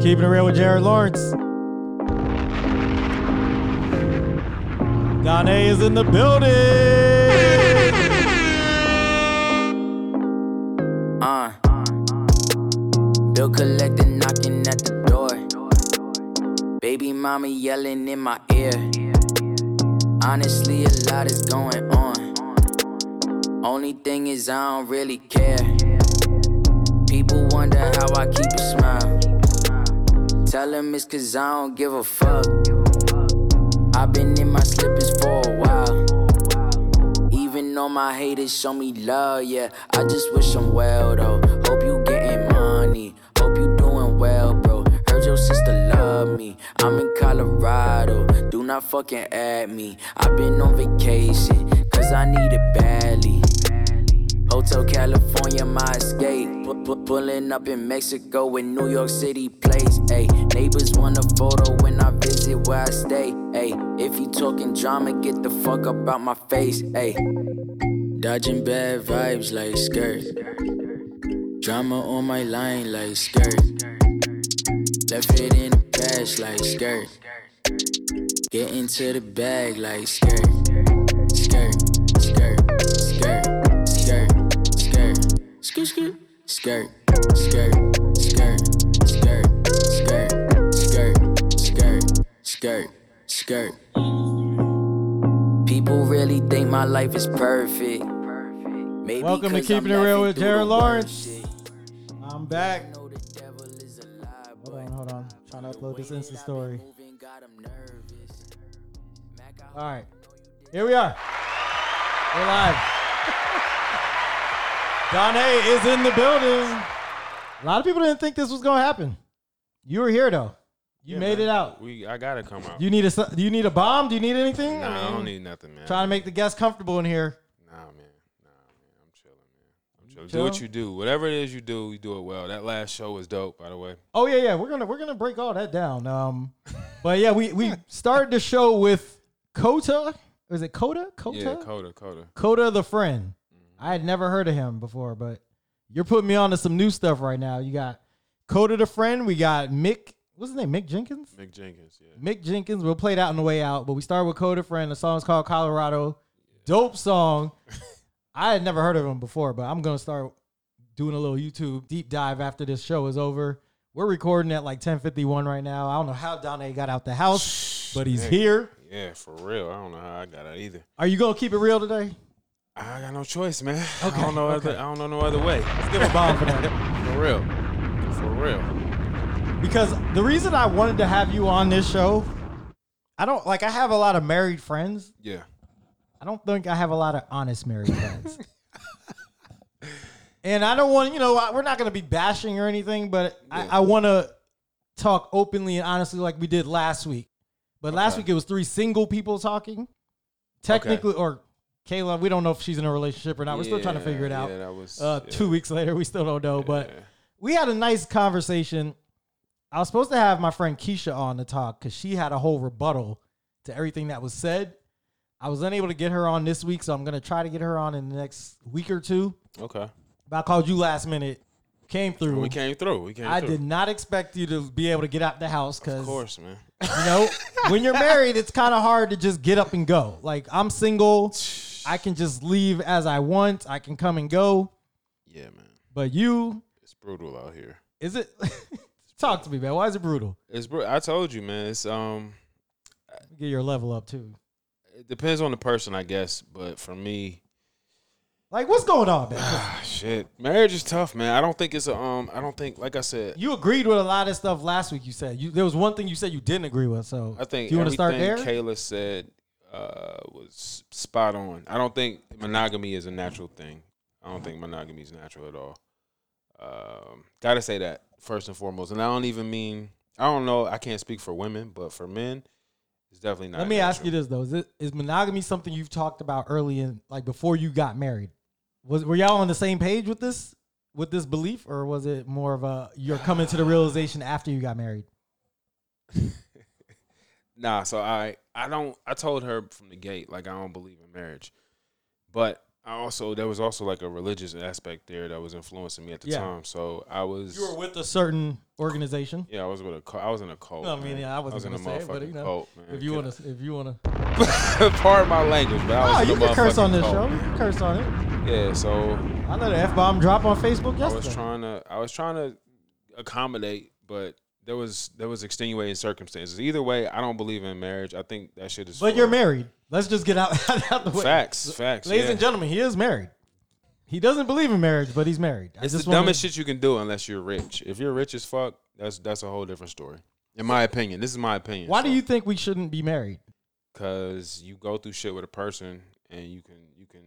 Keeping it real with Jared Lawrence. Don A is in the building. Uh. Bill collector knocking at the door. Baby mama yelling in my ear. Honestly, a lot is going on. Only thing is, I don't really care. People wonder how I keep a smile. Tell them it's cause I don't give a fuck. I've been in my slippers for a while. Even all my haters show me love, yeah. I just wish I'm well though. Hope you getting money. Hope you doing well, bro. Heard your sister love me. I'm in Colorado. Do not fucking add me. I've been on vacation, cause I need it badly. Hotel California, my escape. P- p- pulling up in Mexico in New York City place. Ayy, neighbors want a photo when I visit where I stay. Ayy, if you talking drama, get the fuck up out my face. Ayy, dodging bad vibes like skirt. Drama on my line like skirt. Left it in the past like skirt. Get into the bag like skirt. Skirt, skirt, skirt skirt, skirt, skirt, skirt, skirt, skirt, skirt, skirt, skirt, skirt, skirt, skirt, skirt. People really think my life is perfect. Maybe Welcome to 'cause Keeping I'm It Real laughing with through the Jared worst Lawrence. shit. I'm back. Know the devil is a lie, but Hold on, hold on. Trying to upload this Insta story. moving got 'em nervous. Mac, I All right. Here we are. We're live. Don A is in the building. A lot of people didn't think this was going to happen. You were here though. You Yeah, made man. it out. We I gotta come out. You need a s- do you need a bomb? Do you need anything? nah, I mean, don't need nothing, man. Trying to make the guests comfortable in here. nah, man. Nah, man. I'm chilling, man. I'm chilling. Do what chill? you do. Whatever it is you do, you do it well. That last show was dope, by the way. Oh yeah, yeah. We're gonna we're gonna break all that down. Um, but yeah, we we started the show with Kota. Is it Kota? Kota. Yeah, Coda, Coda. Coda the Friend. I had never heard of him before, but you're putting me on to some new stuff right now. You got Coda the Friend. We got Mick. What's his name? Mick Jenkins. Mick Jenkins, yeah. Mick Jenkins. We'll play that on the way out, but we started with Coda Friend. The song's called Colorado. Dope song. I had never heard of him before, but I'm gonna start doing a little YouTube deep dive after this show is over. We're recording at like 10:51 right now. I don't know how Donnie got out the house, but he's Hey. here. Yeah, for real. I don't know how I got out either. Are you gonna keep it real today? I got no choice, man. Okay, I don't know okay. other I don't know no other way. Give a bomb for that. For real. For real. because the reason I wanted to have you on this show, I don't like I have a lot of married friends. Yeah. I don't think I have a lot of honest married friends. and I don't want, you know, I, we're not going to be bashing or anything, but I, I want to talk openly and honestly like we did last week. But last Okay. week it was three single people talking. Technically, or Kayla, we don't know if she's in a relationship or not. We're still trying to Yeah, figure it out. Yeah, that was uh, yeah. Two weeks later, we still don't know, but Yeah. we had a nice conversation. I was supposed to have my friend Keisha on to talk because she had a whole rebuttal to everything that was said. I was unable to get her on this week, so I'm gonna try to get her on in the next week or two. Okay. But I called you last minute, came through. We came through. We came I through. did not expect you to be able to get out the house Of because course, man. you know when you're married, it's kind of hard to just get up and go. Like I'm single, I can just leave as I want. I can come and go. yeah, man. But you, It's brutal out here. is it? talk to me, man. Why is it brutal? It's bru- I told you, man. It's um Get your level up too. it depends on the person, I guess. But for me, Like, what's going on, man? ah, shit, marriage is tough, man. I don't think it's a um. I don't think, like I said, You agreed with a lot of stuff last week. You said you there was one thing you said you didn't agree with. So I think do you everything want to start there. Kayla said uh, was spot on. I don't think monogamy is a natural thing. I don't think monogamy is natural at all. Um, gotta say that first and foremost, and I don't even mean I don't know. I can't speak for women, but for men, it's definitely not. Let me ask natural. you this though: is, it, is monogamy something you've talked about early in, like before you got married? Was were y'all on the same page with this with this belief, or was it more of a you're coming to the realization after you got married? Nah, so I I don't I told her from the gate like I don't believe in marriage. But I also there was also like a religious aspect there that was influencing me at the Yeah. time. So I was You were with a certain organization. yeah, I was with a cult. I was in a cult. No, I mean, man. yeah, I wasn't was in a gonna say it, but, motherfucking you know, cult, man. If you Can wanna, if you wanna, I- pardon my language, but I oh, was you in a can curse motherfucking on this cult, show. You man. can curse on it. Yeah, so I know the f bomb drop on Facebook I was yesterday. trying to I was trying to accommodate, but there was there was extenuating circumstances. Either way, I don't believe in marriage. I think that shit is. but you're for- married. Let's just get out, out the way. Facts, facts. Ladies yeah. and gentlemen, he is married. He doesn't believe in marriage, but he's married. I It's just the wanna- dumbest shit you can do unless you're rich. If you're rich as fuck, that's that's a whole different story. In my opinion, this is my opinion. Why do you think we shouldn't be married? Because you go through shit with a person, and you can you can.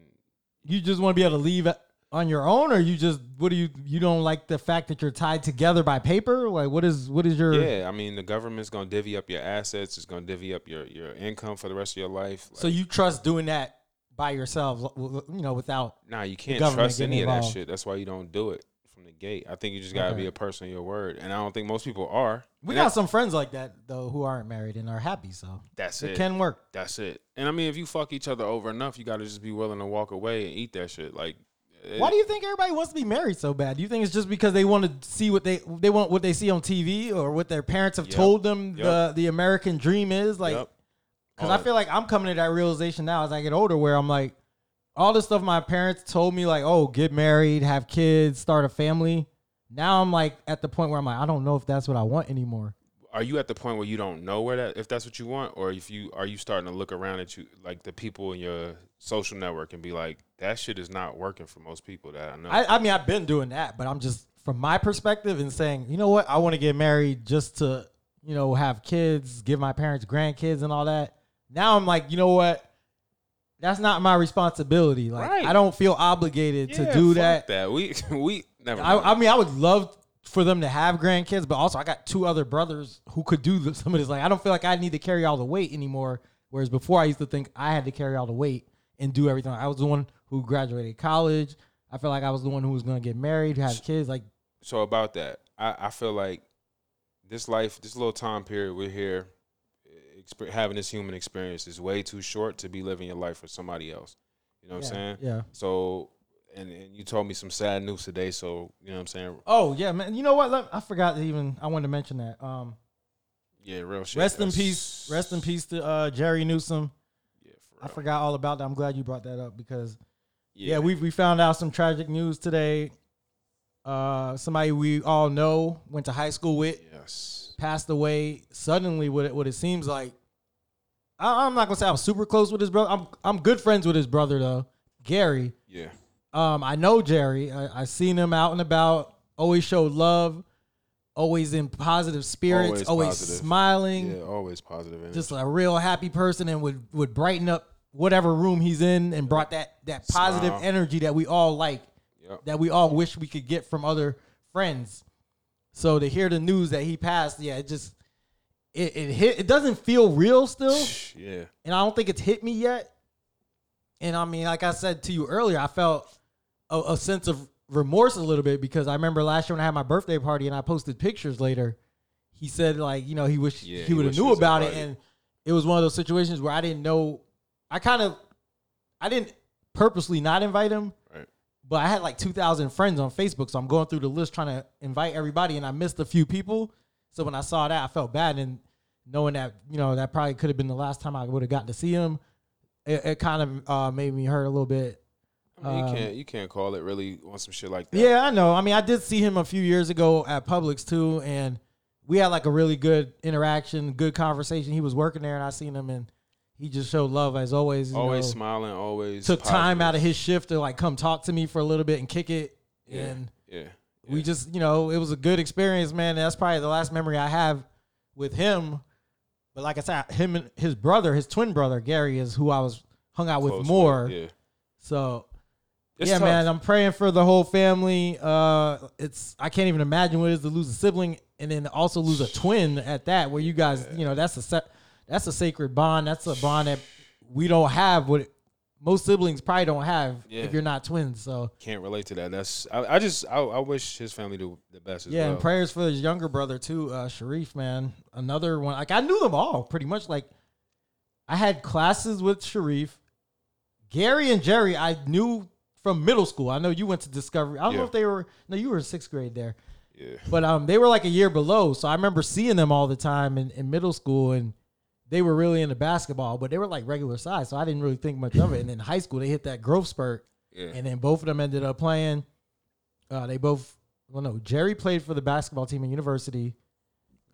You just want to be able to leave on your own, or you just what do you you don't like the fact that you're tied together by paper? Like what is what is your Yeah, I mean the government's gonna divvy up your assets. It's gonna divvy up your your income for the rest of your life. so you trust doing that by yourself? l- l- You know, without Nah, you can't government trust getting any of that involved. shit. That's why you don't do it from the gate. I think you just gotta Okay. be a person of your word, and I don't think most people are. we And got that- some friends like that though who aren't married and are happy, so That's it it. can work. that's it. And I mean, if you fuck each other over enough, you gotta just be willing to walk away and eat that shit. Like, it- Why do you think everybody wants to be married so bad? Do you think it's just because they want to see what they they want what they see on TV or what their parents have Yep. told them the Yep. the American dream is? Like, Yep. Oh, because All I that. feel like I'm coming to that realization now as I get older, where I'm like, all the stuff my parents told me, like, oh, get married, have kids, start a family. Now I'm like at the point where I'm like, I don't know if that's what I want anymore. are you at the point where you don't know where that if that's what you want or if you are you starting to look around at you like the people in your social network and be like that shit is not working for most people that i know I, I mean, I've been doing that, but I'm just from my perspective and saying, you know what, I want to get married just to, you know, have kids, give my parents grandkids and all that. Now I'm like, you know what, that's not my responsibility. Like, Right. I don't feel obligated Yeah, to do that. fuck that we we never mind. I, I mean, I would love for them to have grandkids, but also I got two other brothers who could do th- some of this. Like, I don't feel like I need to carry all the weight anymore. Whereas before, I used to think I had to carry all the weight and do everything. I was the one who graduated college. I felt like I was the one who was going to get married, have kids. Like, so about that I, I feel like this life this little time period we're here exper- having this human experience is way too short to be living your life for somebody else you know what i'm saying yeah. so and, and you told me some sad news today so you know what i'm saying Oh yeah, man. You know what? Let- I forgot to even. I wanted to mention that. Um, yeah real shit rest in That's- peace. Rest in peace to uh, Jerry Newsom. yeah, for I real. forgot all about that. I'm glad you brought that up because Yeah, we we found out some tragic news today. Uh, somebody we all know went to high school with Yes. passed away suddenly. What it, what it seems like. I, I'm not gonna say I'm super close with his brother. I'm I'm good friends with his brother though, Gary. Yeah. Um, I know Jerry. I, I seen him out and about. Always showed love. Always in positive spirits. Always, Always positive. smiling. Yeah. Always positive. energy. Just a real happy person, and would would brighten up whatever room he's in, and brought that that positive Smile. energy that we all like Yep. that we all wish we could get from other friends. So to hear the news that he passed, yeah, it just it, it hit. It doesn't feel real still, yeah. and I don't think it's hit me yet. And I mean, like I said to you earlier, I felt a, a sense of remorse a little bit because I remember last year when I had my birthday party and I posted pictures later. He said like you know he wished Yeah, he he would have wished he knew was about it, invited. and it was one of those situations where I didn't know. I kind of I didn't purposely not invite him, Right. but I had like 2,000 friends on Facebook. So I'm going through the list trying to invite everybody, and I missed a few people. So when I saw that, I felt bad. And knowing that, you know, that probably could have been the last time I would have gotten to see him, it, it kind of uh, made me hurt a little bit. I mean, Um, you can't. You can't call it really on some shit like that. Yeah, I know. I mean, I did see him a few years ago at Publix too, and we had like a really good interaction, good conversation. He was working there, and I seen him, and he just showed love as always. you Always know. smiling. Always took time positive. out of his shift to like come talk to me for a little bit and kick it. Yeah. And Yeah. we just, you know, it was a good experience, man. That's probably the last memory I have with him. But like I said, him and his brother, his twin brother Gary, is who I was hung out Close with more. Yeah. So It's yeah, tough. man, I'm praying for the whole family. Uh, it's I can't even imagine what it is to lose a sibling and then also lose a twin at that. Where you guys, you know, that's a sa- that's a sacred bond. That's a bond that we don't have. What most siblings probably don't have Yeah. if you're not twins. So Can't relate to that. That's. I, I just. I, I wish his family the, the best as yeah, well. and prayers for his younger brother too, uh, Sharif. Man, another one. Like I knew them all pretty much. Like I had classes with Sharif. Gary and Jerry, I knew from middle school. I know you went to Discovery. I don't know Yeah. if they were. No, you were in sixth grade there, Yeah. but um, they were like a year below. So I remember seeing them all the time in, in middle school, and they were really into basketball, but they were like regular size. So I didn't really think much of it. And in high school, they hit that growth spurt, Yeah. and then both of them ended up playing. Uh, they both, well, no, Jerry played for the basketball team in university.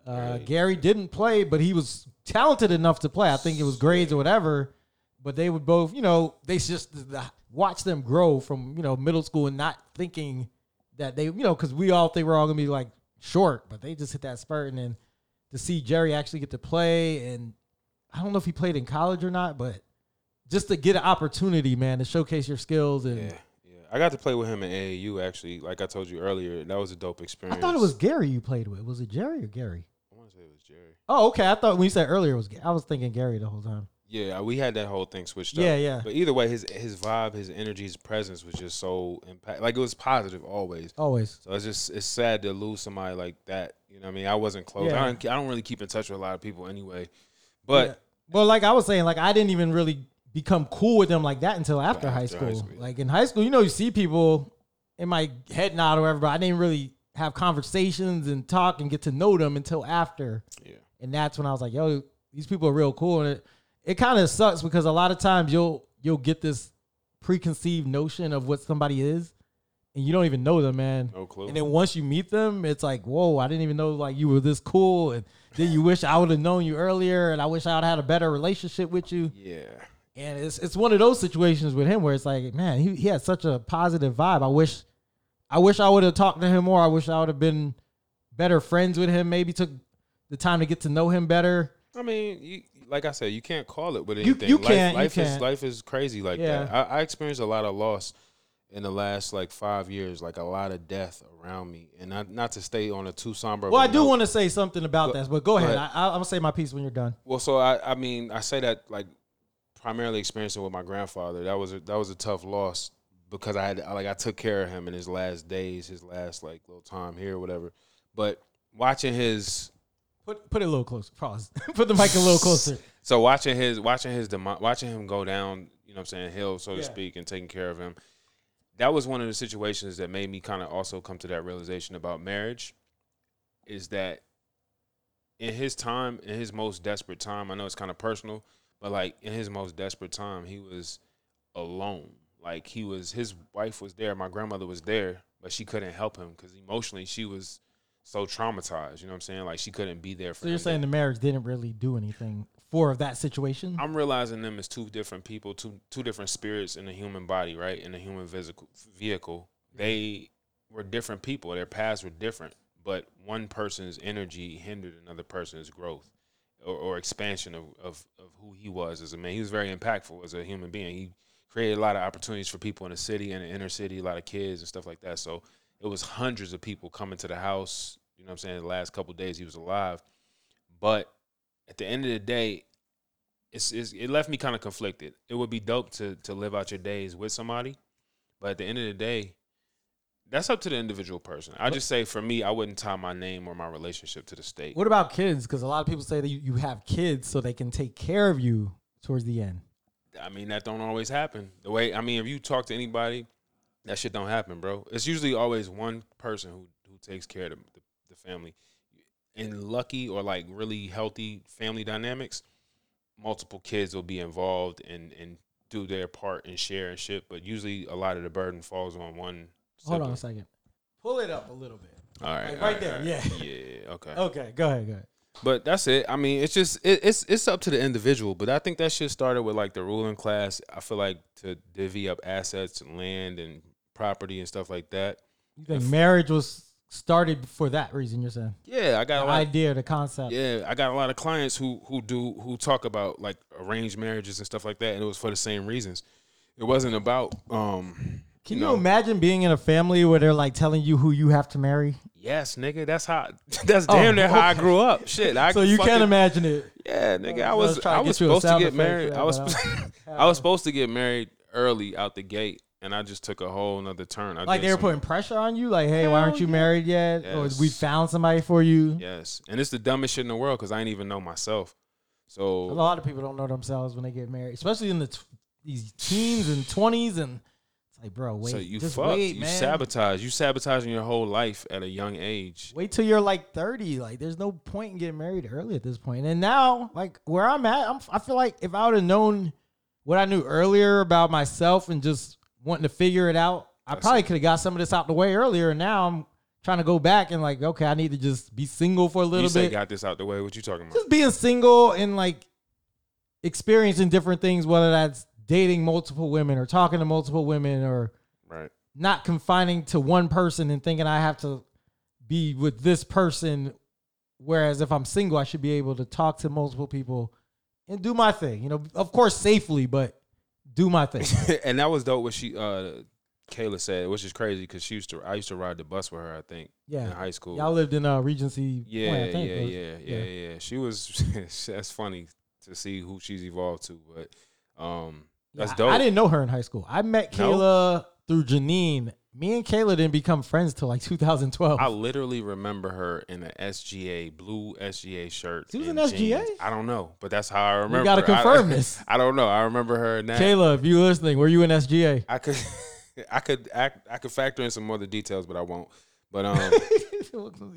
Uh, Right. Gary didn't play, but he was talented enough to play. I think it was grades or whatever. But they would both, you know, they just the, watch them grow from you know middle school and not thinking that they, you know, because we all think we're all gonna be like short, but they just hit that spurt and then to see Jerry actually get to play and I don't know if he played in college or not, but just to get an opportunity, man, to showcase your skills and Yeah. Yeah. I got to play with him in AAU actually. Like I told you earlier, that was a dope I experience. thought it was Gary you played with. Was it Jerry or Gary? I want to say it was Jerry. Oh, okay. I thought when you said earlier it was Ga- I was thinking Gary the whole time. Yeah, we had that whole thing switched Yeah, up. yeah. But either way, his his vibe, his energy, his presence was just so impact. Like it was positive always. Always. So it's just it's sad to lose somebody like that. You know, what I mean, I wasn't close. Yeah. I don't I don't really keep in touch with a lot of people anyway. But Yeah. Well, like I was saying, like I didn't even really become cool with them like that until after, high, after school. high school, yeah. Like in high school, you know, you see people in my head nod or whatever, but I didn't really have conversations and talk and get to know them until after. yeah, and that's when I was like, yo, these people are real cool. And it, it kind of sucks because a lot of times you'll you'll get this preconceived notion of what somebody is, and you don't even know them, man. no clue. And then once you meet them, it's like, whoa, I didn't even know like you were this cool. And then you wish I would have known you earlier, and I wish I'd had a better relationship with you. yeah, And it's it's one of those situations with him where it's like, man, he, he had such a positive vibe. I wish I wish I would have talked to him more. I wish I would have been better friends with him, maybe took the time to get to know him better. I mean, you, like I said, you can't call it with You- anything. you life, can't, you Life is can't. life is crazy like Yeah. that. I, I experienced a lot of loss in the last like five years, like a lot of death around me, and not not to stay on a too somber. of Well, a I do note. want to say something about Go- that, but go go ahead. ahead. I, I'm gonna say my piece when you're done. Well, so I, I mean, I say that like primarily experiencing with my grandfather. That was a, that was a tough loss because I had like I took care of him in his last days, his last like little time here, or whatever. But watching his Put put it a little closer. Pause. put the mic a little closer. so watching his watching his demo, watching him go down, you know what I'm saying, hill so to Yeah. speak and taking care of him. That was one of the situations that made me kind of also come to that realization about marriage is that in his time, in his most desperate time, I know it's kind of personal, but like in his most desperate time, he was alone. Like he was his wife was there, my grandmother was there, but she couldn't help him cuz emotionally she was so traumatized, you know what I'm saying? Like she couldn't be there for So you're him to saying the marriage didn't really do anything for that situation? I'm realizing them as two different people, two two different spirits in the human body, right? In the human physical vehicle, they were different people. Their paths were different, but one person's energy hindered another person's growth or, or expansion of, of of who he was as a man. He was very impactful as a human being. He created a lot of opportunities for people in the city and the inner city, a lot of kids and stuff like that. So it was hundreds of people coming to the house. You know what I'm saying? The last couple days he was alive, but at the end of the day, it's, it's it left me kind of conflicted. It would be dope to to live out your days with somebody, but at the end of the day, that's up to the individual person. I just say for me, I wouldn't tie my name or my relationship to the state. What about kids? Because a lot of people say that you, you have kids so they can take care of you towards the end. I mean, that don't always happen. The way I mean, if you talk to anybody, that shit don't happen, bro. It's usually always one person who who takes care of the, the, the family. In lucky or like really healthy family dynamics, multiple kids will be involved and and do their part and share and shit. But usually, a lot of the burden falls on one. Hold on a sibling. second. Pull it up a little bit. All right, Like, all right there, all yeah. Oh, yeah, okay. Okay, go ahead, go ahead. But that's it. I mean, it's just it, it's it's up to the individual. But I think that shit started with like the ruling class. I feel like to divvy up assets and land and property and stuff like that. You think marriage was started for that reason? You're saying Yeah, I got a the lot. idea, the concept. yeah, I got a lot of clients who who do who talk about like arranged marriages and stuff like that, and it was for the same reasons. It wasn't about um. Can you you know, imagine being in a family where they're like telling you who you have to marry? Yes, nigga. That's how. That's damn near how I Oh, okay. grew up. Shit. I so you fucking- can't imagine it. Yeah, nigga, I I was was trying to I get was you a supposed to sound get effect for married. that, I was but I sp- I was supposed to get married early out the gate, and I just took a whole another turn. I Like they did were some- putting pressure on you, like, hey, why aren't you married yet? Or we Yes. found somebody for you. yes, and it's the dumbest shit in the world because I didn't even know myself. A So lot of people don't know themselves when they get married, especially in the t- these teens and twenties, and it's like, bro, wait, so you just fucked. wait, you man. sabotage. You sabotaging your whole life at a young age. Wait till you're like 30. Like, there's no point in getting married early at this point. And now, like where I'm at, I'm, I feel like if I would have known what I knew earlier about myself and just wanting to figure it out, I That's probably could have got some of this out the way earlier. And now I'm trying to go back and like, okay, I need to just be single for a You little say bit. got this out the way. What you talking about? just being single and like experiencing different things, whether that's dating multiple women or talking to multiple women or Right. not confining to one person and thinking I have to be with this person. Whereas if I'm single, I should be able to talk to multiple people and do my thing. You know, of course, safely, but do my thing. and that was dope. What she, uh, Kayla said, which is crazy because she used to. I used to ride the bus with her. I think. Yeah. In high school. Y'all lived in uh, Regency. Point, yeah, I think, yeah, right? yeah, yeah, yeah, She was. that's funny to see who she's evolved to, but um, that's Yeah, I- dope. I didn't know her in high school. I met No? Kayla through Janine. Me and Kayla didn't become friends till like 2012. I literally remember her in a SGA blue SGA shirt. She was and in SGA? jeans. I don't know, but that's how I remember. gotta her. I- confirm this. I don't know. I remember her in that. Kayla, if you listening, were you in SGA? I could, I could, act, I could factor in some other details, but I won't. But um,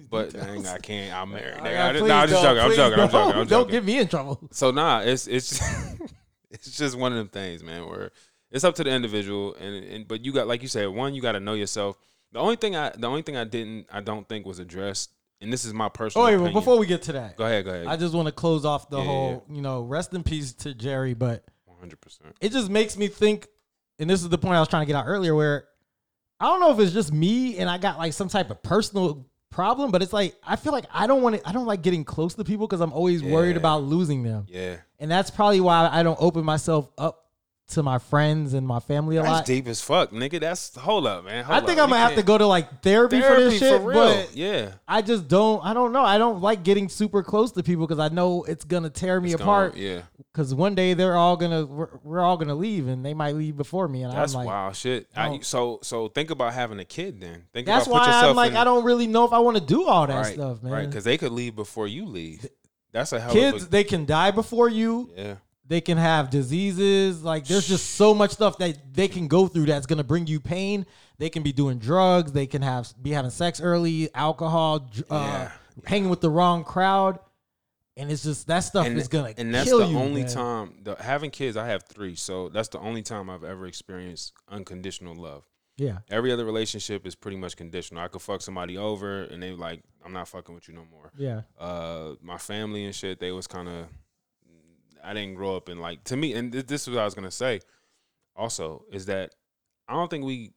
but dang, I can't. I'm married. nigga. I just, Uh, please nah, I'm just don't, joking. I'm please joking. I'm joking. I'm don't. joking. Don't get me in trouble. So nah, it's it's it's just one of them things, man. Where it's up to the individual, and, and but you got like you said, one you got to know yourself. The only thing I the only thing I didn't I don't think was addressed, and this is my personal. Oh, wait, well, opinion. before we get to that, go ahead, go ahead. I just want to close off the Yeah, yeah, whole, you know, rest in peace to Jerry, but One hundred percent. it just makes me think, and this is the point I was trying to get out earlier, where I don't know if it's just me and I got like some type of personal problem, but it's like I feel like I don't want to, I don't like getting close to people because I'm always worried Yeah. about losing them, Yeah, and that's probably why I don't open myself up to my friends and my family a lot. that's deep as fuck, nigga. That's hold up, man. I Hold think up. I'm You gonna have to can't- go to like therapy, for therapy this shit, for real. but yeah, I just don't. I don't know. I don't like getting super close to people because I know it's gonna tear me It's gone. apart. Yeah, Because one day they're all gonna, we're, we're all gonna leave, and they might leave before me, and that's I'm like, wild shit. I, don't- so so think about having a kid then. Think that's about why put yourself I'm like, in, I don't really know if I want to do all that right, stuff, man. Right, because they could leave before you leave. That's a hell Kids, of they can die before you. a yeah. They can have diseases. Like, there's just so much stuff that they can go through that's gonna bring you pain. They can be doing drugs. They can have be having sex early, alcohol, dr- uh, Yeah. hanging with the wrong crowd, and it's just that stuff is gonna and that's kill the you, only man. time the, having kids i have three so that's the only time i've ever experienced unconditional love Yeah. every other relationship is pretty much conditional i could fuck somebody over and they like i'm not fucking with you no more Yeah. uh my family and shit they was kind of i didn't grow up in like to me and th- this is what i was gonna say also is that i don't think we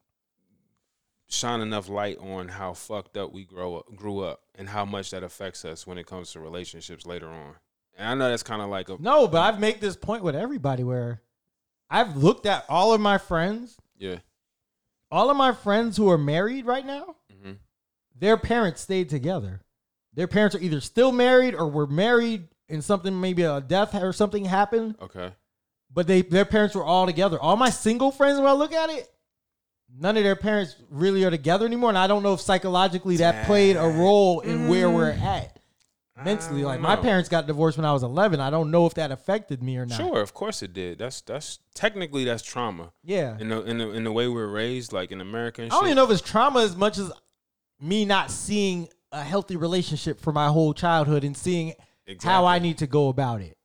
shine enough light on how fucked up we grow up grew up and how much that affects us when it comes to relationships later on and i know that's kind of like a No, but I've made this point with everybody where I've looked at all of my friends, yeah all of my friends who are married right now, Mhm. their parents stayed together. Their parents are either still married or were married and something maybe a death or something happened, okay but they their parents were all together. All my single friends when I look at it, none of their parents really are together anymore and I don't know if psychologically that played a role in where we're at. Mentally, Mm. I like don't my know. parents got divorced when I was 11. I don't know if that affected me or not. sure of course it did that's that's technically that's trauma Yeah. in the in the, in the way we we're raised like in america and I don't shit. even know if it's trauma as much as me not seeing a healthy relationship for my whole childhood and seeing how Exactly. I need to go about it.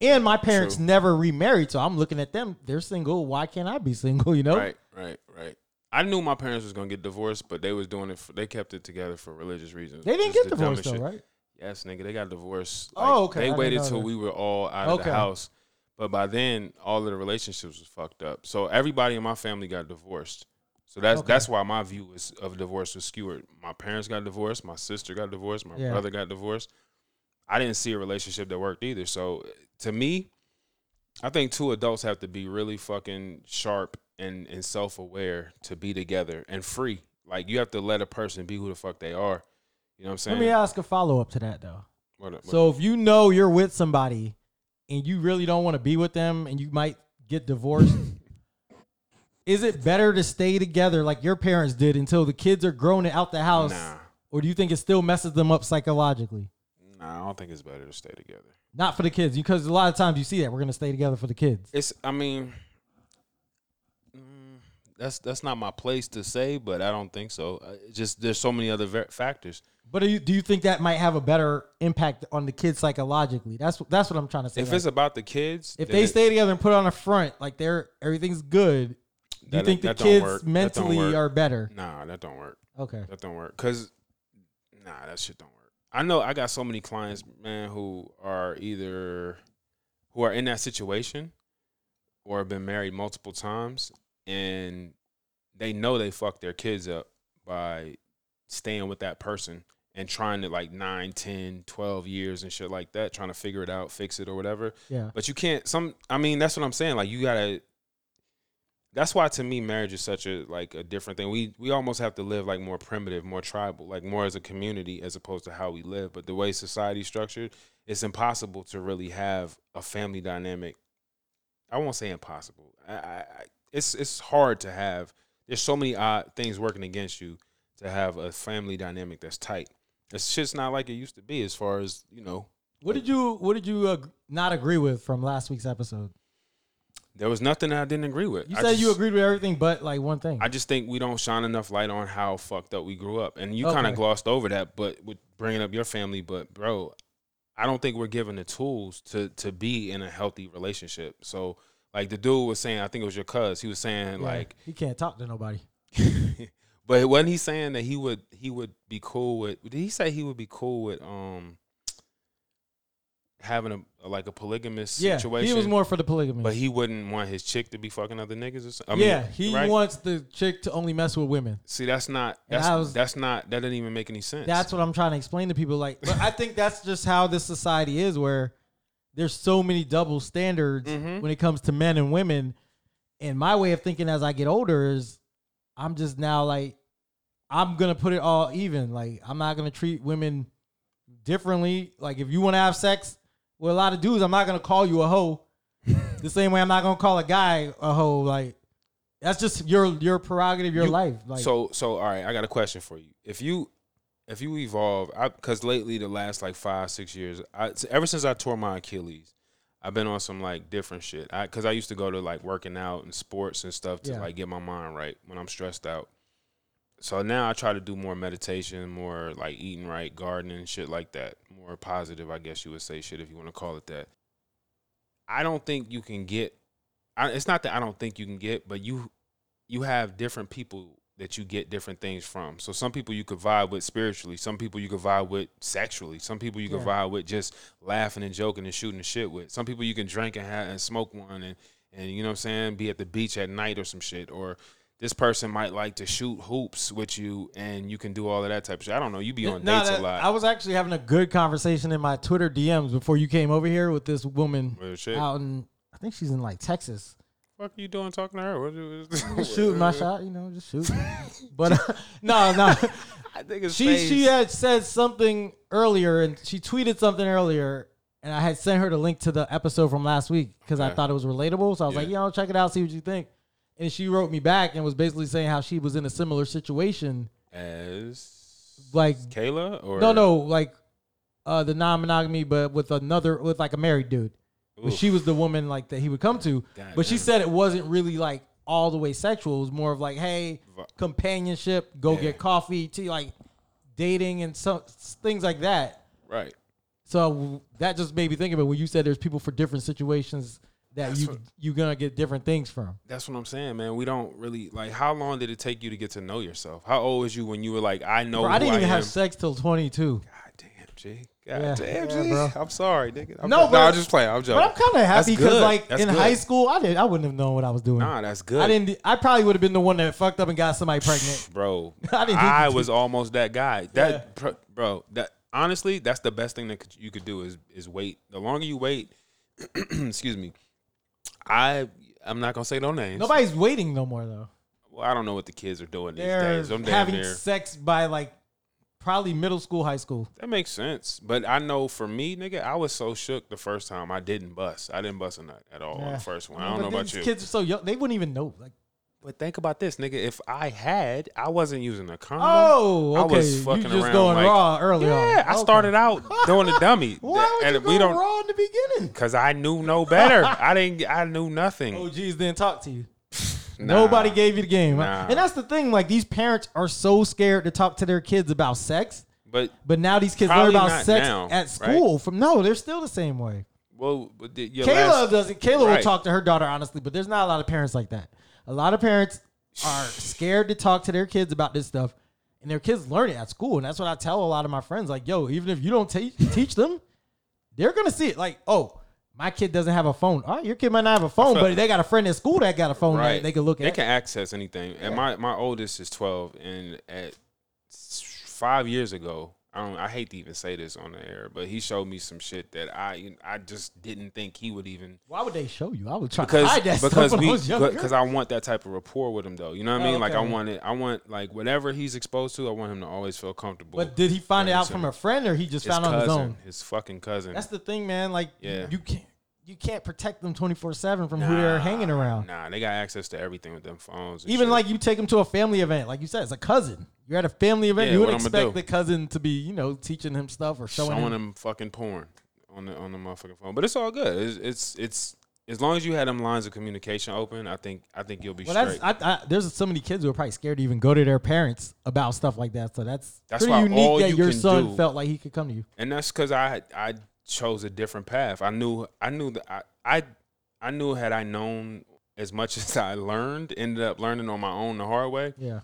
And my parents True. never remarried, so I'm looking at them. They're single. Why can't I be single? You know, Right, right, right. I knew my parents was gonna get divorced, but they was doing it. For, they kept it together for religious reasons. they didn't which is get the divorced dumbest though, shit. right? Yes, nigga, they got divorced. Oh, okay, I They didn't waited know till that. we were all out of Okay. the house, but by then all of the relationships was fucked up. So everybody in my family got divorced. So that's Okay. that's why my view was, of divorce was skewed. My parents got divorced. My sister got divorced. My Yeah. brother got divorced. I didn't see a relationship that worked either. So to me, I think two adults have to be really fucking sharp and and self aware to be together and free. Like you have to let a person be who the fuck they are. You know what I'm saying? Let me ask a follow up to that though. What- what- So if you know you're with somebody and you really don't want to be with them and you might get divorced, is it better to stay together like your parents did until the kids are grown and out the house? Nah. Or do you think it still messes them up psychologically? Nah, I don't think it's better to stay together. Not for the kids, because a lot of times you see that we're gonna stay together for the kids. It's, I mean, mm, that's that's not my place to say, but I don't think so. Uh, it's Just there's so many other ver- factors. But do you, do you think that might have a better impact on the kids psychologically? That's what- that's what I'm trying to say. If Like, it's about the kids, if then they it- stay together and put on a front, like they're everything's good, do you that- think the that don't kids work. That don't mentally work. are better? Nah, that don't work. Okay. That don't work. Cause nah, that shit don't work. I know I got so many clients, man, who are either who are in that situation or have been married multiple times and they know they fucked their kids up by staying with that person and trying to like 9 10 12 years and shit like that trying to figure it out fix it or whatever Yeah. but you can't some I mean, that's what I'm saying. Like you gotta that's why to me marriage is such a like a different thing. We we almost have to live like more primitive, more tribal, like more as a community as opposed to how we live. But the way society's structured, it's impossible to really have a family dynamic. I won't say impossible. I, I, I it's it's hard to have. There's so many odd things working against you to have a family dynamic that's tight. It's shit's not like it used to be as far as you know What did you What did you uh, not agree with from last week's episode? There was nothing that I didn't agree with. You I said you just- agreed with everything, but like one thing. I just think we don't shine enough light on how fucked up we grew up, and you kind Okay. of glossed over that, but with bringing up your family. But bro, I don't think we're given the tools to to be in a healthy relationship. So like the dude was saying, I think it was your cuz. He was saying Yeah. like, he can't talk to nobody. but wasn't he saying that he would he would be cool with? Did he say he would be cool with um having a like a polygamous Yeah, situation? he was more for the polygamy. But he wouldn't want his chick to be fucking other niggas or something. I yeah, mean, he right? wants the chick to only mess with women. See, that's not And that's I was- that's not that doesn't even make any sense. That's what I'm trying to explain to people. Like, but I think that's just how this society is, where there's so many double standards Mhm. when it comes to men and women. And my way of thinking as I get older is, I'm just now like, I'm gonna put it all even. Like, I'm not gonna treat women differently. Like, if you want to have sex with a lot of dudes, I'm not gonna call you a hoe. the same way I'm not gonna call a guy a hoe. Like, that's just your your prerogative, your You- life. Like, so so all right, I got a question for you. If you if you evolve, because lately the last like five six years, I, s- ever since I tore my Achilles, I've been on some like different shit. I Because I, used to go to like working out and sports and stuff to Yeah. like get my mind right when I'm stressed out. So now I try to do more meditation, more like eating right, gardening, shit like that. More positive, I guess you would say shit if you want to call it that. I don't think you can get. I, it's not that I don't think you can get, but you you have different people that you get different things from. So some people you could vibe with spiritually, some people you could vibe with sexually, some people you could Yeah. vibe with just laughing and joking and shooting the shit with. Some people you can drink and have and smoke one and and you know what I'm saying, be at the beach at night or some shit or this person might like to shoot hoops with you and you can do all of that type of shit. I don't know. You be on No, dates that- a lot. I was actually having a good conversation in my Twitter DMs before you came over here with this woman Real shit. out in I think she's in like Texas. fuck you doing talking to her? What you- Just shooting my shot, you know, just shooting. but uh, no, no. I think it's She she had said something earlier and she tweeted something earlier and I had sent her the link to the episode from last week because I Okay. thought it was relatable. So I was like, you Yeah. know, check it out, see what you think. And she wrote me back and was basically saying how she was in a similar situation. as Like Kayla or No, no, like uh the non-monogamy, but with another, with like a married dude. But Oof. she was the woman like that he would come to. God but she damn. said it wasn't really like all the way sexual. It was more of like, hey, Vi- companionship, go Yeah. get coffee, tea, like dating and some things like that. right. So that just made me think of it when you said there's people for different situations that That's you what- you gonna get different things from. That's what I'm saying, man. We don't really like. How long did it take you to get to know yourself? How old was you when you were like, I know Bro, Oh, who I didn't I even am. have sex till 22. God damn, G. God Yeah. damn, Yeah, G. bro. I'm sorry, nigga. I'm No, no, but- I'm just playing. I'm joking. But I'm kind of happy because good. like That's in good. high school, I did not I wouldn't have known what I was doing. Nah, that's good. I didn't. I probably would have been the one that fucked up and got somebody pregnant. bro. I I, didn't- was almost that guy. That pro- bro. That honestly, that's the best thing that could, you could do is is wait. The longer you wait, excuse me. I I'm not gonna say no names. Nobody's waiting no more though. Well, I don't know what the kids are doing these They're days. I'm damn having near. sex by like probably middle school, high school. That makes sense. But I know for me, nigga, I was so shook the first time I didn't bust. I didn't bust a nut at all on Yeah. the first one. mean, I don't know but about these you. Kids are so young; they wouldn't even know. Like, But think about this, nigga. If I had, I wasn't using a condom. oh, I okay, was fucking you just around going like- raw early on. yeah, I Okay. started out doing a dummy. Why would and you go we don't raw in the beginning? cuz I knew no better. I didn't I knew nothing. OGs didn't talk to you. Nobody gave you the game. Nah. And that's the thing. Like these parents are so scared to talk to their kids about sex, But but now these kids Probably learn about not sex now, at right? school. From no, they're still the same way. well, but the, your Kayla last- doesn't. Kayla will Right. talk to her daughter honestly, but there's not a lot of parents like that. A lot of parents are scared to talk to their kids about this stuff, and their kids learn it at school. And that's what I tell a lot of my friends. Like, yo, even if you don't te- teach them, they're gonna see it. Like, oh, my kid doesn't have a phone. All right, your kid might not have a phone, feel- but they got a friend in school that got a phone that they can look They at. can access anything. And my my oldest is twelve, and at s- five years ago, I don't. I hate to even say this on the air, but he showed me some shit that I I just didn't think he would even Why would they show you? I would try to because hide that stuff because when I we was younger. because I want that type of rapport with him though. You know what I Oh, mean? Like I okay. want it. I want like whatever he's exposed to. I want him to always feel comfortable. but did he find it out Friends from and- a friend, or he just his found it on his cousin, own? his fucking cousin. That's the thing, man. Like, Yeah. you can't you can't protect them twenty four seven from who they're hanging around. Nah, they got access to everything with them phones. and Even shit. like you take them to a family event, like you said, it's a cousin. You're at a family event. Yeah, you would what I'ma expect do? the cousin to be, you know, teaching him stuff or showing, showing him. them fucking porn on the on the motherfucking phone. But it's all good. It's it's, it's as long as you had them lines of communication open, I think I think you'll be Well, straight. that's I, I, there's so many kids who are probably scared to even go to their parents about stuff like that. So that's, That's pretty why all unique that you your can son do- felt like he could come to you. and that's because I I chose a different path. I knew I knew that I, I I knew had I known as much as I learned, ended up learning on my own the hard way. Yeah,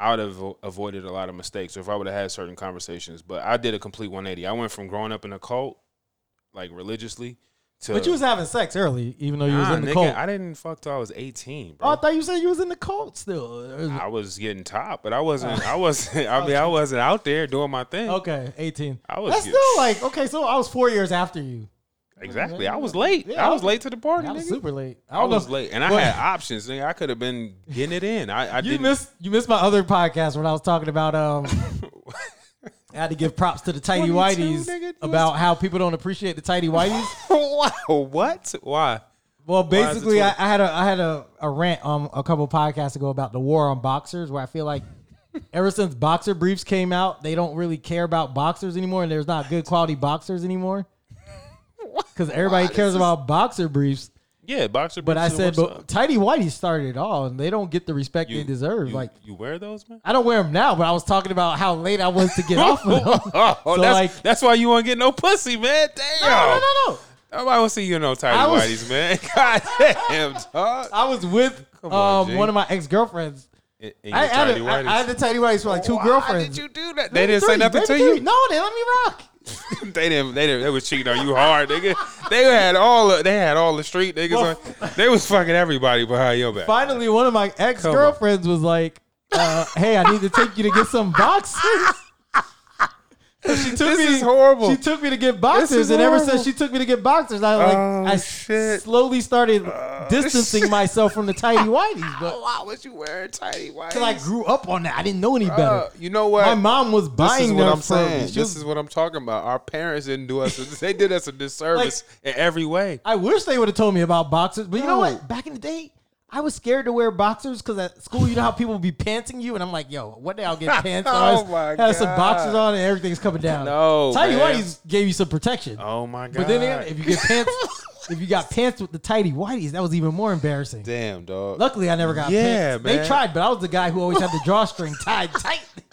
I would have avo- avoided a lot of mistakes if I would have had certain conversations. But I did a complete 180. I went from growing up in a cult, like religiously, to but you was having sex early, even though you was Nah, in the nigga, cult. I didn't fuck till I was 18, bro. oh, I thought you said you was in the cult still. I was getting top, but I wasn't. I wasn't. I mean, I wasn't out there doing my thing. Oh. Okay, eighteen. I was that's getting- still like okay. So I was four years after you. Exactly. I was late. Yeah, I I was late to the party. I was nigga. super late. I don't know- was late, and I Well, had options. Nigga. I could have been getting it in. I, I You didn't. missed you missed my other podcast when I was talking about um. I had to give props to the tighty 22, nigga, whiteys you was- about how people don't appreciate the tighty whiteys. wow. What? Why? Well, is it basically, I, 20? I had a I had a, a rant um a couple podcasts ago about the war on boxers, where I feel like ever since boxer briefs came out, they don't really care about boxers anymore, and there's not good quality boxers anymore because everybody cares about boxer briefs. Yeah, boxer. But I briefs said, is what's but up. tighty whitey started it all, and they don't get the respect they deserve. you- like you wear those, man. I don't wear them now, but I was talking about how late I was to get off of them. Oh, So, that's, like- that's why you won't get no pussy, man. Damn. No, no, no, no. Nobody will see you in no I tidy was- whities, man. God damn, dog. I was with Come on, um, G. one of my ex girlfriends. In, in I, your had tidy a- I- I had whities. the tidy whities for like two Why girlfriends. did you do that? They Maybe didn't three, say nothing maybe to three. you. No, they let me rock. they didn't. They didn't. They was cheating on you hard, nigga. They had all. The, they had all the street niggas. on, they was fucking everybody behind your back. Finally, one of my ex girlfriends was like, uh, "Hey, I need to take you to get some boxers." she took this is horrible. She took me to get This boxers, is and ever horrible. since she took me to get boxers, I like Oh, I shit. Oh, slowly started distancing shit. myself from the tidy whities, but Oh, Why was you wearing tidy white? because I grew up on that, I didn't know any better. you know what? my mom was This buying is what them I'm for- saying. she was- This is what I'm talking about. Our parents didn't do us. They did us a disservice in every way. I wish they would have told me about boxers, but you know No. what? Back in the day, I was scared to wear boxers because at school, you know how people would be pantsing you, and I'm like, yo, what day I'll get pants Oh on? my have some God. boxers on, and everything's coming down. No, tighty man. whities gave you some protection. Oh my god! but then again, if you get pants, if you got pants with the tighty whities, that was even more embarrassing. damn dog. Luckily, I never got Yeah, pants. They man. tried, but I was the guy who always had the drawstring tied tight.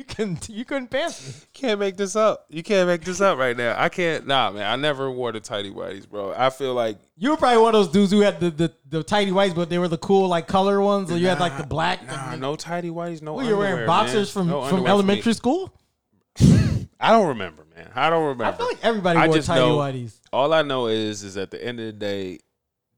You couldn't, you couldn't pants me. can't make this up. You can't make this up right now. I can't. Nah, man. I never wore the tidy whities, bro. I feel like You were probably one of those dudes who had the, the, the tighty whites, but they were the cool like color ones. Or you had like the black. nah, and- no tidy whities, no. Well, you're wearing underwear, boxers man. from, No underwear from for me. elementary school. I don't remember, man. I don't remember. I feel like everybody I wore just tighty know- whities. all I know is, is at the end of the day,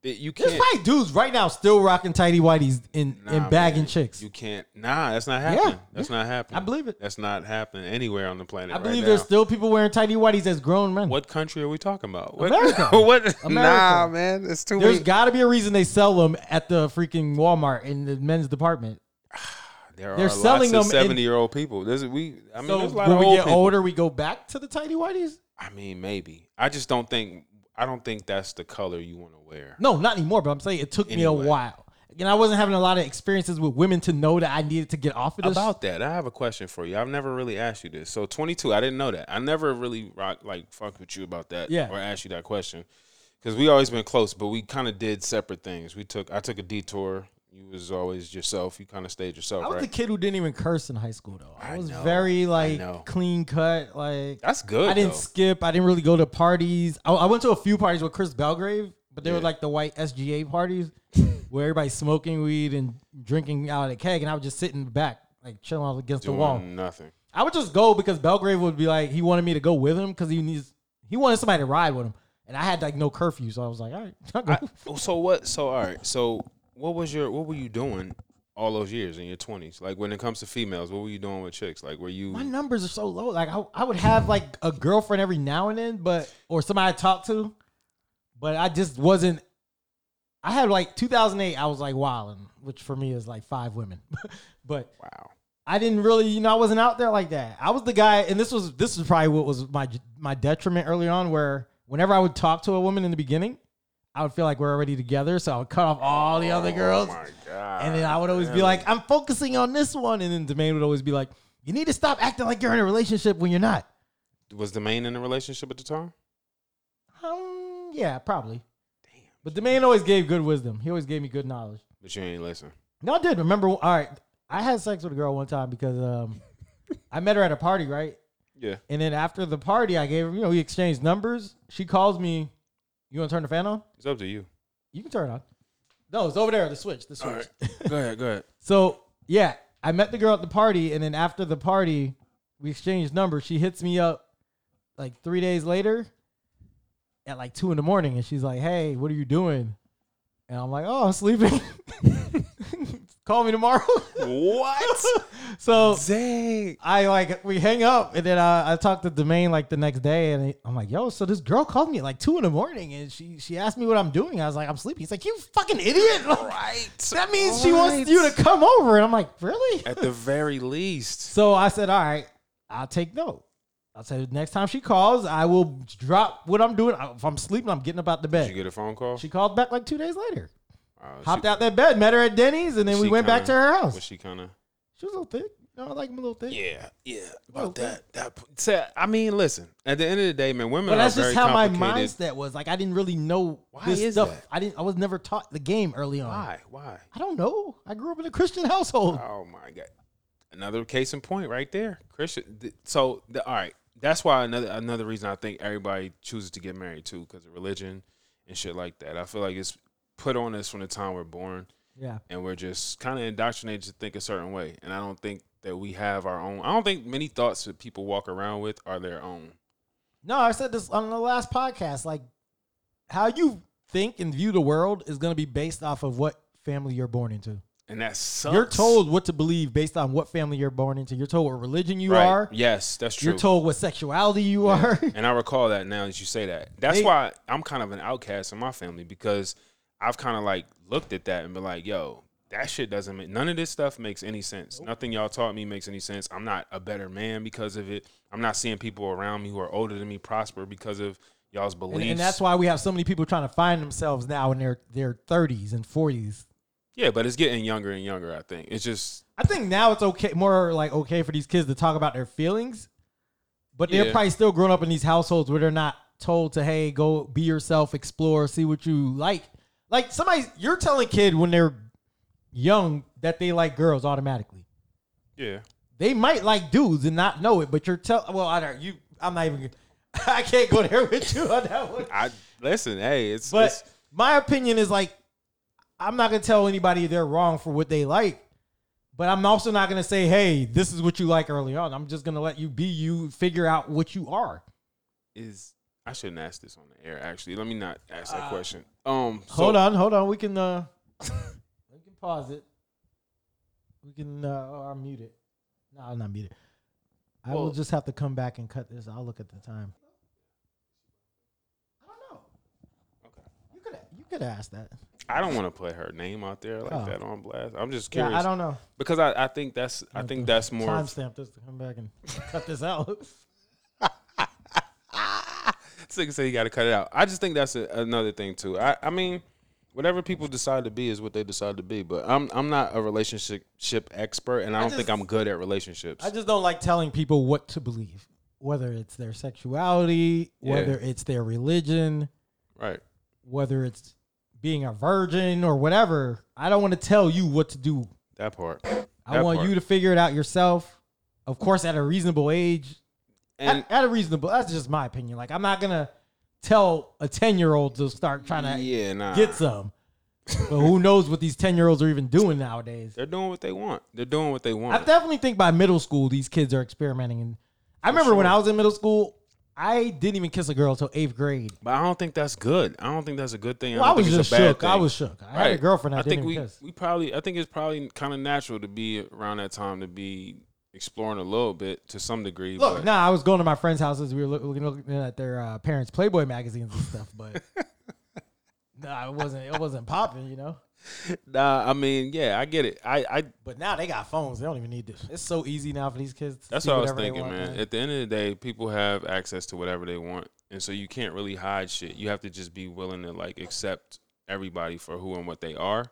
that you There's can't. probably dudes right now still rocking tighty whities and, Nah, and bagging man. chicks. You can't. Nah, that's not happening. Yeah. That's not happening. I believe it. That's not happening anywhere on the planet. I believe right there's now. still people wearing tighty whities as grown men. What country are we talking about? What, America. what? Nah, America. man. It's too There's many. got to be a reason they sell them at the freaking Walmart in the men's department. there they're are selling them in- lots of seventy-year-old people. There's we. I mean, So there's a lot when of we old get people. older, we go back to the tighty whities. I mean, maybe. I just don't think. I don't think that's the color you want to wear. No, not anymore. But I'm saying it took me Anyway. a while, and I wasn't having a lot of experiences with women to know that I needed to get off of this. About that, I have a question for you. I've never really asked you this. So 22, I didn't know that. I never really rock, like fucked with you about that Yeah. or asked you that question because we always been close, but we kind of did separate things. We took I took a detour. You was always yourself. You kind of stayed yourself, I was right? the kid who didn't even curse in high school though. I I was know, very I like know. clean cut. Like That's good. I didn't though. skip. I didn't really go to parties. I, I went to a few parties with Chris Belgrave, but they were Yeah. like the white SGA parties where everybody's smoking weed and drinking out of the keg, and I would just sit in the back, like chilling out against Doing the wall. nothing. I would just go because Belgrave would be like he wanted me to go with him because he needs he wanted somebody to ride with him, and I had like no curfew, so I was like, all right, I'll go. I, oh, so what? So all right. So what was your? What were you doing all those years in your twenties? Like when it comes to females, what were you doing with chicks? Like were you? my numbers are so low. Like I, I would have like a girlfriend every now and then, but or somebody I talked to, but I just wasn't. I had like 2008. I was like wilding, which for me is like five women, but wow. I didn't really, you know, I wasn't out there like that. I was the guy, and this was this was probably what was my my detriment early on, where whenever I would talk to a woman in the beginning, I would feel like we're already together, so I would cut off all the other girls. Oh my god. And then I would always be Really? like, I'm focusing on this one. And then Domain would always be like, you need to stop acting like you're in a relationship when you're not. was the main in a relationship at the time? Um, yeah, probably. But Domain always gave good wisdom. He always gave me good knowledge. But you ain't listen. No, I did. Remember, all right, I had sex with a girl one time because um, I met her at a party, right? Yeah. And then after the party, I gave her, you know, we exchanged numbers. She calls me, you want to turn the fan on? It's up to you. You can turn it on. No, it's over there, the switch, the switch. go ahead. Go ahead. So yeah, I met the girl at the party, and then after the party, we exchanged numbers. She hits me up like three days later at like two in the morning, and she's like, "Hey, what are you doing?" And I'm like, "Oh, I'm sleeping. Call me tomorrow." What? so Dang. I like we hang up, and then I, I talked to Domain like the next day, and I'm like, "Yo, so this girl called me at like two in the morning, and she she asked me what I'm doing. I was like, I'm sleeping. He's like, you fucking idiot! Right. that means she wants you to come over, and I'm like, really? At the very least. So I said, all right, I'll take note. I said, next time she calls, I will drop what I'm doing. If I'm sleeping, I'm getting up out the Did you bed. get a phone call? She called back like two days later. Wow, she- Hopped out that bed, met her at Denny's, and then we she went back to kinda- her house. Was She she kind of? was a little thick. No, I like him a little thick. Yeah, yeah. Well, About that. That. So, I mean, listen. At the end of the day, man, women But that's are very just how my complicated. mindset was. Like I didn't really know Why this is stuff. that? I didn't. I was never taught the game early on. Why? Why? I don't know. I grew up in a Christian household. Oh my god! Another case in point, right there, Christian. th- So, the, all right, that's why another another reason I think everybody chooses to get married too, because of religion and shit like that. I feel like it's put on us from the time we're born, yeah. and we're just kind of indoctrinated to think a certain way. And I don't think that we have our own. I don't think many thoughts that people walk around with are their own. No, I said this on the last podcast. Like, how you think and view the world is going to be based off of what family you're born into. And that sucks. You're told what to believe based on what family you're born into. You're told what religion you Right. are. Yes, that's true. You're told what sexuality you are. And I recall that now that you say that. That's They- why I'm kind of an outcast in my family because I've kind of like looked at that and been like, yo, that shit doesn't make none of this stuff makes any sense. Nothing y'all taught me makes any sense. I'm not a better man because of it. I'm not seeing people around me who are older than me prosper because of y'all's beliefs. and, and that's why we have so many people trying to find themselves now in their, their 30s and 40s. yeah, but it's getting younger and younger, I think. It's just I think now it's okay, more like okay for these kids to talk about their feelings, but they're Yeah. probably still growing up in these households where they're not told to hey go be yourself, explore, see what you like. Like somebody, you're telling a kid when they're young that they like girls automatically. yeah. They might like dudes and not know it, but you're tell well I don't you I'm not even I can't go there with you on that one. I listen, hey, it's, But it's my opinion is like, I'm not gonna tell anybody they're wrong for what they like, but I'm also not gonna say, hey, this is what you like early on. I'm just gonna let you be you, figure out what you are. is I shouldn't ask this on the air actually. Let me not ask that question. Um so- hold on, hold on. We can uh, we can pause it. We can uh, or I'll mute it. No, I'll not mute it. I will Well- just have to come back and cut this. I'll look at the time. I don't know. Okay. You could you could ask that. I don't want to put her name out there like Oh. that on blast. I'm just Yeah, curious I don't know. because I, I think that's I think that's more. of- timestamp this to come back and cut this out. Sick say you got to cut it out. I just think that's a, another thing too. I, I mean, whatever people decide to be is what they decide to be. But I'm I'm not a relationship ship expert, and I don't think just- I'm good at relationships. I just don't like telling people what to believe, whether it's their sexuality, Yeah. whether it's their religion, right. whether it's being a virgin or whatever. I don't want to tell you what to do. That part. I That want part. you to figure it out yourself. Of course, at a reasonable age. At- And at, a reasonable, that's just my opinion. Like, I'm not gonna tell a ten year old to start trying to yeah, nah. get some. but who knows what these ten year olds are even doing nowadays? They're doing what they want. They're doing what they I want. definitely think by middle school these kids are experimenting. And I remember when sure. I was in middle school, I didn't even kiss a girl till eighth grade. but I don't think that's good. I don't think that's a good thing. Well, I, don't was think just it's a bad shook. I thing. was shook. I had a Right. girlfriend I, I didn't think even we kiss. we probably I think it's probably kind of natural to be around that time to be exploring a little bit to some degree. Look, but nah, I was going to my friends' houses. We were look- looking, looking at their uh, parents' Playboy magazines and stuff, but nah, it wasn't. It wasn't popping, you know. nah, I mean, yeah, I get it. I, I But now they got phones. They don't even need this. It's so easy now for these kids. To that's see what I was whatever they thinking, want, man. At the end of the day, people have access to whatever they want, and so you can't really hide shit. You have to just be willing to like accept everybody for who and what they are.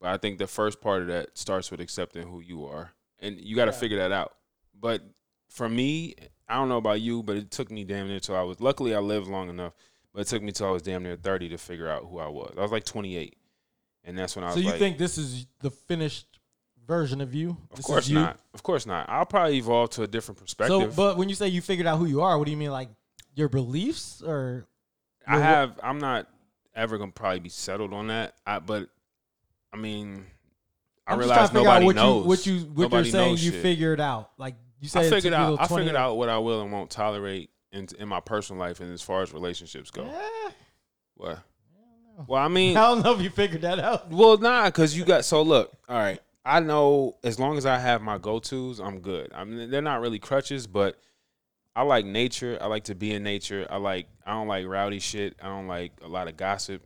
But I think the first part of that starts with accepting who you are, and you got to Yeah. figure that out. But for me, I don't know about you, but it took me damn near till I was. Luckily, I lived long enough, but it took me till I was damn near thirty to figure out who I was. I was like twenty eight, and that's when I was. So you like, think this is the finished version of you? Of This is course you? not. Of course not. I'll probably evolve to a different perspective. So, but when you say you figured out who you are, what do you mean, like your beliefs or? I Well, wh- have. I'm not ever gonna probably be settled on that. I, but I mean, I I'm just trying realize to figure out nobody what knows you what you what Nobody you're saying knows you shit. figured out. Like you said, I it took figured you a out. little I 20 figured out what I will and won't tolerate in in my personal life and as far as relationships go. Eh, What? Well, I mean, I don't know if you figured that out. Well, nah, because you got so look. All right, I know as long as I have my go tos, I'm good. I mean, they're not really crutches, but I like nature. I like to be in nature. I like. I don't like rowdy shit. I don't like a lot of gossip.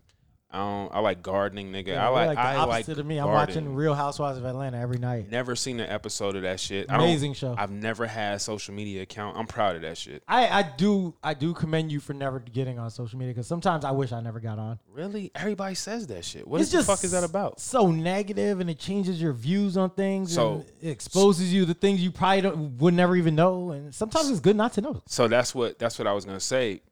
I don't. I like gardening, nigga. I You're like. the I like. opposite of me. I'm gardening. watching Real Housewives of Atlanta every night. Never seen an episode of that shit. I don't- Amazing show. I've never had a social media account. I'm proud of that shit. I, I do I do commend you for never getting on social media because sometimes I wish I never got on. Really, everybody says that shit. What it's is the just fuck is that about? So negative and it changes your views on things. So- and it exposes you to things you probably don't, would never even know. And sometimes it's good not to know. So that's what that's what I was gonna say.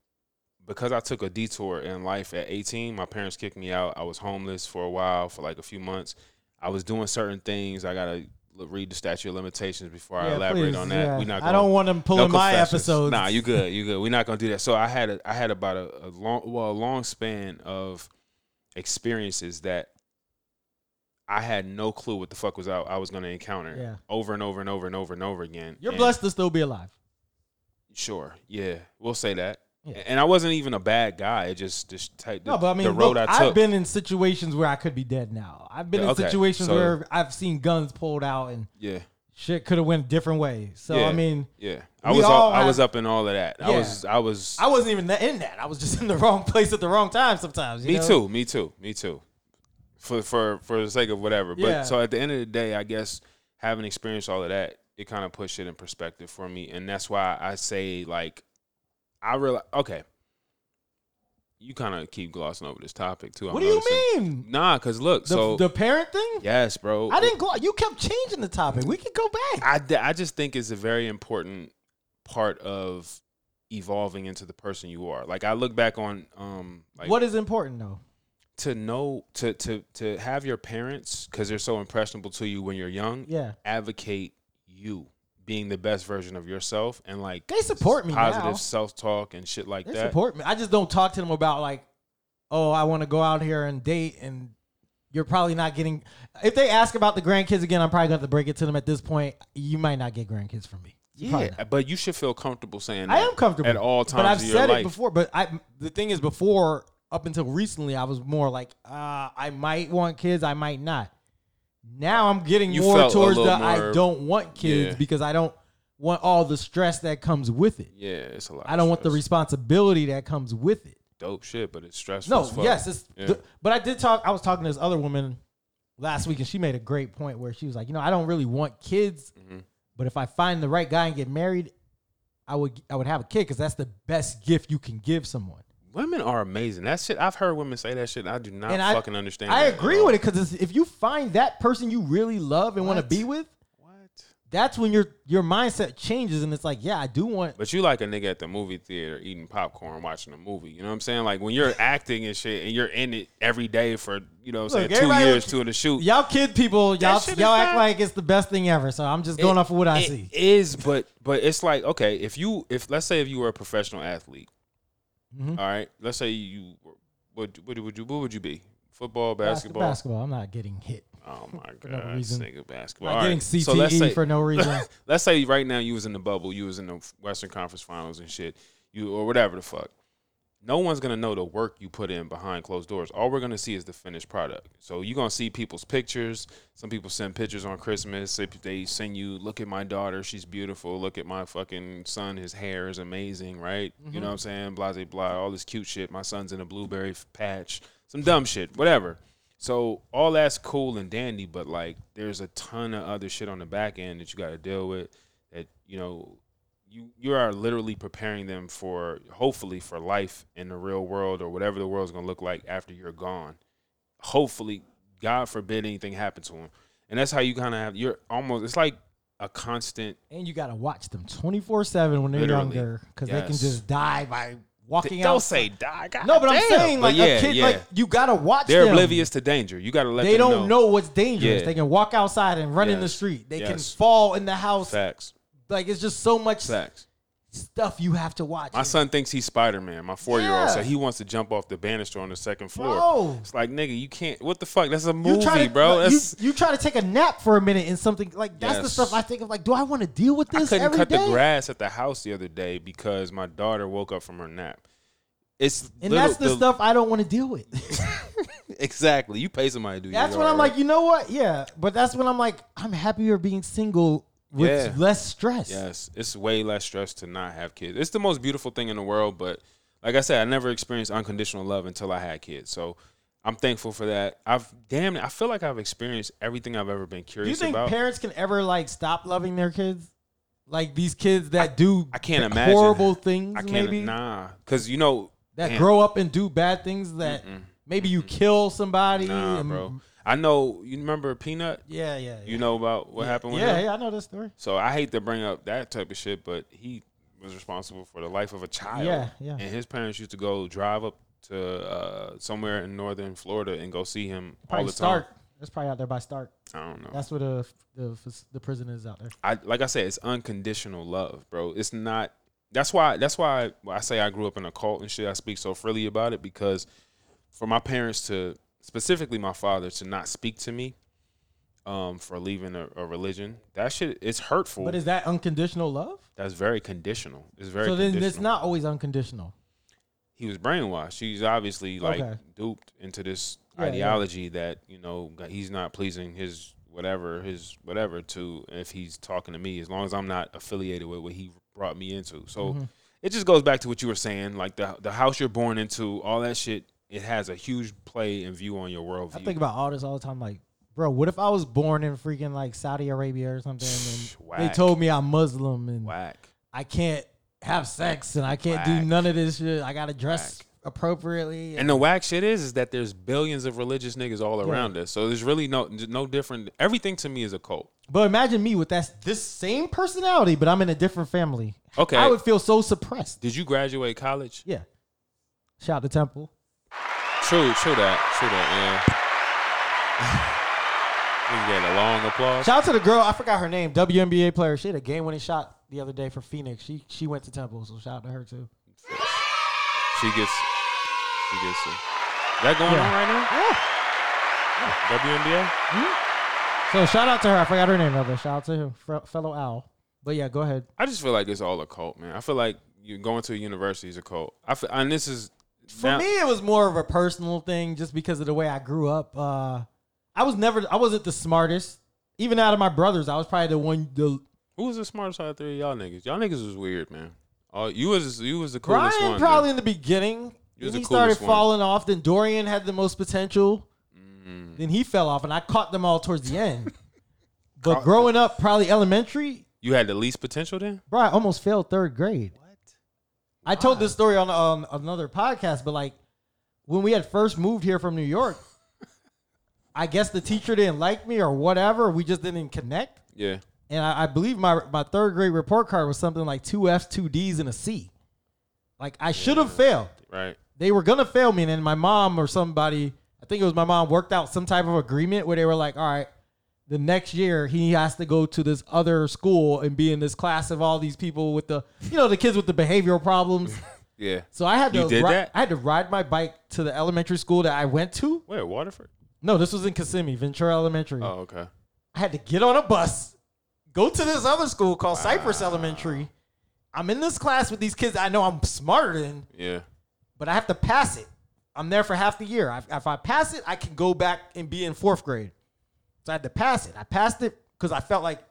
Because I took a detour in life at 18, my parents kicked me out. I was homeless for a while, for like a few months. I was doing certain things. I gotta l- read the statute of limitations before I Yeah, elaborate please, on that. yeah. We're not. I don't want them pulling my confessions. episodes. Nah, you good. You good. We're not gonna do that. So I had a, I had about a, a long well a long span of experiences that I had no clue what the fuck was out I was gonna encounter Yeah. over and over and over and over and over again. You're And- blessed to still be alive. Sure. Yeah, we'll say that. Yeah. And I wasn't even a bad guy. It just just type the, No, but I mean, the road look, I took. I've been in situations where I could be dead now. I've been Yeah, in okay, situations so- where I've seen guns pulled out and yeah, shit could have went a different way. So yeah, I mean, yeah, I we was all, all I have- was up in all of that. I Yeah. was I was I wasn't even in that. I was just in the wrong place at the wrong time sometimes. you me know? too, me too, me too. For for for the sake of whatever. Yeah. But so at the end of the day, I guess having experienced all of that, it kind of puts it in perspective for me, and that's why I say like I realize okay. You kind of keep glossing over this topic too. I'm What do you noticing. mean? Nah, because look, The, so the parent thing? yes, bro. I didn't go. You kept changing the topic. We could go back. I, d- I just think it's a very important part of evolving into the person you are. Like I look back on um like what is important though? to know to to to have your parents cuz they're so impressionable to you when you're young Yeah, advocate you being the best version of yourself and like They support me positive now. self-talk and shit like they that. support me. I just don't talk to them about like, oh, I want to go out here and date, and you're probably not getting. If they ask about the grandkids again, I'm probably going to break it to them at this point. You might not get grandkids from me. You probably yeah, but you should feel comfortable saying I that am comfortable at all times But I've of your said life. it before. But I, the thing is, before up until recently, I was more like, uh, I might want kids, I might not. Now I'm getting You more felt a towards the little I more- don't want kids Yeah. because I don't want all the stress that comes with it. Yeah, it's a lot. I don't want the That's responsibility that comes with it. dope shit, but it's stressful. No, as fuck. yes, it's Yeah. th- but I did talk. I was talking to this other woman last week, and she made a great point where she was like, you know, I don't really want kids, Mm-hmm. but if I find the right guy and get married, I would I would have a kid because that's the best gift you can give someone. Women are amazing. That shit, I've heard women say that shit. And I do not and I fucking understand. I that at agree all. with it because if you find that person you really love and want to What? be with, What? that's when your your mindset changes and it's like, yeah, I do want But you like a nigga at the movie theater eating popcorn, watching a movie. You know what I'm saying? Like when you're acting and shit, and you're in it every day for you know what I'm Look, saying two everybody- years to the shoot. y'all kid people, y'all shit is y'all act bad. like it's the best thing ever. So I'm just going off of what I it see. Is but but it's like okay, if you if let's say if you were a professional athlete, Mhm. all right, let's say you were- what what would you what would you be? Football, Basket- basketball. basketball. I'm not getting hit. Oh my no god, this reason. nigga basketball. I'm not All getting right. CTE so let's say, for no reason. let's say right now you was in the bubble, you was in the Western Conference Finals and shit, you or whatever the fuck. No one's gonna know the work you put in behind closed doors. All we're gonna see is the finished product. So you're gonna see people's pictures. Some people send pictures on Christmas. They- They send you, look at my daughter, she's beautiful. Look at my fucking son, his hair is amazing, right? You know what I'm saying? Blah blah blah. All this cute shit. My son's in a blueberry f- patch. Some dumb shit. Whatever. So all that's cool and dandy, but like there's a ton of other shit on the back end that you got to deal with. That you know, you you are literally preparing them for hopefully for life in the real world or whatever the world's gonna look like after you're gone. Hopefully, God forbid anything happen to them, and that's how you kind of have you're almost it's like a constant And you gotta watch them 24 seven when they're Literally. younger because they can Yes. just die by walking out. don't say die. God no, but I'm damn." saying But like a kid, like you gotta watch. they're them. oblivious to danger. You got to let They them don't know. what's dangerous. Yeah. They can walk outside and run in the Yes. street. They can Yes. fall in the house. facts. Like it's just so much Facts. stuff you have to watch. My son thinks he's Spider Man, my four year old, Yeah. so he wants to jump off the banister on the second floor. Bro. It's like, nigga, you can't. What the fuck? That's a You movie, try to, bro. like, you- That's, you, try to take a nap for a minute and something like that's the Yes. stuff I think of. Like, do I want to deal with I this couldn't every cut day? the grass at the house the other day because my daughter woke up from her nap. It's and little- that's the, stuff I don't want to deal with. Exactly. You pay somebody to do. your that's when yard, I'm right? like, you know what? Yeah, but that's when I'm like, I'm happier being single with Yeah. less stress. Yes, it's way less stress to not have kids. It's the most beautiful thing in the world, but like I said, I never experienced unconditional love until I had kids. So I'm thankful for that. I've damn it, I feel like I've experienced everything I've ever been Do you curious think about. parents can ever like stop loving their kids? Like these kids that do I can't th- imagine. horrible things, I can't maybe nah, because you know that man, grow up and do bad things that maybe you kill somebody. Nah, and- bro. I know you remember Peanut. Yeah, yeah. yeah. You know about what happened with yeah, him. yeah, I know that story. So I hate to bring up that type of shit, but he was responsible for the life of a child. Yeah, yeah. And his parents used to go drive up to uh, somewhere in northern Florida and go see him all Probably the Stark. That's probably out there by Stark. time. I don't know. That's where the the, fac- the prison is out there. I like I said, it's unconditional love, bro. It's not. That's why. That's why I, why I say I grew up in a cult and shit. I speak so freely about it because for my parents to specifically my father to not speak to me um for leaving a, a religion that shit it's hurtful But is that unconditional love? that's very conditional it's very So then conditional. it's not always unconditional. he was brainwashed. He's obviously like Okay. duped into this Yeah, yeah. ideology that you know that he's not pleasing his whatever his whatever to if he's talking to me as long as I'm not affiliated with what he brought me into. So Mm-hmm. it just goes back to what you were saying, like the the house you're born into, all that shit. It has a huge play and view on your worldview. I think about all this all the time. Like, bro, what if I was born in freaking like Saudi Arabia or something, and they Whack. told me I'm Muslim and whack. I can't have sex and I can't do Whack. none of this shit. I gotta dress Whack. appropriately. And the whack shit is, is that there's billions of religious niggas all around us. So there's really no no different. Everything to me is a cult. but imagine me with that this same personality, but I'm in a different family. Okay. I would feel so suppressed. Did you graduate college? Yeah. Shout to Temple. True, true that, true that, yeah. we getting a long applause. Shout out to the girl, I forgot her name, WNBA player. She had a game winning shot the other day for Phoenix. She she went to Temple, so shout out to her too. She gets, she gets. it. Is that going Yeah. on right now? WNBA. So shout out to her. I forgot her name, but shout out to him, fe- fellow Owl. But yeah, go ahead. I just feel like it's all a cult, man. I feel like you going to a university is a cult. I feel, and this is For me, it was more of a personal thing, just because of the way I grew up. Uh, I was never, I wasn't the smartest. Even out of my brothers, I was probably the one. The Who was the smartest out of three of y'all niggas? Y'all niggas was weird, man. Oh, you was you was the coolest Brian one. probably dude. in the beginning. He was then the he started coolest one. falling off. Then Dorian had the most potential. Mm. Then he fell off, and I caught them all towards the end. but growing up, probably elementary, You had the least potential then. Bro, I almost failed third grade. What? I told this story on um, another podcast, but like when we had first moved here from New York, I guess the teacher didn't like me or whatever. We just didn't connect. Yeah. and I, I believe my my third grade report card was something like two Fs, two Ds, and a C. Like I should have failed. right? They were gonna fail me, and then my mom or somebody, I think it was my mom, worked out some type of agreement where they were like, "All right, the next year he has to go to this other school and be in this class of all these people with the, you know, the kids with the behavioral problems." Yeah. So I had You to did ri- that? I had to ride my bike to the elementary school that I went to. Where Waterford? No, this was in Kissimmee, Ventura Elementary. Oh, okay. I had to get on a bus, go to this other school called Cypress Elementary. I'm in this class with these kids I know I'm smarter than, Yeah. but I have to pass it. I'm there for half the year. I, if I pass it, I can go back and be in fourth grade. So I had to pass it. I passed it because I felt like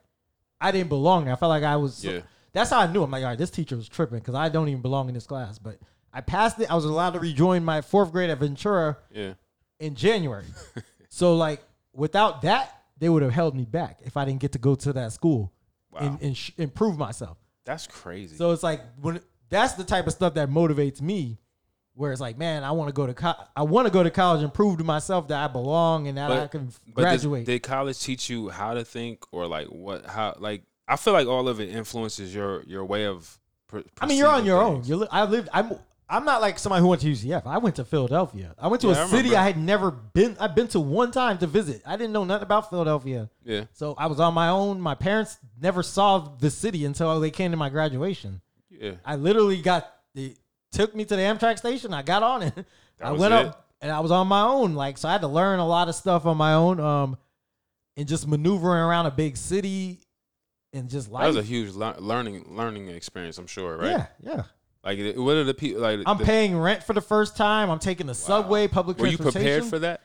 I didn't belong. I felt like I was. Yeah. That's how I knew. I'm like, all right, this teacher was tripping because I don't even belong in this class. But I passed it. I was allowed to rejoin my fourth grade at Ventura Yeah. in January. so like without that, they would have held me back if I didn't get to go to that school Wow. and, and sh- improve myself. That's crazy. So it's like when that's the type of stuff that motivates me. Where it's like, man, I want to go to co- I want to go to college and prove to myself that I belong and that I can f- but does- graduate. did college teach you how to think or like what how like I feel like all of it influences your your way of per, I mean, you're on perceiving your own. things. You li- I lived. I'm. I'm not like somebody who went to UCF. I went to Philadelphia. I went to Yeah, I a city remember. I had never been. I've been to one time to visit. I didn't know nothing about Philadelphia. Yeah. So I was on my own. My parents never saw the city until they came to my graduation. Yeah. I literally got the took me to the Amtrak station. I got on it. I was went it? up and I was on my own. Like so I had to learn a lot of stuff on my own. Um and just maneuvering around a big city and just That life. was a huge lear- learning learning experience, I'm sure, right? Yeah, yeah. Like it- what are the people like I'm the- paying rent for the first time. I'm taking the subway, public Were you transportation. prepared for that?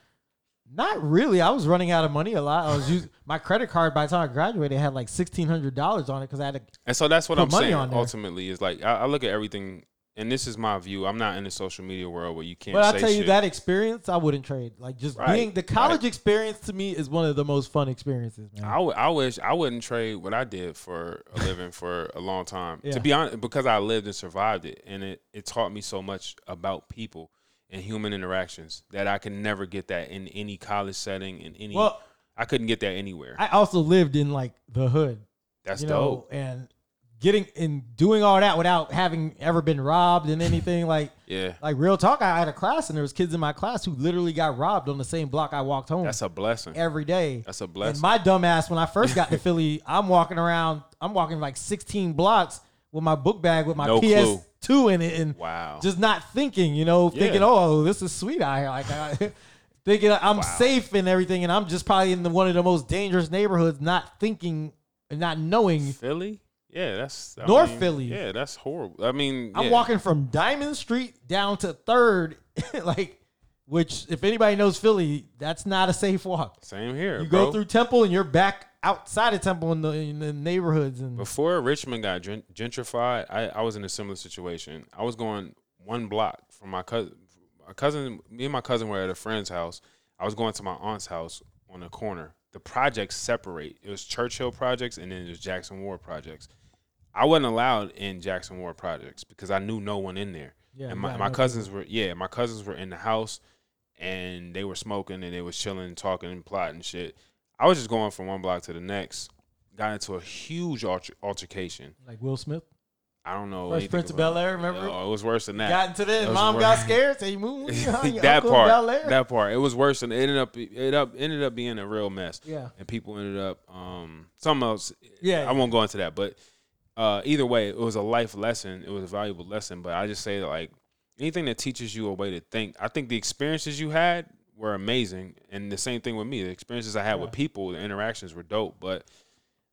Not really. I was running out of money a lot. I was using my credit card by the time I graduated had like sixteen hundred dollars on it because I had to And so that's what Put I'm money saying. on there. Ultimately, is like I, I look at everything, and this is my view. I'm not in the social media world where you can't. But say I'll tell you shit. that experience, I wouldn't trade. Like just Right, being the college right. experience to me is one of the most fun experiences, man. I, w- I wish I wouldn't trade what I did for a living for a long time. Yeah. To be honest, because I lived and survived it, and it, it taught me so much about people and human interactions that I could never get that in any college setting. In any, Well- I couldn't get that anywhere. I also lived in like the hood, That's you know, dope. and getting and doing all that without having ever been robbed and anything like Yeah, like hmm, real talk. I had a class and there was kids in my class who literally got robbed on the same block I walked home that's a blessing. every day. That's a And blessing. my dumbass, when I first got to Philly, I'm walking around. I'm walking like 16 blocks with my book bag with my No PS2 clue. in it, and Wow. just not thinking. You know, thinking, Oh. Yeah. oh, this is sweet out here. Like, I, thinking I'm safe and everything, and I'm just probably in the, one of the most dangerous neighborhoods, not thinking and not knowing. Philly. Yeah, that's I North mean, Philly. Yeah, that's horrible. I mean, I'm yeah. walking from Diamond Street down to Third, like, which if anybody knows Philly, that's not a safe walk. Same here. You bro. go through Temple and you're back outside of Temple in the, in the neighborhoods and Before Richmond got gen- gentrified, I, I was in a similar situation. I was going one block from my cousin. My cousin, me and my cousin were at a friend's house. I was going to my aunt's house on the corner. The projects separate. It was Churchill projects and then there's Jackson Ward projects. I wasn't allowed in Jackson Ward projects because I knew no one in there. Yeah, and you my, gotta my know people. cousins were yeah, my cousins were in the house and they were smoking and they was chilling, talking and plotting shit. I was just going from one block to the next. Got into a huge alter- altercation. like Will Smith. I don't know. First anything Prince of about- Bel-Air, remember? Oh, it was worse than that. Got into this. That was Mom got worse. scared. So you moved with your- your that uncle in part, Bel Air. that part, it was worse than it ended up. It up ended up being a real mess. Yeah. and people ended up. Um, something else. Yeah. I won't go into that, but uh, either way, it was a life lesson. It was a valuable lesson. But I just say that, like anything that teaches you a way to think. I think the experiences you had were amazing, and the same thing with me. The experiences I had with people, the interactions were dope, but.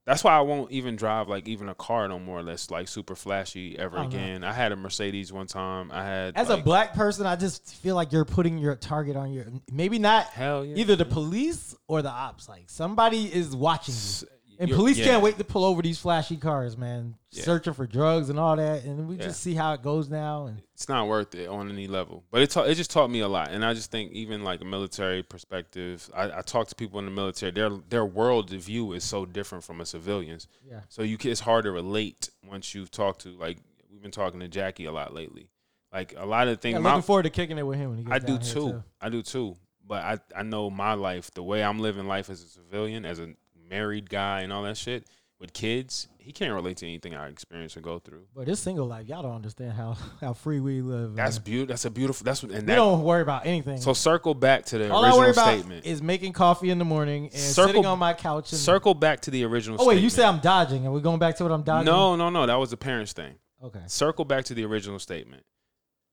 That's why I won't even drive like even a car no more. That's like super flashy ever Oh, no. again. I had a Mercedes one time. I had As a like- black person, I just feel like you're putting your target on your maybe not Hell yeah. either the police or the ops. Like somebody is watching you. And you're- police yeah. can't wait to pull over these flashy cars, man. Searching for drugs and all that. And we Yeah. just see how it goes now. And it's not worth it on any level. But it taught it just taught me a lot, and I just think even like a military perspective, I, I talk to people in the military. Their their world view is so different from a civilian's. Yeah. So you can, it's hard to relate once you've talked to like we've been talking to Jackie a lot lately. Like a lot of the yeah, things. looking my- forward to kicking it with him when he gets I do down here, too. I do too. But I I know my life, the way I'm living life as a civilian, as a married guy, and all that shit with kids, he can't relate to anything I experience or go through. But this single life, y'all don't understand how how free we live. That's man. beautiful. That's a beautiful. That's what. And we that, don't worry about anything. so circle back to the All I worry original about statement. is making coffee in the morning and Circle- sitting on my couch. And, circle back to the original. Oh wait, you say statement. I'm dodging, and we're going back to what I'm dodging. no, no, no. That was the parents' thing. Okay. circle back to the original statement.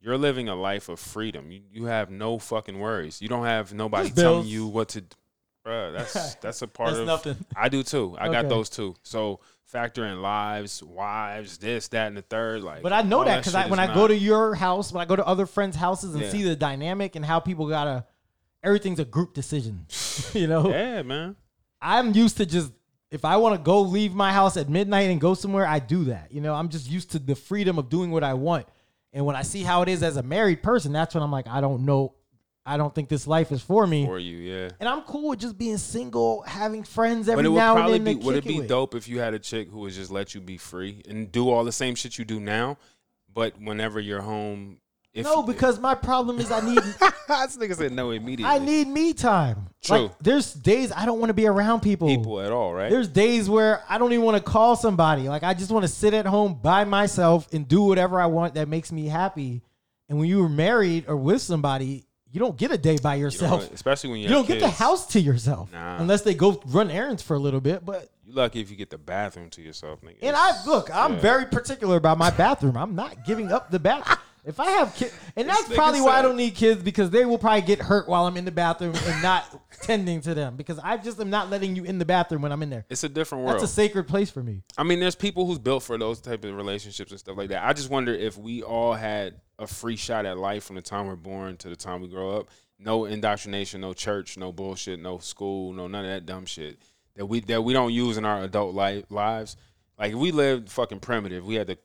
You're living a life of freedom. You you have no fucking worries. You don't have nobody Just telling bills. you what to. d- Bruh, that's that's a part That's of nothing. I do too. I got Okay. those too. So factor in lives, wives, this, that, and the third. Like, But I know all that because shit I, is when I not- go to your house, when I go to other friends' houses and Yeah. see the dynamic and how people gotta, everything's a group decision. you know, yeah, man, I'm used to just if I want to go leave my house at midnight and go somewhere, I do that. You know, I'm just used to the freedom of doing what I want. And when I see how it is as a married person, that's when I'm like, I don't know, I don't think this life is for me. for you, yeah. And I'm cool with just being single, having friends But every it would now probably and be then. to would it kick be with. dope if you had a chick who would just let you be free and do all the same shit you do now, but whenever you're home, if No, because my problem is I need this nigga said no immediately. I need me time. True. Like, there's days I don't want to be around people. people at all, right? There's days where I don't even want to call somebody. Like I just want to sit at home by myself and do whatever I want that makes me happy. And when you were married or with somebody, you don't get a day by You know, yourself. You especially when you, don't, have get the kids. house to yourself Nah. unless they go run errands for a little bit. But You lucky if you get the bathroom to yourself, nigga. and It's- I look, I'm yeah. very particular about my bathroom. I'm not giving up the bathroom. If I have kids, and that's nigga probably why I said- don't need kids because they will probably get hurt while I'm in the bathroom and not tending to them because I just am not letting you in the bathroom when I'm in there. It's a different world. That's a sacred place for me. I mean, there's people who's built for those type of relationships and stuff like that. I just wonder if we all had a free shot at life from the time we're born to the time we grow up. No indoctrination, no church, no bullshit, no school, no none of that dumb shit that we that we don't use in our adult life lives. Like if we lived fucking primitive, we had to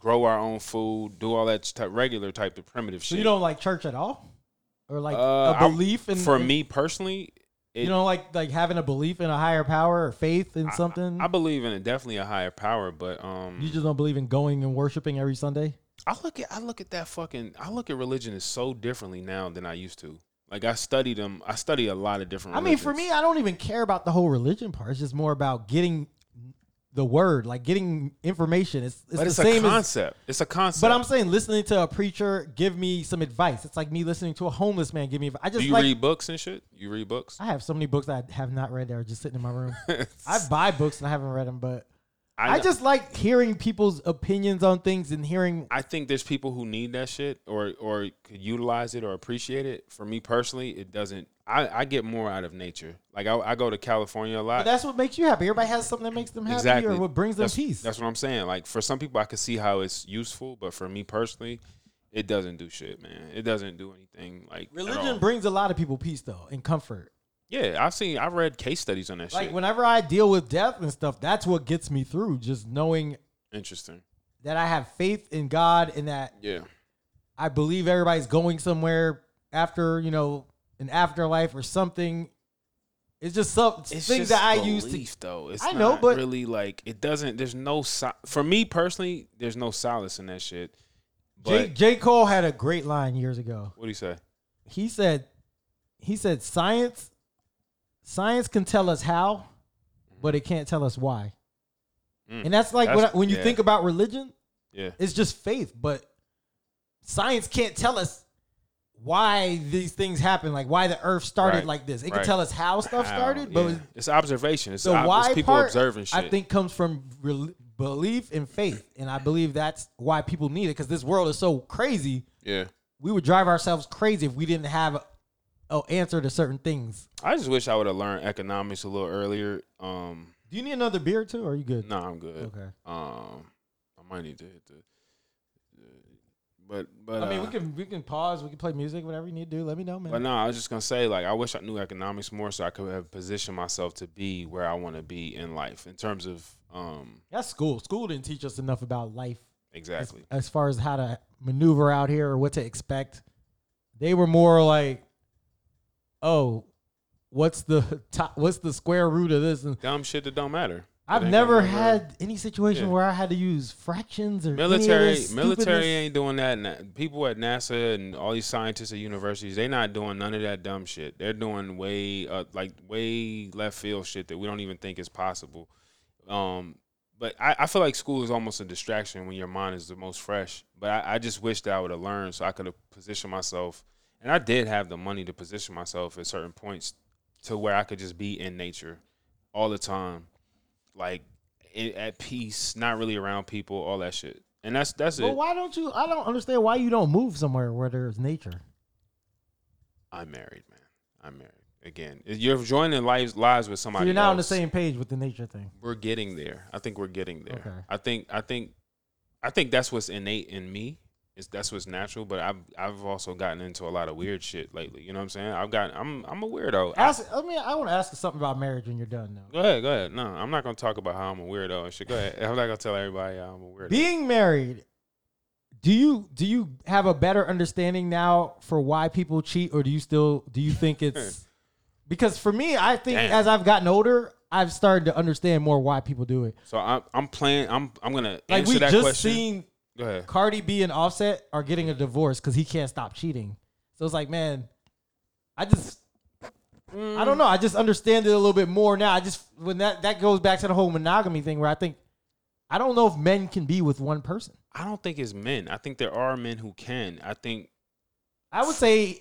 grow our own food, do all that type, regular type of primitive So shit. you don't like church at all, or like Uh, I- a belief in for me personally, it, You don't like like having a belief in a higher power or faith in something. I believe in a, definitely a higher power, but um, you just don't believe in going and worshiping every Sunday. I look at I look at that fucking I look at religion is so differently now than I used to. Like I study them, I study a lot of different. I mean, for me, religions. I don't even care about the whole religion part. It's just more about getting the word, like getting information. It's, it's but the it's a same as. concept. it's a concept. But I'm saying listening to a preacher give me some advice. It's like me listening to a homeless man give me. advi- I do just you like. read books and shit? You read books? I have so many books that I have not read that are just sitting in my room. I buy books and I haven't read them, but I, know- just like hearing people's opinions on things and hearing. I think there's people who need that shit or or could utilize it or appreciate it. For me personally, it doesn't. I, I get more out of nature. Like I, I go to California a lot. But that's what makes you happy. Everybody has something that makes them happy exactly or what brings them that's, peace. That's what I'm saying. Like for some people, I could see how it's useful, but for me personally, it doesn't do shit, man. It doesn't do anything. Like at all. Religion brings a lot of people peace though and comfort. yeah, I've seen. I've read case studies on that Like shit. whenever I deal with death and stuff, that's what gets me through. Just knowing Interesting. that I have faith in God and that Yeah. I believe everybody's going somewhere after you know an afterlife or something. It's just some things that I use to. belief, though. It's I know, not but- really like it doesn't. There's no so- for me personally. There's no solace in that shit. But J, J. Cole had a great line years ago. what do you say? he said he said science science can tell us how but it can't tell us why Mm, and that's like that's- what I, when you yeah. think about religion Yeah. it's just faith but science can't tell us why these things happen like why the earth started Right, like this it right. can tell us how stuff started How- but yeah. it's observation. It's, the ob- it's why people part observing shit. i think comes from rel belief and faith and i believe that's why people need it because this world is so crazy Yeah. we would drive ourselves crazy if we didn't have a, a answer to certain things I just wish I would have learned economics a little earlier. Um, Do you need another beer too? Or are you good? nah, I'm good. Okay. Um, I might need to hit the. But but I mean, uh, we can we can pause. We can play music. Whatever you need to do, let me know, man. But no, I was just gonna say like I wish I knew economics more so I could have positioned myself to be where I want to be in life in terms of um That's school. School didn't teach us enough about life as, exactly as far as how to maneuver out here or what to expect. They were more like, oh, what's the top, what's the square root of this? And dumb shit that don't matter. I've It ain't never gonna had any situation Yeah. where I had to use fractions or any of military. this Military stupidness. ain't doing that. Na- People at NASA and all these scientists at universities, they not doing none of that dumb shit. They're doing way uh, like way left field shit that we don't even think is possible. Um, but I, I feel like school is almost a distraction when your mind is the most fresh. But I, I just wish that I would have learned so I could have positioned myself. And I did have the money to position myself at certain points to where I could just be in nature all the time, like i at peace, not really around people, all that shit. And that's that's But it. why don't you? I don't understand why you don't move somewhere where there's nature. I'm married, man. I'm married again. You're joining lives lives with So somebody. you're not on the else. same page with the nature thing. we're getting there. I think we're getting there. Okay. I think I think I think that's what's innate in me. Is that's what's natural, but I've I've also gotten into a lot of weird shit lately. You know what I'm saying? I've got I'm I'm a weirdo. I- Ask, I mean, I want to ask you something about marriage when you're done. Though. go ahead, go ahead. No, I'm not gonna talk about how I'm a weirdo and shit. Go ahead. I'm not gonna tell everybody how I'm a weirdo. Being married, do you do you have a better understanding now for why people cheat, or do you still do you think it's because for me, I think Damn. as I've gotten older, I've started to understand more why people do it. so I'm I'm playing. I'm I'm gonna Like answer we that just question. seen go ahead. Cardi B and Offset are getting a divorce because he can't stop cheating. So it's like, man, I just, I Mm. don't know. I just understand it a little bit more now. I just when that that goes back to the whole monogamy thing where I think I don't know if men can be with one person. I don't think it's men. I think there are men who can. I think I would say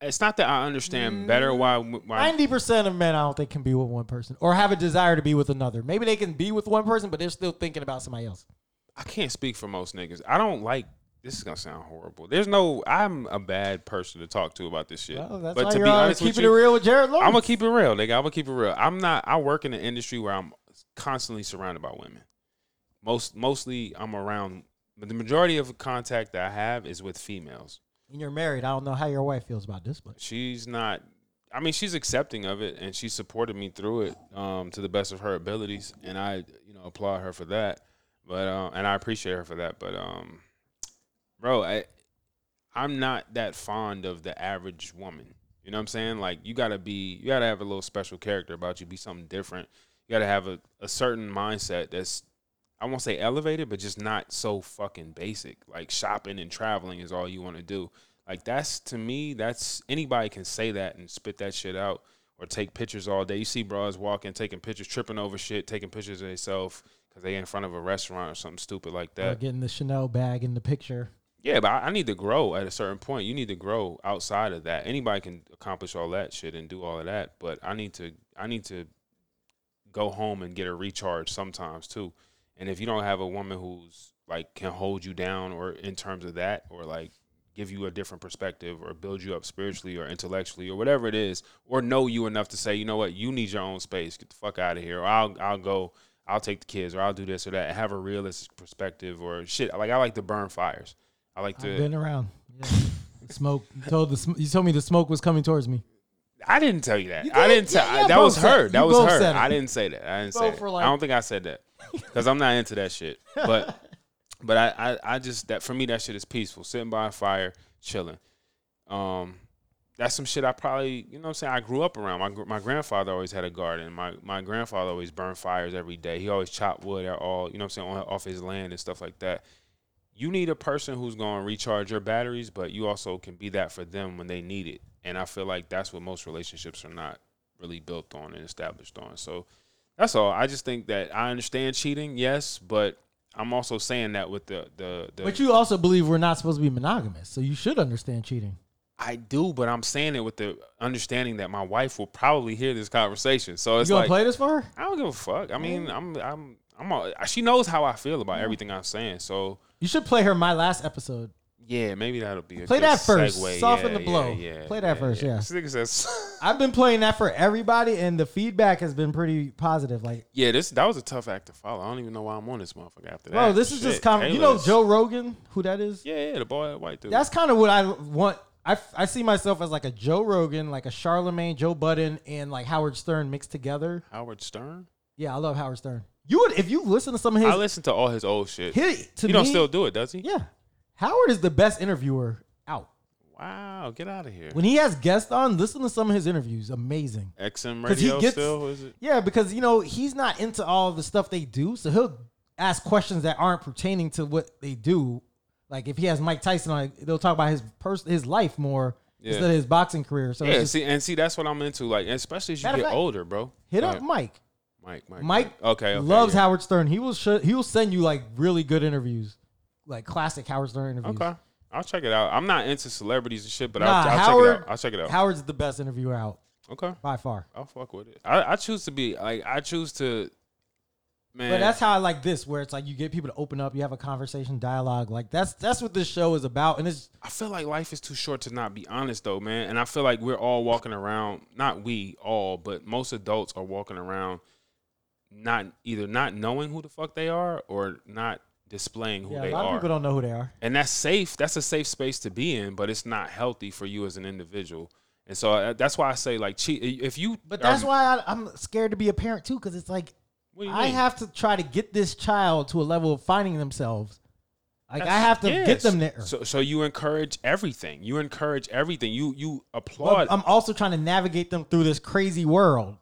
it's not that I understand better Mm, why why ninety percent of men I don't think can be with one person or have a desire to be with another. Maybe they can be with one person, but they're still thinking about somebody else. I can't speak for most niggas. I don't like. This is gonna sound horrible. There's no. I'm a bad person to talk to about this shit. Well, that's but why to you're be always honest with keeping you, it real with Jared Lawrence. I'm gonna keep it real, nigga. I'm gonna keep it real. I'm not. I work in an industry where I'm constantly surrounded by women. Most mostly, I'm around. But the majority of contact that I have is with females. and you're married. I don't know how your wife feels about this, but She's not. I mean, she's accepting of it, and she supported me through it um, to the best of her abilities, and I, you know, applaud her for that. But uh, and I appreciate her for that. But um, bro, I, I'm not that fond of the average woman. You know what I'm saying? Like you gotta be, you gotta have a little special character about you, be something different. You gotta have a, a certain mindset that's, I won't say elevated, but just not so fucking basic. Like shopping and traveling is all you want to do. Like that's to me, that's anybody can say that and spit that shit out or take pictures all day. You see bras walking, taking pictures, tripping over shit, taking pictures of themselves because they in front of a restaurant or something stupid like Or that. getting the Chanel bag in the picture. Yeah, but I I need to grow at a certain point. You need to grow outside of that. Anybody can accomplish all that shit and do all of that, but I need to I need to go home and get a recharge sometimes too. And if you don't have a woman who's like can hold you down or in terms of that or like give you a different perspective or build you up spiritually or intellectually or whatever it is or know you enough to say, you know what, you need your own space. Get the fuck out of here. Or I'll I'll go I'll take the kids or I'll do this or that. Have a realistic perspective or shit. Like I like to burn fires. I like to I've been around. Yeah. smoke. You told the sm- you told me the smoke was coming towards me. I didn't tell you that. You I did. didn't Yeah, tell. yeah, that both was said- her. you That was both her. said it. I didn't say that. I didn't say both that. were like- I don't think I said that because I'm not into that shit. But but I, I I just that for me that shit is peaceful. Sitting by a fire, chilling. Um, that's some shit I probably you know what I'm saying I grew up around. My gr- my grandfather always had a garden. My my grandfather always burned fires every day. He always chopped wood at all. You know what I'm saying on, off his land and stuff like that. You need a person who's going to recharge your batteries, but you also can be that for them when they need it. And I feel like that's what most relationships are not really built on and established on. So that's all. I just think that I understand cheating, yes, but I'm also saying that with the the, the But you also believe we're not supposed to be monogamous, so you should understand cheating. I do, but I'm saying it with the understanding that my wife will probably hear this conversation. So You it's gonna like play Mm. this for her? I don't give a fuck. I mean, I'm I'm I'm all, she knows how I feel Mm. about everything I'm saying. So You should play her my last episode. yeah, maybe that'll be a Play good that first. segue. Soften Yeah, the blow. Yeah, yeah Play that first, yeah. This nigga says, I've been playing that for everybody, and the feedback has been pretty positive. Like, yeah, this that was a tough act to follow. I don't even know why I'm on this motherfucker after that. bro, this is Shit, just common. You know Taylor's- Joe Rogan, who that is? Yeah, yeah, the boy, the white dude. That's kind of what I want. I, f- I see myself as like a Joe Rogan, like a Charlemagne, Joe Budden, and like Howard Stern mixed together. Howard Stern. Yeah, I love Howard Stern. You would if you listen to some of his. I listen to all his old shit. He his to me, don't still do it, does he? Yeah. Howard is the best interviewer out. Wow, get out of here. When he has guests on, listen to some of his interviews. Amazing. XM Because he radio gets- still is it? Yeah, because you know, he's not into all the stuff they do, so he'll ask questions that aren't pertaining to what they do. Like if he has Mike Tyson on, they'll talk about his person his life more Yeah. instead of his boxing career. So it's Yeah, just, see, and see, that's what I'm into. Like, especially as you Matter get of fact, older, bro. hit Go up ahead. Mike. Mike, Mike, Mike Okay, okay, loves yeah. Howard Stern. He will sh- he will send you like really good interviews, like classic Howard Stern interviews. Okay, I'll check it out. I'm not into celebrities and shit, but Nah, I'll, I'll check Howard- it out. I'll check it out. Howard's the best interviewer out okay, by far. I'll fuck with it. I, I choose to be like I choose to. Man, But that's how I like this, where it's like you get people to open up, you have a conversation, dialogue. Like that's that's what this show is about, and it's I feel like life is too short to not be honest though, man. And I feel like we're all walking around, not we all, but most adults are walking around not either not knowing who the fuck they are or not displaying who yeah, they a lot of are. people don't know who they are. and that's safe. That's a safe space to be in, but it's not healthy for you as an individual. And so I, that's why I say like cheat if you But that's um, why I, I'm scared to be a parent too, because it's like what do you I mean? have to try to get this child to a level of finding themselves. Like I That's- have to yes. get them there. So so you encourage everything. You encourage everything. You you applaud But I'm also trying to navigate them through this crazy world.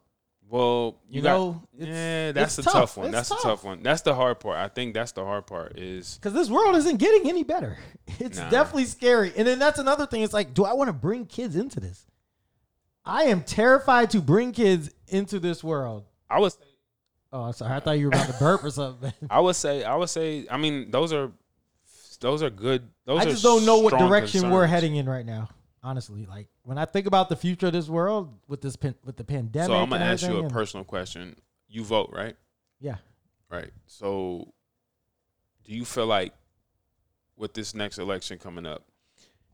Well, you, You got, know, it's- yeah, that's it's a tough, tough. one. It's that's tough. a tough one. That's the hard part. I think that's the hard part is Because this world isn't getting any better. It's Nah. definitely scary. And then that's another thing. It's like, do I want to bring kids into this? I am terrified to bring kids into this world. I would say- Oh, I'm sorry. I thought you were about to burp or something. I would say I would say I mean those are those are good. Those I are just don't know what strong direction we're concerns. heading in right now. Honestly, like when I think about the future of this world with this pan- with the pandemic. So I'm and gonna ask you everything a and- personal question. You vote, right? Yeah. Right. So, do you feel like with this next election coming up,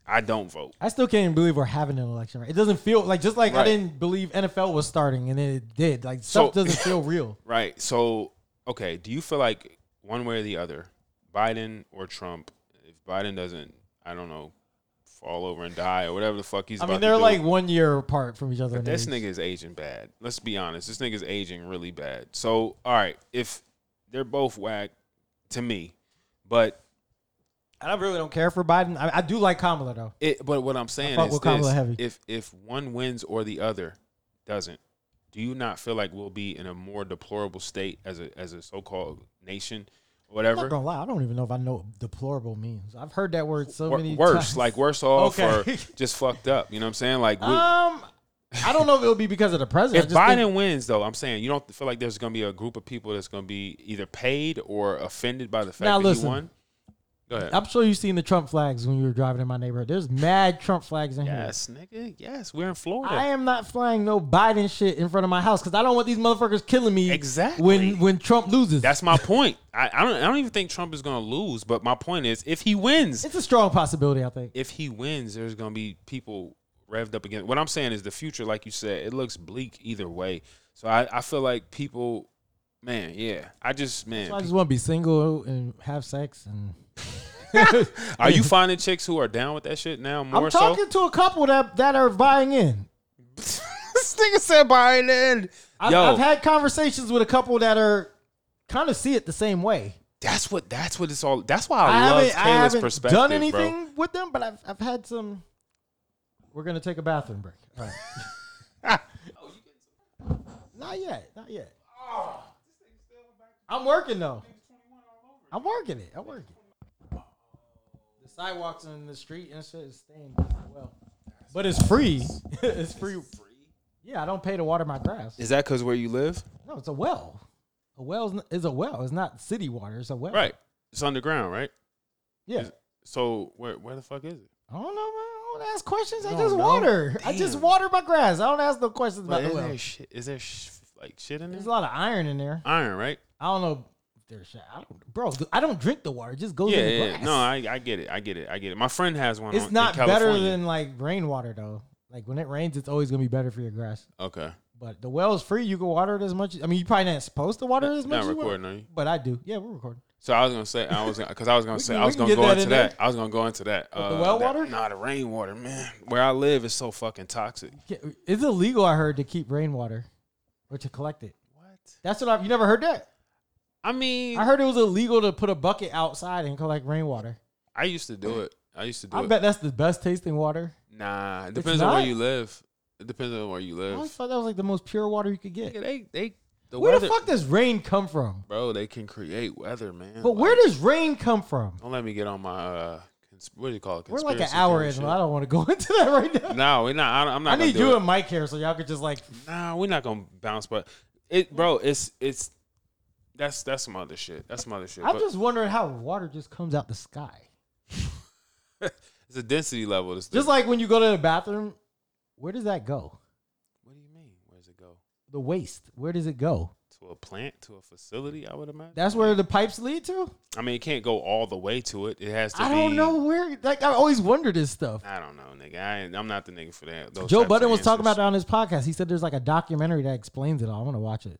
I don't vote. I still can't even believe we're having an election. Right? It doesn't feel like just like Right. I didn't believe NFL was starting, and then it did. Like stuff So- doesn't feel real. Right. So, okay, do you feel like one way or the other, Biden or Trump, if Biden doesn't, I don't know, fall over and die or whatever the fuck he's I about mean, to they're do, like one year apart from each other. in this age. nigga is aging bad. Let's be honest. This nigga's aging really bad. So, all right, if they're both whack to me, but And I really don't care for Biden. I, I do like Kamala though. it but what I'm saying fuck is with Kamala this, heavy. if if one wins or the other doesn't, do you not feel like we'll be in a more deplorable state as a as a so-called nation or I'm whatever? not gonna lie. I don't even know if I know what deplorable means. I've heard that word so Wor- many worse, times. like worse off Okay. or just fucked up. You know what I'm saying? Like we, um, I don't know if it'll be because of the president. I if just Biden think- wins, though, I'm saying you don't feel like there's going to be a group of people that's going to be either paid or offended by the fact Now, that he listen. won. Go ahead. I'm sure you've seen the Trump flags when you were driving in my neighborhood. There's mad Trump flags in here. yes, nigga. Yes, we're in Florida. I am not flying no Biden shit in front of my house because I don't want these motherfuckers killing me. Exactly. When when Trump loses, that's my point. I, I don't. I don't even think Trump is going to lose. But my point is, if he wins, it's a strong possibility. I think. if he wins, there's gonna be people revved up again. What I'm saying is the future, like you said, it looks bleak either way. So I, I feel like people, man, yeah. I just man, So I just want to be single and have sex and. are you finding chicks who are down with that shit now more I'm talking so? to a couple that that are buying in. this nigga said Biden. I've, Yo, I've had conversations with a couple that are kind of see it the same way. that's what that's what it's all. That's why I, I, love haven't, I Kayla's haven't perspective, done bro. anything with them, but I've I've had some. We're gonna take a bathroom break. All right. not yet. Not yet. I'm working though. I'm working it. I'm working. The sidewalks and the street and shit is staying well, but it's free. it's free. Yeah, I don't pay to water my grass. Is that because where you live? No, it's a well. A well is n- is a well. It's not city water. It's a well. Right, it's underground, right? Yeah. So where where the fuck is it? I don't know, man. I don't ask questions. I You just don't know? water. I just Damn. water my grass. I don't ask no questions But about is the well. there shit? Is there sh- like shit in There's a there? lot of iron in there. Iron, right? I don't know if there's shit. I don't, bro. I don't drink the water. It just goes Yeah, in the yeah, grass. yeah. no, I, I get it, I get it, I get it. My friend has one. on- it's in not better California. than like rainwater though. Like when it rains, it's always gonna be better for your grass. okay. But the well's free. You can water it as much. I mean, you probably not supposed to water it as much. Not as you want, recording, are you? But I do. Yeah, we're recording. So I was gonna say I was because I was gonna We say can- I we was can gonna get go that into in that. I was gonna go into that. uh, the well that- water? Nah, the rainwater, man. Where I live is so fucking toxic. Yeah, It's illegal, I heard, to keep rainwater or to collect it. What? That's what I've. You never heard that? I mean, I I, heard it was illegal to put a bucket outside and collect rainwater. used to do it. I used to do I it. bet that's the best tasting water. Nah, it depends on where not? you live. It depends on where you I live. always thought that was like the most pure water you could Nigga, get. they they the Where weather, the fuck does rain come from? bro. They can create weather, man. But where Like, does rain come from? don't let me get on my uh, cons- what do you call it? We're like an conspiracy hour theory in. shit. and I don't want to go into that right now. No, we're not. I don't- I'm I not. gonna need do you it. and Mike here so y'all could just like. Nah, we're not gonna bounce. But It, bro, it's it's that's that's some other shit. That's some other shit. I'm but just wondering how water just comes out the sky. it's a density level. It's Just like when you go to the bathroom, where does that go? what do you mean? Where does it go? The waste, where does it go? To a plant? To a facility? I would imagine. That's where the pipes lead to? I mean, it can't go all the way to it. It has to. I be, don't know where. Like I always wonder this stuff. I don't know, nigga. I, ain't- I'm not the nigga for that. those Joe types of Budden was talking about answers. that on his podcast. He said there's like a documentary that explains it all. I want to watch it.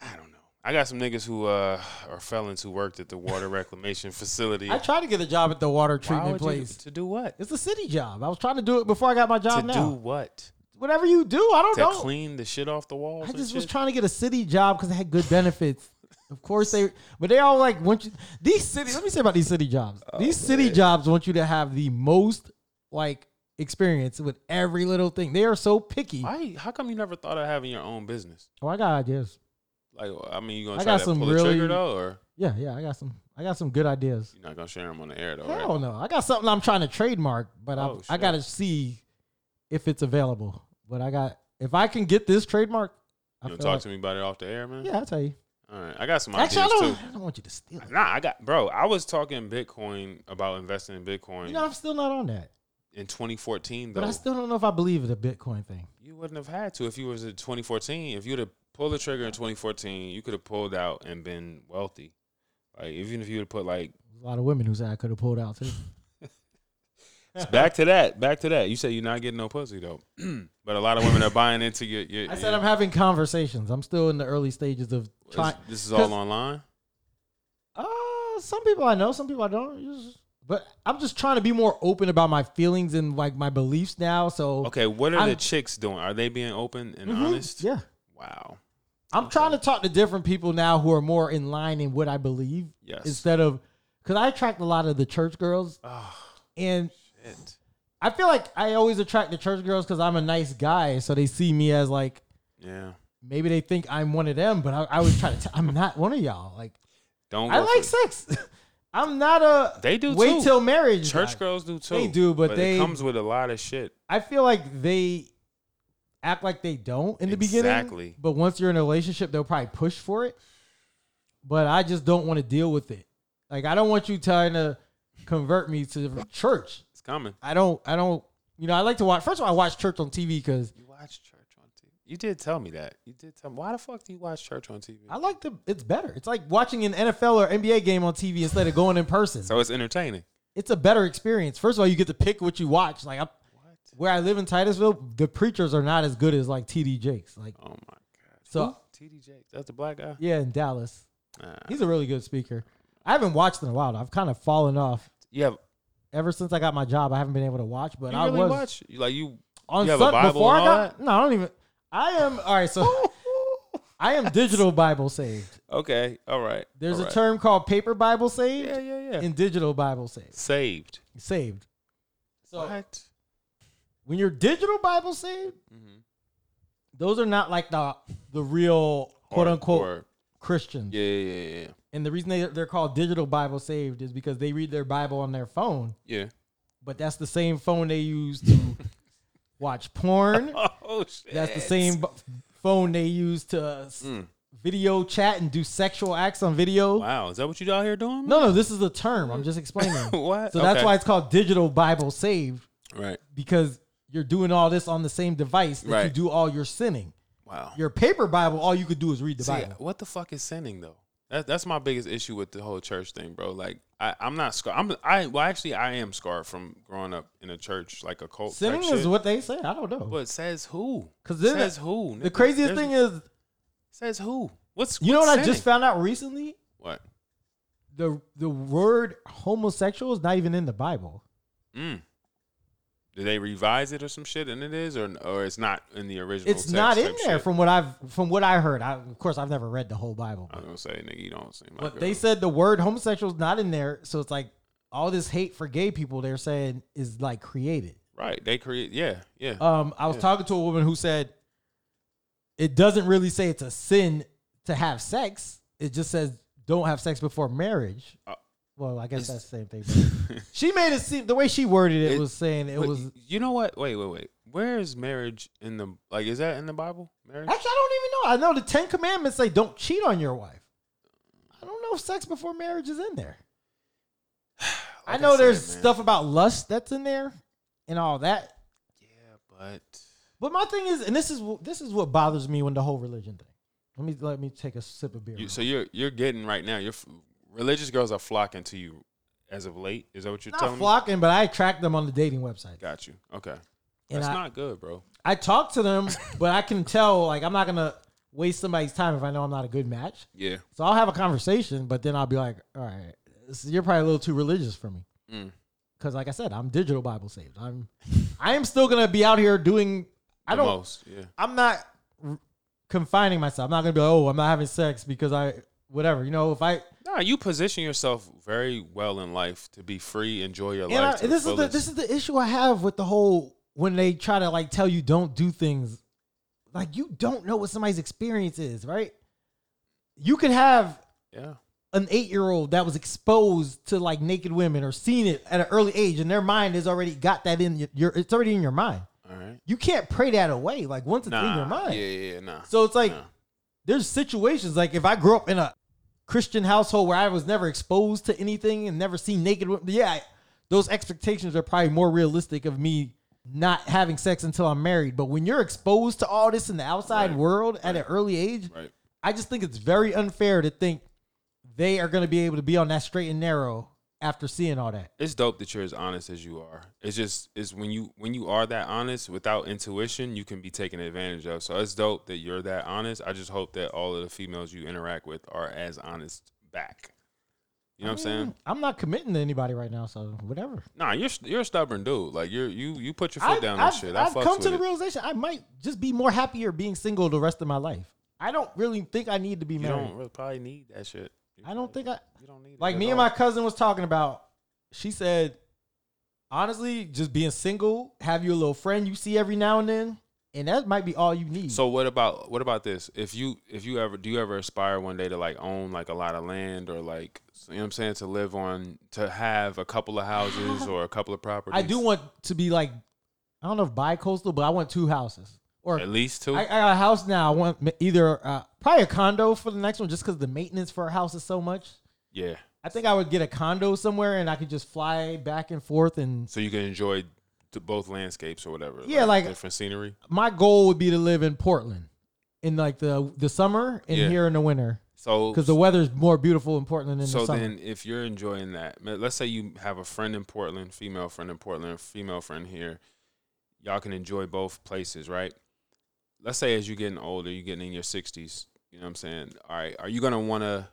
I don't know. I got some niggas who uh, are felons who worked at the water reclamation facility. I tried to get a job at the water Why treatment would you- place. to do what? It's a city job. I was trying to do it before I got my job to now. do what? Whatever you do, I don't To know. clean the shit off the walls. I and just was shit? trying to get a city job because it had good benefits. Of course they, but they all like want you. These city. Let me say about these city jobs. Oh, these city jobs want you to have the most like experience with every little thing. They are so picky. Why? How come you never thought of having your own business? Oh, I got ideas. Like, I mean, you gonna I try got to some pull the really- trigger though, or Yeah, yeah, I got some. I got some good ideas. you're not gonna share them on the air though? Hell right? no, I got something I'm trying to trademark, but Oh, I I shit. got to see if it's available. But I got if I can get this trademark. I You gonna feel talk like- to me about it off the air, man? Yeah, I'll tell you. All right, I got some Actually, I ideas don't. I don't want you to steal it. too. Nah, I got bro. I was talking Bitcoin about investing in Bitcoin You know, I'm still not on that. in 2014 though. But I still don't know if I believe the Bitcoin thing. You wouldn't have had to if you was in 2014. If you'd have pulled the trigger in 2014, you could have pulled out and been wealthy. Like even if you would have put like There's a lot of women who said I could have pulled out too. back to that, back to that. You say you're not getting no pussy though, but a lot of women are buying into your. your I said I'm having conversations. I'm still in the early stages of trying. This, this is all online. Uh, some people I know, some people I don't. You just- But I'm just trying to be more open about my feelings and like my beliefs now. So Okay, what are the I'm- chicks doing? Are they being open and Mhm, honest? yeah, Wow. I'm trying to talk to different people now who are more in line in what I believe. Yes. Instead of because I attract a lot of the church girls, Oh, and shit. I feel like I always attract the church girls because I'm a nice guy, so they see me as like Yeah. maybe they think I'm one of them, but I, I was trying to. T- I'm not one of y'all. Like Don't. I go like for- sex. I'm not a. They do Wait too. till marriage. guy. Church girls do too. They do, but it they- comes with a lot of shit. I feel like they act like they don't in the Exactly. beginning. But once you're in a relationship, they'll probably push for it. But I just don't want to deal with it. Like I don't want you trying to convert me to church. It's coming. I don't. I don't. You know, I like to watch. First of all, I watch church on TV because You watch church on TV. You did tell me that. You did tell me. Why the fuck do you watch church on TV? I like the. It's better. It's like watching an NFL or NBA game on TV instead of going in person. so it's entertaining. it's a better experience. First of all, you get to pick what you watch. Like I, What? where I live in Titusville, the preachers are not as good as like TD Jakes. Like Oh my god. So- Who? TD Jakes. That's the black guy. yeah, in Dallas, Nah. he's a really good speaker. I haven't watched in a while. I've kind of fallen off You have. ever since I got my job. I haven't been able to watch, but You I really was watch? You- Like you. on you have a Sun- Bible before I and all got. No, I don't even. I am all right. So I am digital Bible saved. Okay. All right. There's all a right. term called paper Bible saved Yeah, yeah, yeah. and digital Bible saved. Saved. Saved. So What? when you're digital Bible saved, Mhm. those are not like the the real quote unquote Hardcore. Christians. Yeah, yeah, yeah, yeah. And the reason they, they're called digital Bible saved is because they read their Bible on their phone, Yeah. but that's the same phone they use to watch porn. Oh shit. That's the same bu- phone they use to uh, s- Mm. video chat and do sexual acts on video. Wow. Is that what you out here doing? No, no, this is a term. I'm just explaining. What? So that's Okay. why it's called digital Bible saved Right. because you're doing all this on the same device that you Right. do all your sinning. Wow. Your paper Bible, all you could do is read the See, Bible. what the fuck is sinning though? That, that's my biggest issue with the whole church thing, bro. Like, I, I'm not scarred. I'm, I well, actually, I am scarred from growing up in a church, like a cult. Sinning type shit. is what they say. I don't know. But says who? 'Cause then- says who? the nigga? craziest There's- thing is says who? What's You know what's what I just sinning? found out recently? What? The the word homosexual is not even in the Bible. Mm. Did they revise it or some shit? And it is, or or it's not in the original. It's text not in type there shit? from what I've from what I heard. I, of course, I've never read the whole Bible, I was gonna say, nigga, you don't seem like. but a- they said the word homosexual is not in there. So it's like all this hate for gay people they're saying is like created. right. They create. Yeah, yeah. Um, I was talking to a woman who said it doesn't really say it's a sin to have sex. It just says don't have sex before marriage. Uh, well, I guess that's the same thing. but she made it seem the way she worded it, It- was saying it But was y- You know what? Wait, wait, wait. Where is marriage in the like? Is that in the Bible? Marriage? Actually, I don't even know. I know the Ten Commandments say don't cheat on your wife. I don't know if sex before marriage is in there. I Like know said, there's man. stuff about lust that's in there and all that. Yeah, but But my thing is, and this is wh- this is what bothers me when the whole religion thing. Let me let me take a sip of beer. you, so you're you're getting right now. You're f- religious girls are flocking to you as of late. Is that what you're Not telling flocking, but I track them on the dating website. me? Got you. Okay, And that's I, not good, bro. I talk to them, but I can tell like I'm not gonna waste somebody's time if I know I'm not a good match. Yeah. So I'll have a conversation, but then I'll be like, all right, this- you're probably a little too religious for me. Mm. Cause like I said, I'm digital Bible saved. I'm I am still gonna be out here doing I The don't Most. Yeah. I'm not r- confining myself. I'm not gonna be like, oh, I'm not having sex because I whatever. You know, if I Nah, you position yourself very well in life to be free, enjoy your and I, life. to the this is the fullest. this is the issue I have with the whole when they try to like tell you don't do things, like you don't know what somebody's experience is, right? You could have yeah. an eight year old that was exposed to like naked women or seen it at an early age, and their mind has already got that in your- your. It's already in your mind. All right. You can't pray that away. Like once it's in your Nah. Yeah, mind, yeah, yeah, nah. So it's like Nah. there's situations like if I grew up in a Christian household where I was never exposed to anything and never seen naked women, yeah, I- those expectations are probably more realistic of me not having sex until I'm married. But when you're exposed to all this in the outside Right. world at an early age, right. I just think it's very unfair to think they are going to be able to be on that straight and narrow after seeing all that. it's dope that you're as honest as you are. It's just it's when you when you are that honest without intuition, you can be taken advantage of. So it's dope that you're that honest. I just hope that all of the females you interact with are as honest back. You know what I'm saying? I'm not committing to anybody right now, so whatever. Nah, you're you're a stubborn dude. Like you're you you put your foot I've, down I've- on shit. I I've fucks come with to the it. realization I might just be more happier being single the rest of my life. I don't really think I need to be you married. don't really probably need that shit. You I don't probably- think I you don't need it like at me and all. my cousin was talking about. She said, honestly, just being single, have you a little friend you see every now and then, and that might be all you need. So what about what about this? If you if you ever do you ever aspire one day to like own like a lot of land or like you know what I'm saying to live on to have a couple of houses or a couple of properties? I do want to be like, I don't know if bi-coastal, but I want two houses or at least two. I, I got a house now. I want ma- either uh, probably a condo for the next one, just because the maintenance for a house is so much. yeah, I think I would get a condo somewhere, and I could just fly back and forth. And so you can enjoy t- both landscapes or whatever. Yeah, like- different scenery. my goal would be to live in Portland in like the the summer and Yeah. here in the winter So because the weather's more beautiful in Portland than so the summer. then if you're enjoying that, ma- let's say you have a friend in Portland, female friend in Portland, female friend here, y'all can enjoy both places, right? Let's say as you're getting older, you're getting in your 60s, you know what I'm saying? All right, are you going to want to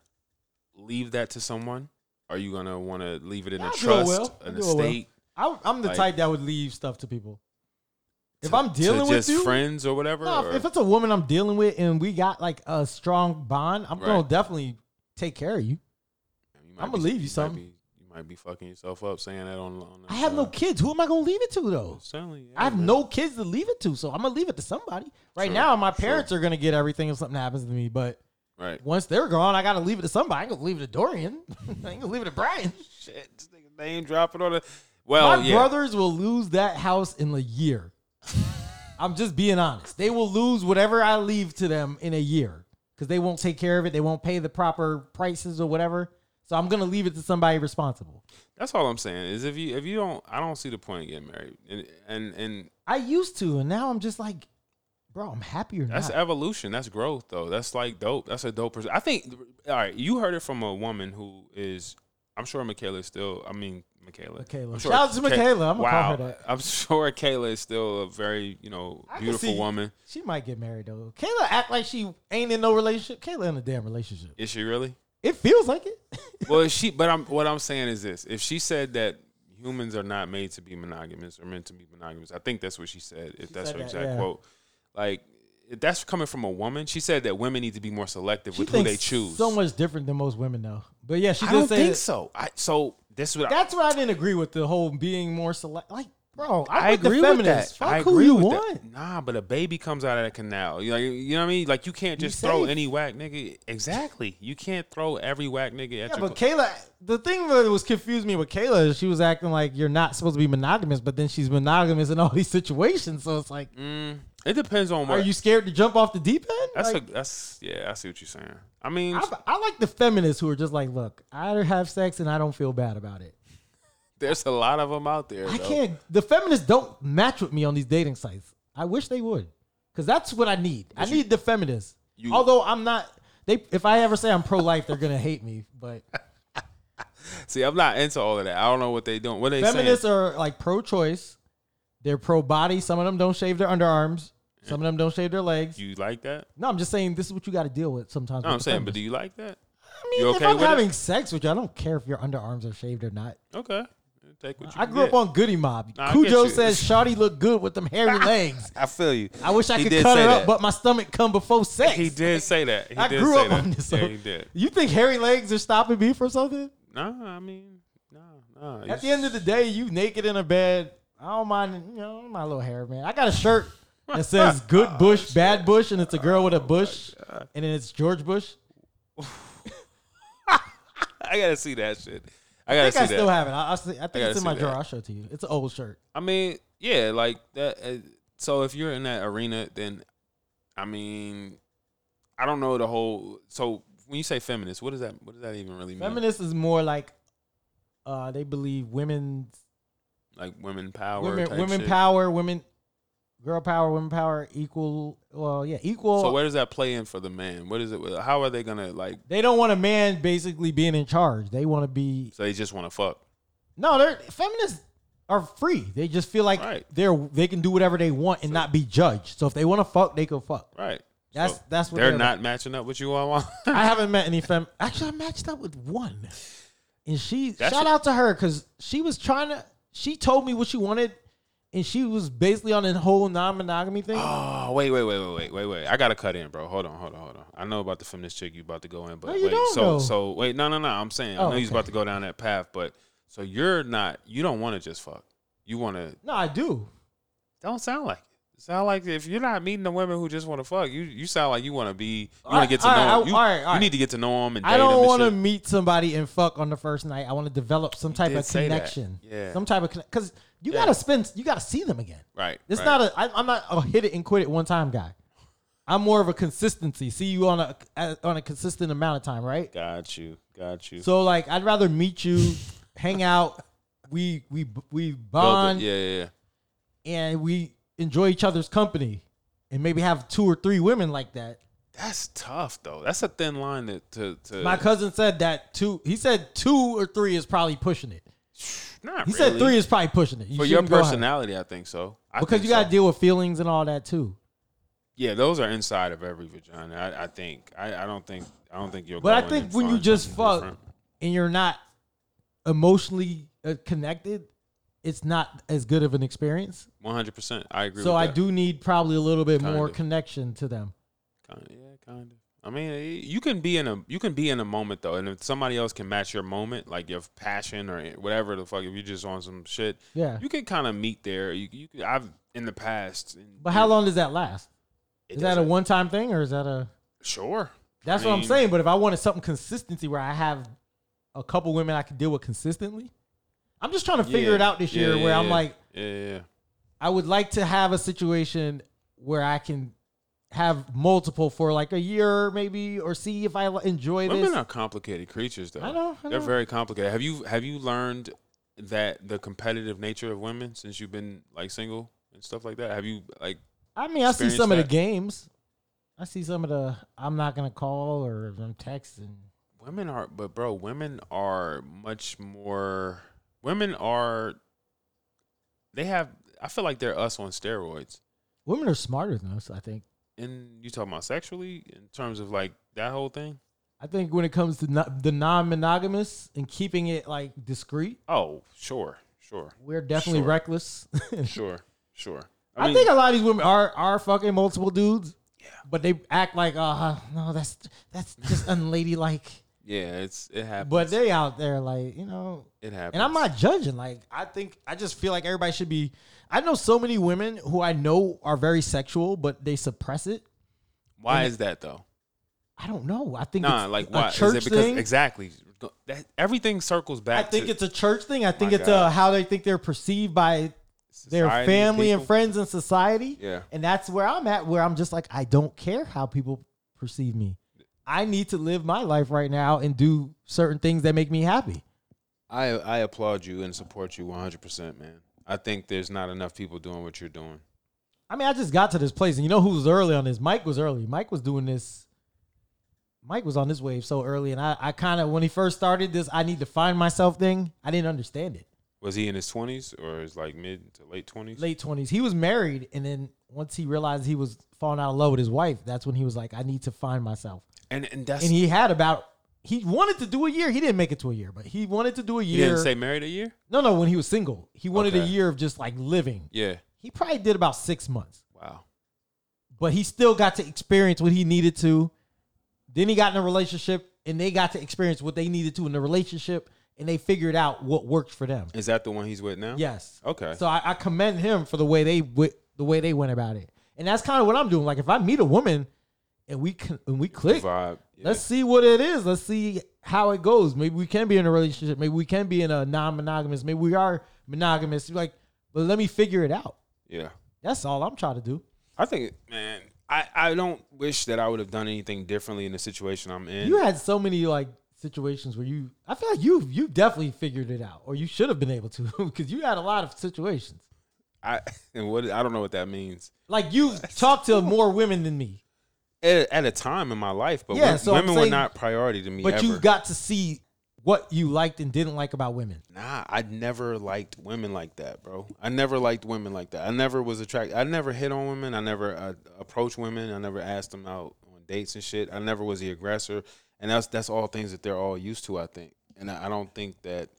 leave that to someone? Are you going to want to leave it in I'll a do it trust, well. I'll an do it well. estate? I, I'm the like- type that would leave stuff to people. If to- I'm dealing to with just you, friends or whatever? no, or- if, if it's a woman I'm dealing with and we got like a strong bond, I'm gonna Right. definitely take care of you. You might I'ma be- leave you might something. be- you might be fucking yourself up saying that on. on I have no uh, kids. Who am I gonna leave it to though? certainly, yeah, I have man. no kids to leave it to, so I'm gonna leave it to somebody. Right True, now, my true. parents are gonna get everything if something happens to me, but Right. once they're gone, I gotta leave it to somebody. I ain't gonna leave it to Dorian. I ain't gonna leave it to Brian. Shit, this nigga name dropping on the. Well, my yeah. brothers will lose that house in a year. I'm just being honest. They will lose whatever I leave to them in a year because they won't take care of it. They won't pay the proper prices or whatever. So I'm gonna leave it to somebody responsible. That's all I'm saying is if you if you don't I don't see the point in getting married and and and I used to, and now I'm just like, bro, I'm happy or that's not. evolution that's growth though that's like dope that's a dope person I think all right you heard it from a woman who is I'm sure Michaela is still I mean Michaela Michaela. I'm sure Shout out to Ka- Michaela. I'ma call wow her that. I'm sure Kayla is still a very you know I can beautiful see- woman She might get married though. Kayla act like she ain't in no relationship. Kayla in a damn relationship. is she really It feels like it. well if she but I'm what I'm saying is this if she said that humans are not made to be monogamous or meant to be monogamous I think that's what she said if that's said her that, exact yeah. quote like if that's coming from a woman she said that women need to be more selective she with who thinks they choose so much different than most women though. But yeah, she I did don't say think that- so I so this is what I, That's what I didn't agree with the whole being more select. Like, Bro, I'm I with agree the with feminists. that. Fuck I who agree you with that. want. Nah, but a baby comes out of the canal. You like, you know what I mean? Like you can't just throw safe. any whack nigga. Exactly. You can't throw every whack nigga at Yeah, your. but Kayla, the thing that was confused me with Kayla is she was acting like you're not supposed to be monogamous, but then she's monogamous in all these situations. So it's like, Mm, it depends on are what. you scared to jump off the deep end? that's like, a, that's yeah. I see what you're saying. I mean, I I like the feminists who are just like, look, I have sex and I don't feel bad about it. there's a lot of them out there. I though. can't. The feminists don't match with me on these dating sites. I wish they would, because that's what I need. I need the feminists. you- Although I'm not. They, if I ever say I'm pro life, they're gonna hate me. But See, I'm not into all of that. I don't know what they doing. What they feminists saying? are like pro choice. They're pro body. Some of them don't shave their underarms. Some of them don't shave their legs. you like that? no, I'm just saying this is what you got to deal with sometimes. No, with I'm the saying, but do feminists. you like that? I mean, you okay if I'm with it? having sex with you, I don't care if your underarms are shaved or not. Okay, take what you I can grew up get. on Goody Mob. Nah, I get Cujo you. says Shawty looked good with them hairy legs. I feel you. I wish I He could did cut say her up, that. but my stomach come before sex. He did say that. He I did grew say up that. on this. Yeah, so he did. You think hairy legs are stopping me from something? No, I mean, no, no. At the end of the day, you naked in a bed. I don't mind, you know, my little hair, man. I got a shirt that says "Good Oh, Bush, Bad Bush," and it's a girl with a bush, and then it's George Bush. I gotta see that shit. I I gotta think I see still that. have it. I, I, see- I think gotta it's in see my that. drawer. I'll show it to you. It's an old shirt. I mean, yeah, like that. Uh, so if you're in that arena, then I mean, I don't know the whole. So when you say feminist, what does that? What does that even really mean? Feminist is more like uh, they believe women's like women power. women type women shit. power, women girl power, women power equal. Well, yeah, equal. So where does that play in for the man? What is it? How are they gonna like? they don't want a man basically being in charge. They want to be So they just want to fuck. no. They're feminists are free. They just feel like Right. they're they can do whatever they want and not be judged. So if they want to fuck, they can fuck. Right. That's- So that's what they're they're not matching up with you all. I haven't met any fem. Actually, I matched up with one, and she That's shout a- out to her because she was trying to. She told me what she wanted, and she was basically on the whole non-monogamy thing. oh wait, wait, wait, wait, wait, wait, wait. I gotta cut in, bro. Hold on, hold on, hold on. I know about the feminist chick you about to go in, but No, you wait. don't so know. so wait, no, no, no. I'm saying I Oh, know you're okay. about to go down that path, but so you're not. You don't want to just fuck. You want to. No, I do. Don't sound like it. Sound like if you're not meeting the women who just want to fuck, you you sound like you want to be. You want to Alright, get to know. alright, them. I- you, alright, alright. you need to get to know them and date I don't want want to meet somebody and fuck on the first night. I want to develop some type did of say that. connection. Yeah. Some type of connection. Because you Yeah. got to spend, you got to see them again. Right. It's right. not a, I, I'm not a hit it and quit it one time guy. I'm more of a consistency. See you on a, a- on a consistent amount of time, right? Got you. Got you. So like, I'd rather meet you, hang out, we, we, we Build bond it. Yeah, yeah, yeah. and we enjoy each other's company and maybe have two or three women like that. That's tough though. That's a thin line to to. to My cousin said that two, he said two or three is probabably pushing it. not He really. said three is probably pushing it. You for your shouldn't go higher. personality. I think so. I because you think got to so. deal with feelings and all that too. Yeah, those are inside of every vagina. I, I think. I, I don't think. I don't think you're. But I think when you just fuck and you're not emotionally uh, connected, it's not as good of an experience. One hundred percent. I agree. So with I that. do need probably a little bit Kind more of. connection to them. Kind of, yeah, kind of. I mean, eh, you can be in a you can be in a moment though, and if somebody else can match your moment, like your passion or whatever the fuck, if you're just on some shit, Yeah. you can kind of meet there. You, you can, I've in the past. and But how it- long does that last? it Is that a doesn't- one time thing or is that a. Sure. That's I what I'm mean, saying. But if I wanted something consistency where I have a couple women I can deal with consistently, I'm just trying to figure yeah, it out this yeah, year yeah, where I'm yeah. like, yeah, yeah, yeah. I would like to have a situation where I can have multiple for like a year maybe or see if I li- enjoy this. Women are complicated creatures, though. I know, I They're know. very complicated. Have you have you learned that the competitive nature of women since you've been like single and stuff like that? Have you like I mean, I see experience some of the that. games. I see some of the I'm not going to call or I'm texting. women are? But bro, women are much more. Women are. They have. I feel like they're us on steroids. Women are smarter than us, I think. And you talking about sexually in terms of like that whole thing? I think when it comes to no, the non-monogamous and keeping it like discreet, Oh, sure, sure, we're definitely Sure. reckless. sure, sure. I, mean, think a lot of these women are are fucking multiple dudes. But they act like, uh, no, that's that's just unladylike. Yeah, it's it happens. But they out there like you know, it happens. and I'm not judging. Like I think I just feel like everybody should be. I know so many women who I know are very sexual, but they suppress it. Why is that though? I don't know. I think Nah, it's like a why? church is it because thing. exactly that everything circles I back? think to it's a church thing. I think it's God. uh, how they think they're perceived by their society family and people. friends and society. Yeah. And that's where I'm at, where I'm just like, I don't care how people perceive me. I need to live my life right now and do certain things that make me happy. I I applaud you and support you 100, percent man. I think there's not enough people doing what you're doing. I mean, I just got to this place, and you know who was early on this? Mike was early. Mike was doing this. Mike was on this wave so early, and I, I kind of when he first started this, I need to find myself thing. I didn't understand it. Was he in his 20s or is like mid to late 20s? late twenties. He was married, and then once he realized he was falling out of love with his wife, that's when he was like, "I need to find myself." And and that's And he had about he wanted to do a year. He didn't make it to a year, but he wanted to do a he year. didn't say married a year. no, no, when he was single, he wanted a Okay. year of just like living. Yeah. He probably did about six months, Wow. but he still got to experience what he needed to. Then he got in a relationship, and they got to experience what they needed to in the relationship, and they figured out what worked for them. Is that the one he's with now? Yes. Okay. So I, I commend him for the way they wi- the way they went about it, and that's kind of what I'm doing. Like if I meet a woman and we can and we click, Vibe. Yeah. let's see what it is. Let's see how it goes. Maybe we can be in a relationship. Maybe we can be in a non-monogamous. Maybe we are monogamous. Like, but let me figure it out. yeah. That's all I'm trying to do. I think, man, I, I don't wish that I would have done anything differently in the situation I'm in. You had so many like situations where you. I feel like you you definitely figured it out, or you should have been able to, because you had a lot of situations. I and what I don't know what that means. Like you talked to more women than me. At, at a time in my life, but Yeah, wo- so I'm women were saying- not priority to me. But ever. you got to see what you liked and didn't like about women. Nah, I never liked women like that, bro. I never liked women like that. I never was attracted. I never hit on women. I never uh, approached women. I never asked them out on dates and shit. I never was the aggressor, and that's that's all things that they're all used to. I think, and I, I don't think that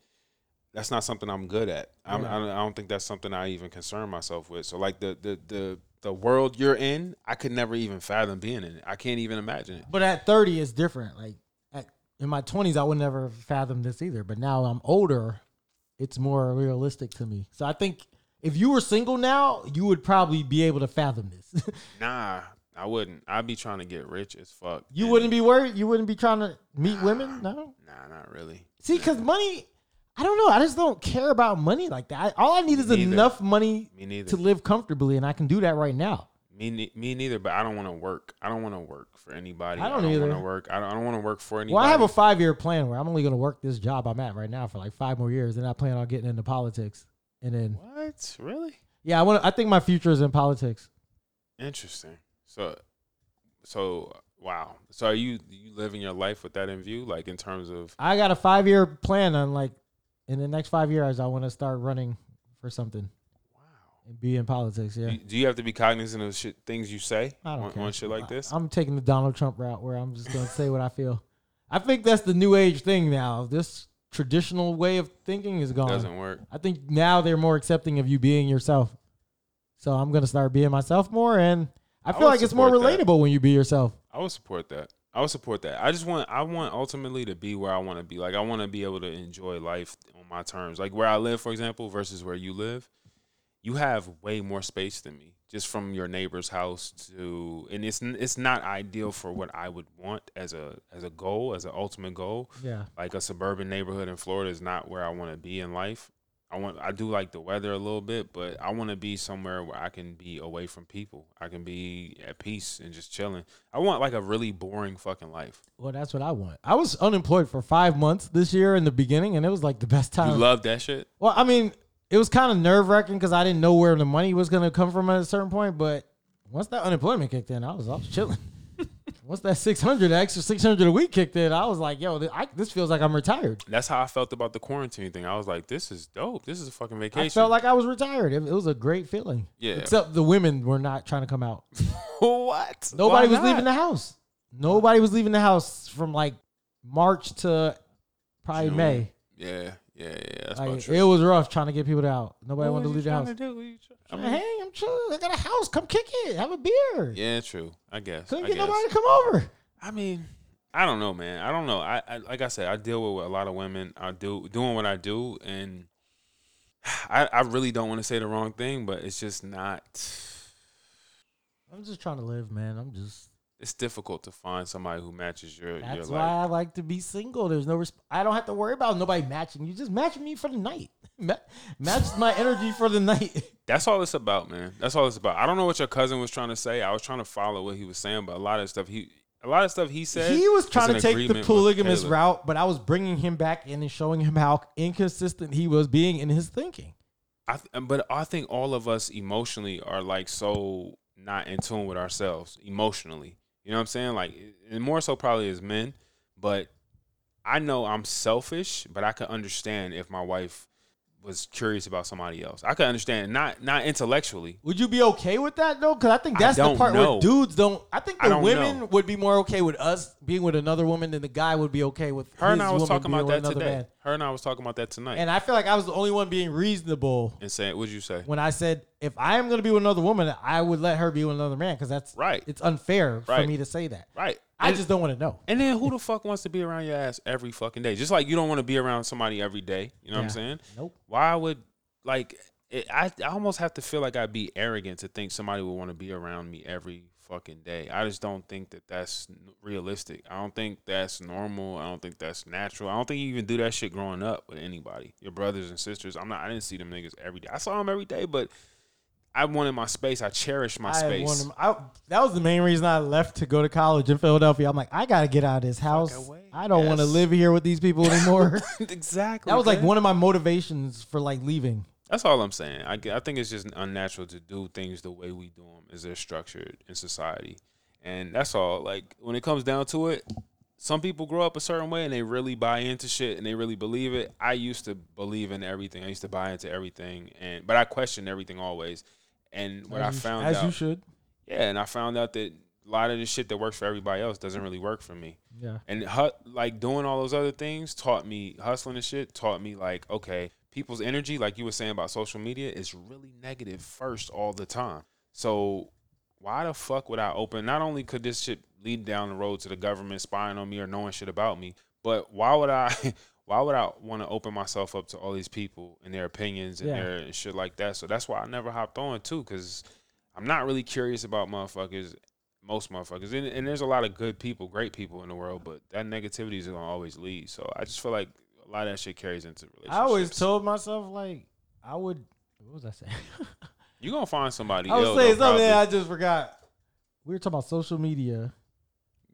that's not something I'm good at. I'm, I, don't, I don't think that's something I even concern myself with. So like the the the the world you're in, I could never even fathom being in it. I can't even imagine it. But at 30, it's different. Like at, in my 20s, I would never have fathomed this either. But now I'm older, it's more realistic to me. So I think if you were single now, you would probably be able to fathom this. Nah, I wouldn't. I'd be trying to get rich as fuck. you And- wouldn't be worried. You wouldn't be trying to meet women. No. Nah, not really. See, because money, I don't know. I just don't care about money like that. I, all I need is Me neither. enough money Me neither. to live comfortably, and I can do that right now. Me, ne- me neither. But I don't want to work. I don't want to work for anybody. I I don't don't, want either. to work. I don't, I don't want to work for anybody. Well, I have a five year plan where I'm only going to work this job I'm at right now for like five more years, and I plan on getting into politics. And then, what? Really yeah, I want. I think my future is in politics. interesting. So, so wow. So are you you living your life with that in view? Like in terms of I got a five year plan on like in the next five years, I want to start running for something wow. and be in politics. Yeah, Do, do you have to be cognizant of shit, things you say I don't on, care on shit like this? I, am taking the Donald Trump route where I'm just going to say what I feel. I think that's the new age thing now. This traditional way of thinking is gone. Doesn't work. I think now they're more accepting of you being yourself. So I'm gonna start being myself more, and I I feel would like it's more support that. relatable when you be yourself. I would support that. I would support that. I just want I want ultimately to be where I want to be. Like I want to be able to enjoy life on my terms. Like where I live, for example, versus where you live, you have way more space than me. Just from your neighbor's house to and it's n- it's not ideal for what I would want as a as a goal, as an ultimate goal. Yeah, Like a suburban neighborhood in Florida is not where I want to be in life. I want I do like the weather a little bit, but I want to be somewhere where I can be away from people. I can be at peace and just chilling. I want like a really boring fucking life. well, that's what I want. I was unemployed for five months this year in the beginning, and it was like the best You time. love that shit? well, I mean, it was kind of nerve wracking because I didn't know where the money was gonna come from at a certain point. But once that unemployment kicked in, I was I was chilling. once that six hundred extra six hundred a week kicked in, I was like, yo, th- I, this feels like I'm retired. That's how I felt about the quarantine thing. I was like, this is dope. This is a fucking vacation. I felt like I was retired. It, it was a great feeling. Yeah. Except the women were not trying to come out. what? Nobody Why was not? leaving the house. Nobody was leaving the house from like March to probably June. May. Yeah, yeah, yeah. That's Like, about true. it was rough trying to get people out. Nobody wanted to leave the house. I I'm like, hey, I'm chilling. I got a house. Come kick it. Have a beer. yeah, true. I guess. Couldn't I get guess. nobody to come over. I mean, I don't know, man. I don't know. I, I like I said, I deal with a lot of women. I do doing what I do, and I, I really don't want to say the wrong thing, but it's just not. I'm just trying to live, man. I'm just. It's difficult to find somebody who matches your your That's why life. I like to be single. There's no. Resp- I don't have to worry about nobody matching. You just match me for the night. Ma- match my energy for the night. That's all it's about, man. That's all it's about. I don't know what your cousin was trying to say. I was trying to follow what he was saying, but a lot of stuff he a lot of stuff he said. he was is trying in to take the agreement with polygamous Caleb. route, but I was bringing him back in and showing him how inconsistent he was being in his thinking. I th- but I think all of us emotionally are like so not in tune with ourselves emotionally. You know what I'm saying? Like, and more so probably as men. But I know I'm selfish, but I could understand if my wife was curious about somebody else. I could understand not not intellectually. Would you be okay with that though? Because I think I that's the don't part know. where dudes don't. I think I the don't women know. would be more okay with us being with another woman than the guy would be okay with Her and his I was woman talking being about with that another today. man. Her and I was talking about that tonight. And, And I feel like I was the only one being reasonable saying, "What'd you say?" when I said if I am going to be with another woman, I would let her be with another man because that's Right. It's unfair for Right. me to say that. Right. I And- just don't want to know. And then who the fuck wants to be around your ass every fucking day? Just like you don't want to be around somebody every day. You know what I'm Yeah. saying? Nope. Why would like it, I? I almost have to feel like I'd be arrogant to think somebody would want to be around me every fucking day. I just don't think that that's n- realistic. I don't think that's normal. I don't think that's natural. I don't think you even do that shit growing up with anybody. Your brothers and sisters. I'm not. I didn't see them niggas every day. I saw them every day, but I wanted my space. I cherished my I space. wanted- I- that was the main reason I left to go to college in Philadelphia. I'm like, I gotta get out of this house. away. I don't want to Yes. live here with these people anymore. exactly. that was like man. one of my motivations for like leaving. That's all I'm saying. I, g- I think it's just unnatural to do things the way we do them as they're structured in society. And that's all. Like, when it comes down to it, some people grow up a certain way and they really buy into shit and they really believe it. I used to believe in everything. I used to buy into everything. and But I questioned everything always. And what as I you sh- found as out. you should. Yeah, and I found out that a lot of the shit that works for everybody else doesn't really work for me. Yeah. And hu- like doing all those other things taught me hustling and shit taught me like okay, people's energy like you were saying about social media is really negative first all the time. So why the fuck would I open? Not only could this shit lead down the road to the government spying on me or knowing shit about me, but why would I? Why would I want to open myself up to all these people and their opinions and Yeah. their and shit like that? So that's why I never hopped on too, because I'm not really curious about motherfuckers, most motherfuckers, and, and there's a lot of good people, great people in the world, but that negativity is gonna always lead. So I just feel like a lot of that shit carries into relationships. I always told myself like I would. What was I saying? you gonna find somebody. I was ill, saying though, something. probably. I just forgot. We were talking about social media.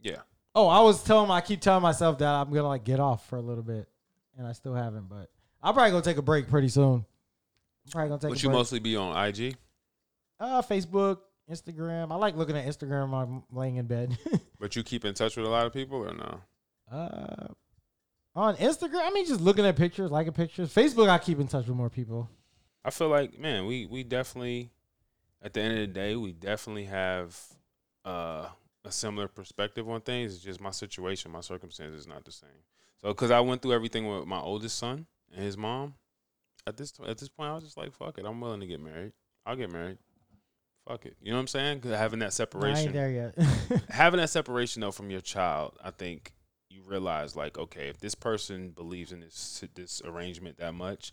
yeah, Oh, I was telling. I keep telling myself that I'm gonna like get off for a little bit, and I still haven't. But I'm probably gonna take a break pretty soon. I'm probably gonna take. but a you break. mostly be on IG. Uh, Facebook, Instagram. I like looking at Instagram while I'm laying in bed. But you keep in touch with a lot of people or no? uh, on Instagram, I mean, just looking at pictures, liking pictures. Facebook, I keep in touch with more people. I feel like man, we we definitely at the end of the day, we definitely have uh, a similar perspective on things. It's just my situation, my circumstances is not the same. So because I went through everything with my oldest son and his mom, at this at this point, I was just like, fuck it, I'm willing to get married. I'll get married. Fuck it, you know what I'm saying? 'Cause having No, I that ain't separation, there yet. having that separation though from your child, I think you realize like, okay, if this person believes in this this arrangement that much,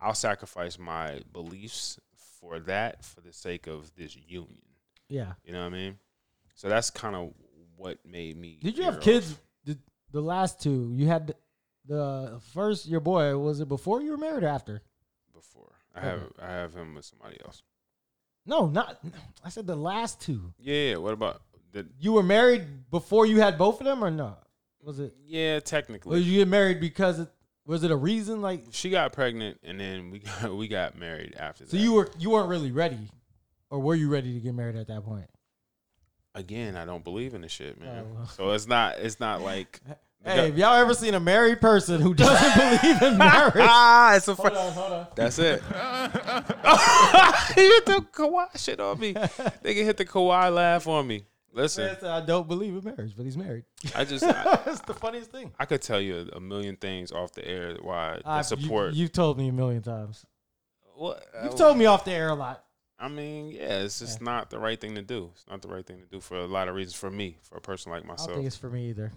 I'll sacrifice my beliefs for that for the sake of this union. yeah. You know what I mean? So that's kind of what made me. Did you veer have off. kids? The, the last two you had. The first, your boy was it before you were married or after? before? I have I have him with somebody else. No, not. I said the last two. Yeah. yeah, What about the? You were married before you had both of them, or no? Was it? Yeah, technically. Was you get married because it, was it a reason like? she got pregnant, and then we got, we got married after that. So you were you weren't really ready, or were you ready to get married at that point? again. I don't believe in the shit, man. Oh, well. So it's not it's not like Hey, if y'all ever seen a married person who doesn't believe in marriage, ah, it's a fr- hold on. That's it. he hit the Kawhi shit on me. They can hit the Kawhi laugh on me. Listen, That's, I don't believe in marriage, but he's married. I just I, That's the funniest thing. I could tell you a, a million things off the air why the I've- support. Ah, You, have told me a million times. what, You've told me off the air a lot. I mean, yeah, it's just not the right thing to do. It's not the right thing to do for a lot of reasons. For me, for a person I like don't myself, think it's for me either.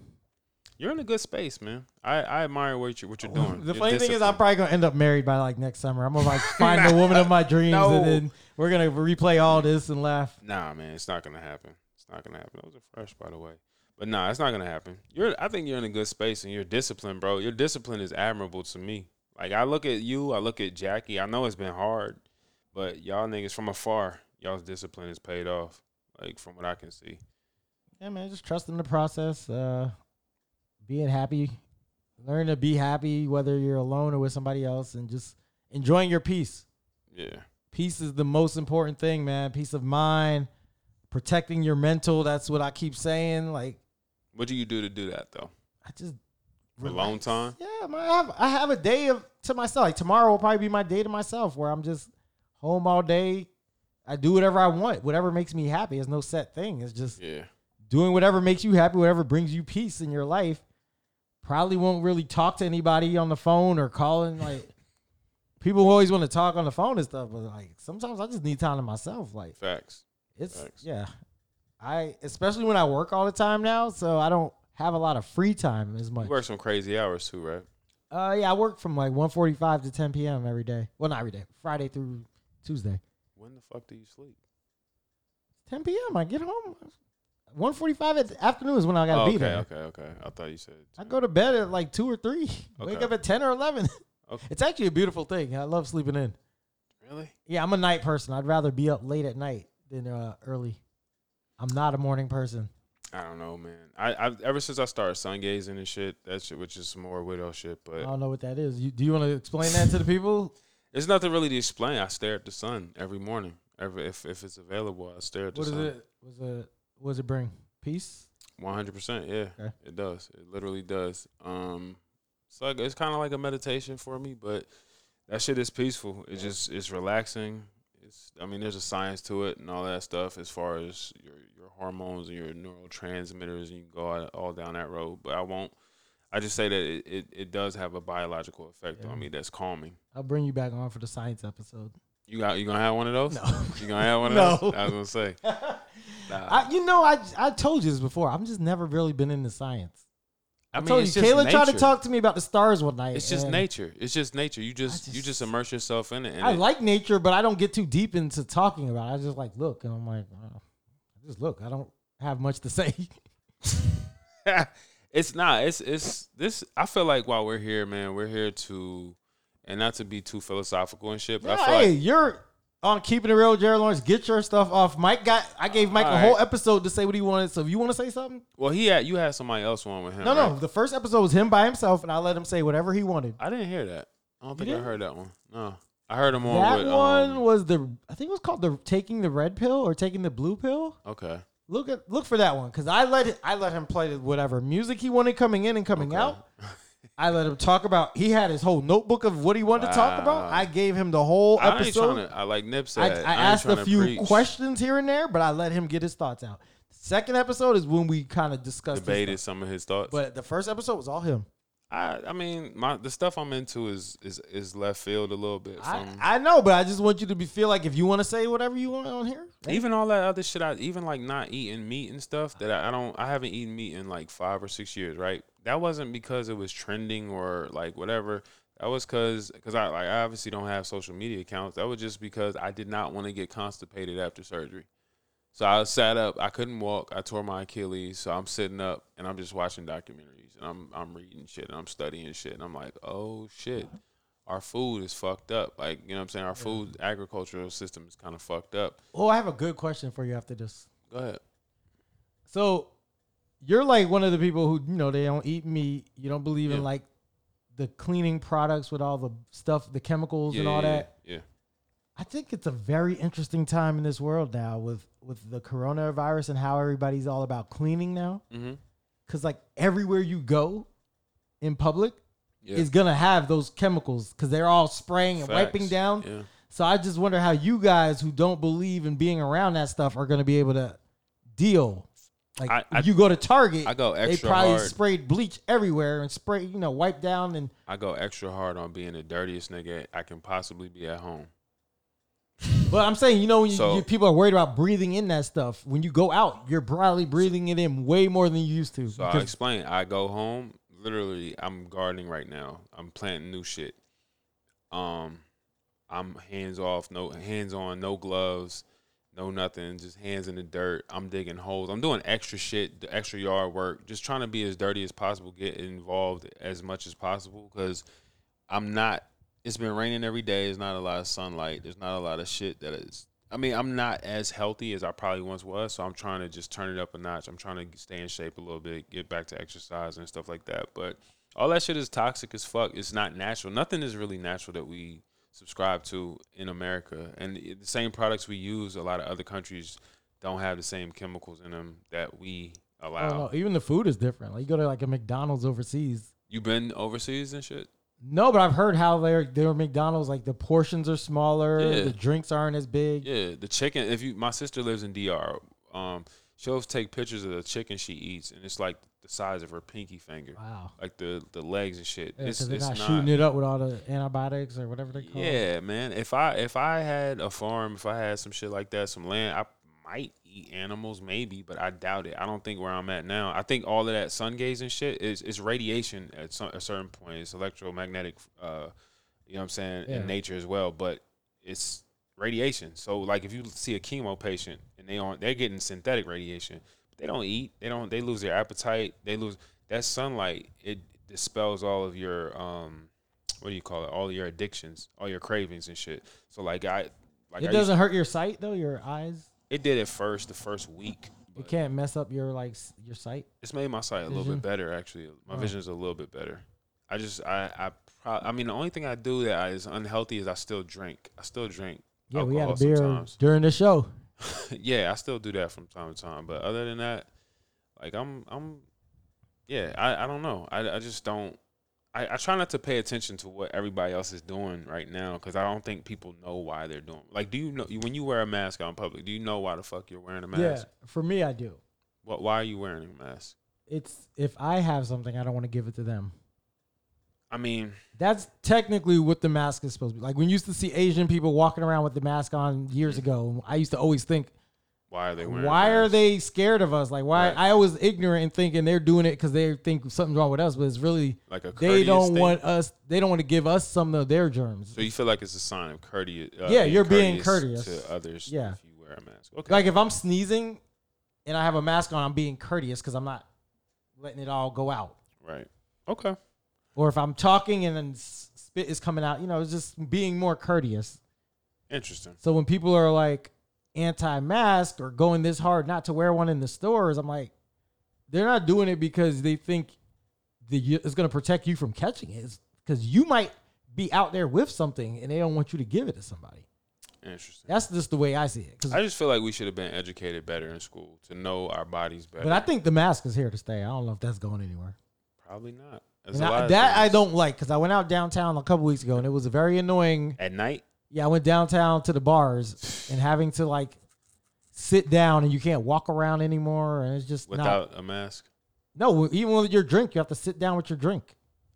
You're in a good space, man. I, I admire what you're what you're doing. The Your funny thing is, I'm discipline. probably gonna end up married by like next summer. I'm gonna like find the woman of my dreams, No. and then we're gonna replay all this and laugh. Nah, man, it's not gonna happen. It's not gonna happen. Those are fresh, by the way. But nah, it's not gonna happen. You're, I think you're in a good space, and your discipline, bro. Your discipline is admirable to me. Like I look at you, I look at Jackie. I know it's been hard, but y'all niggas from afar, y'all's discipline is paid off. Like from what I can see, Yeah, man, just trusting the process, uh, being happy, learn to be happy whether you're alone or with somebody else, and just enjoying your peace. yeah, Peace is the most important thing, man. Peace of mind, protecting your mental. That's what I keep saying. Like What do you do to do that though? I just For a long relax. time? Yeah, man, I have I have a day of to myself. Like tomorrow will probably be my day to myself, where I'm just home all day. I do whatever I want, whatever makes me happy. It's no set thing. It's just Yeah, doing whatever makes you happy, whatever brings you peace in your life. Probably won't really talk to anybody on the phone or calling like people who always want to talk on the phone and stuff, but like sometimes I just need time to myself. Like facts. it's Facts. yeah. I especially when I work all the time now, so I don't have a lot of free time as much. You work some crazy hours too, right? Uh yeah, I work from like 1:45 to 10 p.m. every day. Well, not every day. Friday through Tuesday. When the fuck do you sleep? 10 p.m. I get home 1:45 at the afternoon is when I got to Oh, be okay, there. okay, okay. I thought you said. I go to bed at like 2 or 3. Wake Okay. up at 10 or 11. Okay. It's actually a beautiful thing. I love sleeping in. Really? Yeah, I'm a night person. I'd rather be up late at night than uh, early. I'm not a morning person. I don't know, man. I I've, ever since I started sun gazing and shit, that shit, which is some more widow shit, but I don't know what that is. You, do you want to explain that to the people? there's nothing really to explain. I stare at the sun every morning. Every if if it's available, I stare at the What is sun. it? Was it? What does it bring? Peace. One hundred percent. Yeah, Okay. it does. It literally does. Um, it's like it's kind of like a meditation for me, but that shit is peaceful. It's just it's relaxing. It's I mean, there's a science to it and all that stuff as far as your your hormones and your neurotransmitters. And you can go all, all down that road, but I won't. I just say that it, it, it does have a biological effect Yeah. on me that's calming. I'll bring you back on for the science episode. You got you gonna have one of those? No. You gonna have one of No. those? I was gonna say. Nah. I, you know, I I told you this before. I've just never really been into science. I, I told it's you, just Kayla tried to nature. talk to me about the stars one night. It's just and nature. It's just nature. You just, you just- just immerse yourself in it. And I it- like nature, but I don't get too deep into talking about it. I just like look, and I'm like, oh, I just look. I don't have much to say. it's not. It's it's this. I feel like while we're here, man, we're here to, and not to be too philosophical and shit. But I feel hey, like you're on keeping it real, Jared Lawrence. Get your stuff off. Mike got. I gave Mike All a whole right. episode to say what he wanted. So if you want to say something, well, he had you had somebody else on with him. no, no. right? The first episode was him by himself, and I let him say whatever he wanted. I didn't hear that. I don't think I didn't? heard that one. No, I heard him on That with one um, was the. I think it was called the taking the red pill or taking the blue pill. okay. Look at look for that one because I let it, I let him play whatever music he wanted coming in and coming out. I let him talk about. He had his whole notebook of what he wanted to talk Wow. about. I gave him the whole I ain't episode. trying to. I like Nip I, said. I ain't asked a tryna few preach. questions here and there, but I let him get his thoughts out. Second episode is when we kind of discussed his Debated stuff. some of his thoughts. but the first episode was all him. I, I mean, my the stuff I'm into is is is left field a little bit. I, from, I know, but I just want you to be feel like if you want to say whatever you want on here, hey, Even all that other shit, I even like not eating meat and stuff that I, I don't. I haven't eaten meat in like five or six years, right? That wasn't because it was trending or like whatever. That was because because I like I obviously don't have social media accounts. That was just because I did not want to get constipated after surgery. So I sat up. I couldn't walk. I tore my Achilles. So I'm sitting up and I'm just watching documentaries and I'm I'm reading shit and I'm studying shit and I'm like, oh shit, our food is fucked up. Like you know what I'm saying? Our food agricultural system is kind of fucked up. oh, I have a good question for you after this. Go ahead. So you're like one of the people who you know they don't eat meat. You don't believe Yeah. in like the cleaning products with all the stuff, the chemicals and all that. Yeah. I think it's a very interesting time in this world now with with the coronavirus and how everybody's all about cleaning now. Mm-hmm. Cause like everywhere you go in public Yeah. is gonna have those chemicals because they're all spraying and wiping Facts. down. Yeah. So I just wonder how you guys who don't believe in being around that stuff are going to be able to deal. Like I- I- if you go to Target, I go they extra probably hard. sprayed bleach everywhere and spray, you know, wipe down and I go extra hard on being the dirtiest nigga I can possibly be at home. But I'm saying, you know, when you, So- you- people are worried about breathing in that stuff, when you go out, you're probably breathing it in way more than you used to. So I because- explain. I go home. Literally, I'm gardening right now. I'm planting new shit. Um, I'm hands off, no hands on, no gloves, no nothing. Just hands in the dirt. I'm digging holes. I'm doing extra shit, the extra yard work. Just trying to be as dirty as possible. Get involved as much as possible because I'm not. It's been raining every day. There's not a lot of sunlight. There's not a lot of shit that is. I mean, I'm not as healthy as I probably once was, so I'm trying to just turn it up a notch. I'm trying to stay in shape a little bit, get back to exercise and stuff like that. But all that shit is toxic as fuck. It's not natural. Nothing is really natural that we subscribe to in America. And the the same products we use, a lot of other countries don't have the same chemicals in them that we I don't allow. know. Even the food is different. Like you go to like a McDonald's overseas. You been overseas and shit? No, but I've heard how their their McDonald's like the portions are smaller, Yeah. the drinks aren't as big. Yeah, the chicken. If you, my sister lives in DR. Um, she'll take pictures of the chicken she eats, and it's like the size of her pinky finger, Wow. like the the legs and shit. Yeah, it's 'cause they're it's not, not. shooting it up with all the antibiotics or whatever they call it. yeah, man. If I if I had a farm, if I had some shit like that, some land, I might eat animals, maybe, but I doubt it. I don't think where I'm at now. I think all of that sun gaze and shit is it's radiation at some, a certain point. It's electromagnetic. Uh, you know what I'm saying, Yeah. in nature as well. But it's radiation. So like if you see a chemo patient and they on they're getting synthetic radiation, they don't eat. They don't. They lose their appetite. They lose that sunlight. It dispels all of your um, what do you call it? All your addictions, all your cravings and shit. So like I like I it used- doesn't hurt your sight though, your eyes. it did at first the first week. It can't Mm-hmm. mess up your like s- your sight. It's made my sight a little Vision? bit better actually. My Oh. vision's a little bit better. I just I I pro- I mean the only thing I do that is unhealthy is I still drink. I still drink. Yeah, we had a alcohol beer Oh, sometimes. during the show. yeah, I still do that from time to time. But other than that, like I'm I'm yeah, I, I don't know. I, I just don't I, I try not to pay attention to what everybody else is doing right now because I don't think people know why they're doing. Like, do you know when you wear a mask out in public? Do you know why the fuck you're wearing a mask? Yeah, for me, I do. What? Why are you wearing a mask? It's if I have something, I don't want to give it to them. I mean, That's technically what the mask is supposed to be. Like when you used to see Asian people walking around with the mask on years ago, I used to always think, why are they wearing? why are masks? they scared of us? Like why? Right. I was ignorant and thinking they're doing it because they think something's wrong with us, but it's really like a courteous they don't thing? want us. They don't want to give us some of their germs. So you feel like it's a sign of courteous? Uh, Yeah, you're being courteous. to others. Yeah. if you wear a mask. Okay, Like if I'm sneezing and I have a mask on, I'm being courteous because I'm not letting it all go out. right. Okay, Or if I'm talking and then s- spit is coming out, you know, it's just being more courteous. interesting. So when people are like anti-mask or going this hard not to wear one in the stores, I'm like, they're not doing it because they think the it's going to protect you from catching it. It's because you might be out there with something and they don't want you to give it to somebody. Interesting. That's just the way I see it. 'Cause- I just feel like we should have been educated better in school to know our bodies better. but I think the mask is here to stay. I don't know if that's going anywhere. probably not. There's And a I- lot of that I things. don't like because I went out downtown a couple weeks ago and it was very annoying. At night, Yeah, I went downtown to the bars and having to like sit down and you can't walk around anymore and it's just not without a mask No, even with your drink, you have to sit down with your drink.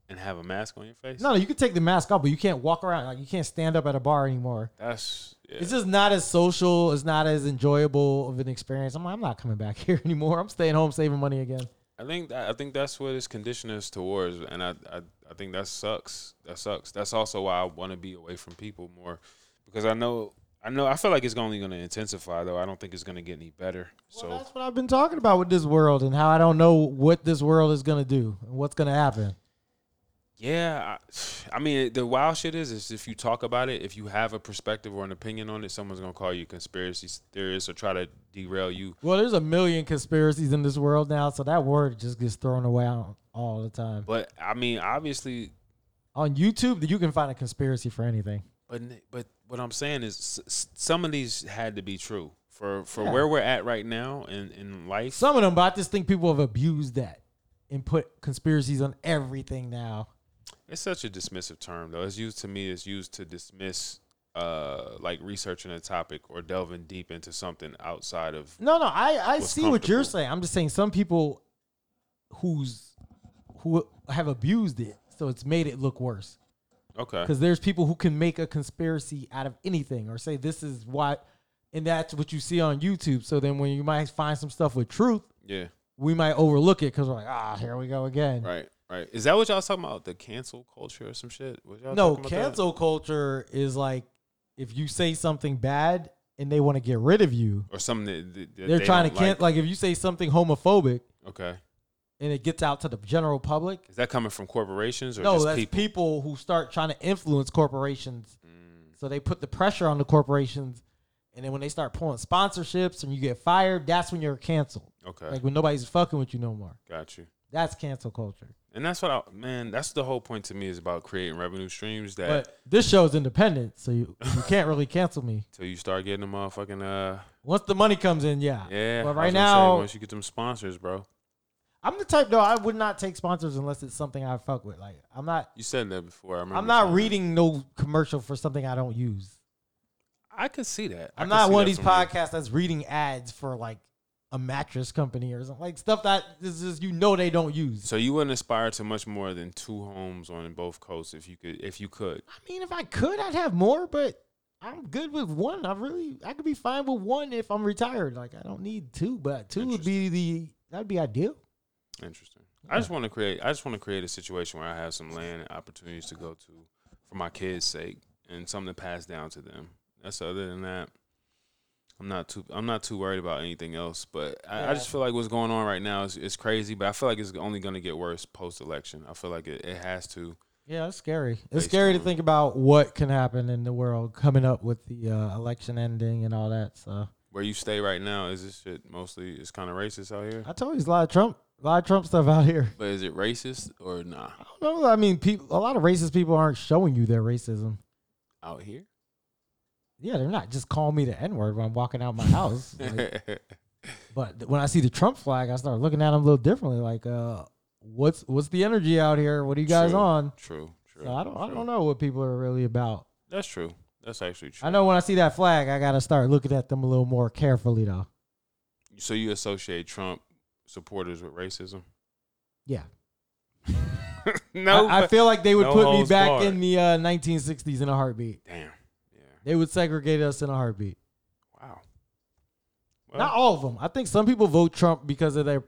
and have a mask on your face. No, no, you can take the mask off, but you can't walk around. Like you can't stand up at a bar anymore. that's yeah. It's just not as social. It's not as enjoyable of an experience. I'm like, I'm not coming back here anymore. I'm staying home, saving money again. I think that, I think that's what it's conditioned us towards, and I, I I think that sucks. That sucks. That's also why I want to be away from people more, because I know I know I feel like it's only going to intensify though. I don't think it's going to get any better. Well, so that's what I've been talking about with this world and how I don't know what this world is gonna do and what's gonna happen. yeah, I, I mean the wild shit is is if you talk about it, if you have a perspective or an opinion on it, someone's going to call you a conspiracy theorist or try to derail you. Well, there's a million conspiracies in this world now, so that word just gets thrown away out all the time. But I mean, obviously On YouTube, you can find a conspiracy for anything. But n- but what I'm saying is, s- s- some of these had to be true for for Yeah. where we're at right now in in life. Some of them, but I just think people have abused that and put conspiracies on everything now. it's such a dismissive term though. It's used to me. It's used to dismiss uh like researching a topic or delving deep into something outside of. No, no, I, I Was see what you're comfortable. saying. I'm just saying some people who's who have abused it, so it's made it look worse. Okay. because there's people who can make a conspiracy out of anything or say this is why, and that's what you see on YouTube. So then when you might find some stuff with truth, Yeah. we might overlook it because we're like, ah, here we go again. Right. Right. Is that what y'all was talking about? The cancel culture or some shit? Was y'all No, talking about that? cancel culture is like if you say something bad and they want to get rid of you, or something that, that- that they're they trying to don't cancel. Like. if you say something homophobic Okay. and it gets out to the general public, Is that coming from corporations or no, just that's people. people? who start trying to influence corporations. Mm. So they put the pressure on the corporations, and then when they start pulling sponsorships and you get fired, that's when you're canceled. Okay. Like when nobody's fucking with you no more. Got you. That's cancel culture. And that's what I man, that's the whole point to me is about creating revenue streams that But this show is independent, so you, you can't really cancel me. till you start getting them motherfucking uh Once the money comes in, yeah. yeah. But right that's what I'm saying, now, once you get them sponsors, bro. I'm the type though. I would not take sponsors unless it's something I fuck with. Like I'm not. You said that before. I remember I'm not saying reading no commercial for something I don't use. that. I could see that. I I'm could not see one of that these from you. podcasts that's reading ads for like a mattress company or something like stuff that is just you know they don't use. So you wouldn't aspire to much more than two homes on both coasts if you could if you could. I mean, if I could, I'd have more, but I'm good with one. I really, I could be fine with one if I'm retired. Like I don't need two, but two would be the that'd be ideal. Interesting. I just want to create. I just want to create a situation where I have some land and opportunities to go to for my kids' sake and something to pass down to them. That's other than that. I'm not too. I'm not too worried about anything else. But I, I just feel like what's going on right now is, is crazy. But I feel like it's only going to get worse post election. I feel like it, it has to. Yeah, it's scary. It's Based scary to on- think about what can happen in the world coming up with the uh, election ending and all that. So Where you stay right now is this shit mostly? It's kind of racist out here. I told you, there's a lot of Trump, a lot of Trump stuff out here. But is it racist or nah I don't know. I mean, people, a lot of racist people aren't showing you their racism. out here? Yeah, they're not just calling me the N word when I'm walking out my house. Like, but th- when I see the Trump flag, I start looking at them a little differently. Like, uh, what's what's the energy out here? What are you guys True, on? True. True. So I don't I true. don't know what people are really about. That's true. That's actually true. I know when I see that flag, I gotta start looking at them a little more carefully, though. So you associate Trump supporters with racism? Yeah. no, I, I feel like they would no put me holds back barred. in the uh, 1960s in a heartbeat. damn. Yeah. They would segregate us in a heartbeat. Wow. Not Well, all of them. I think some people vote Trump because of their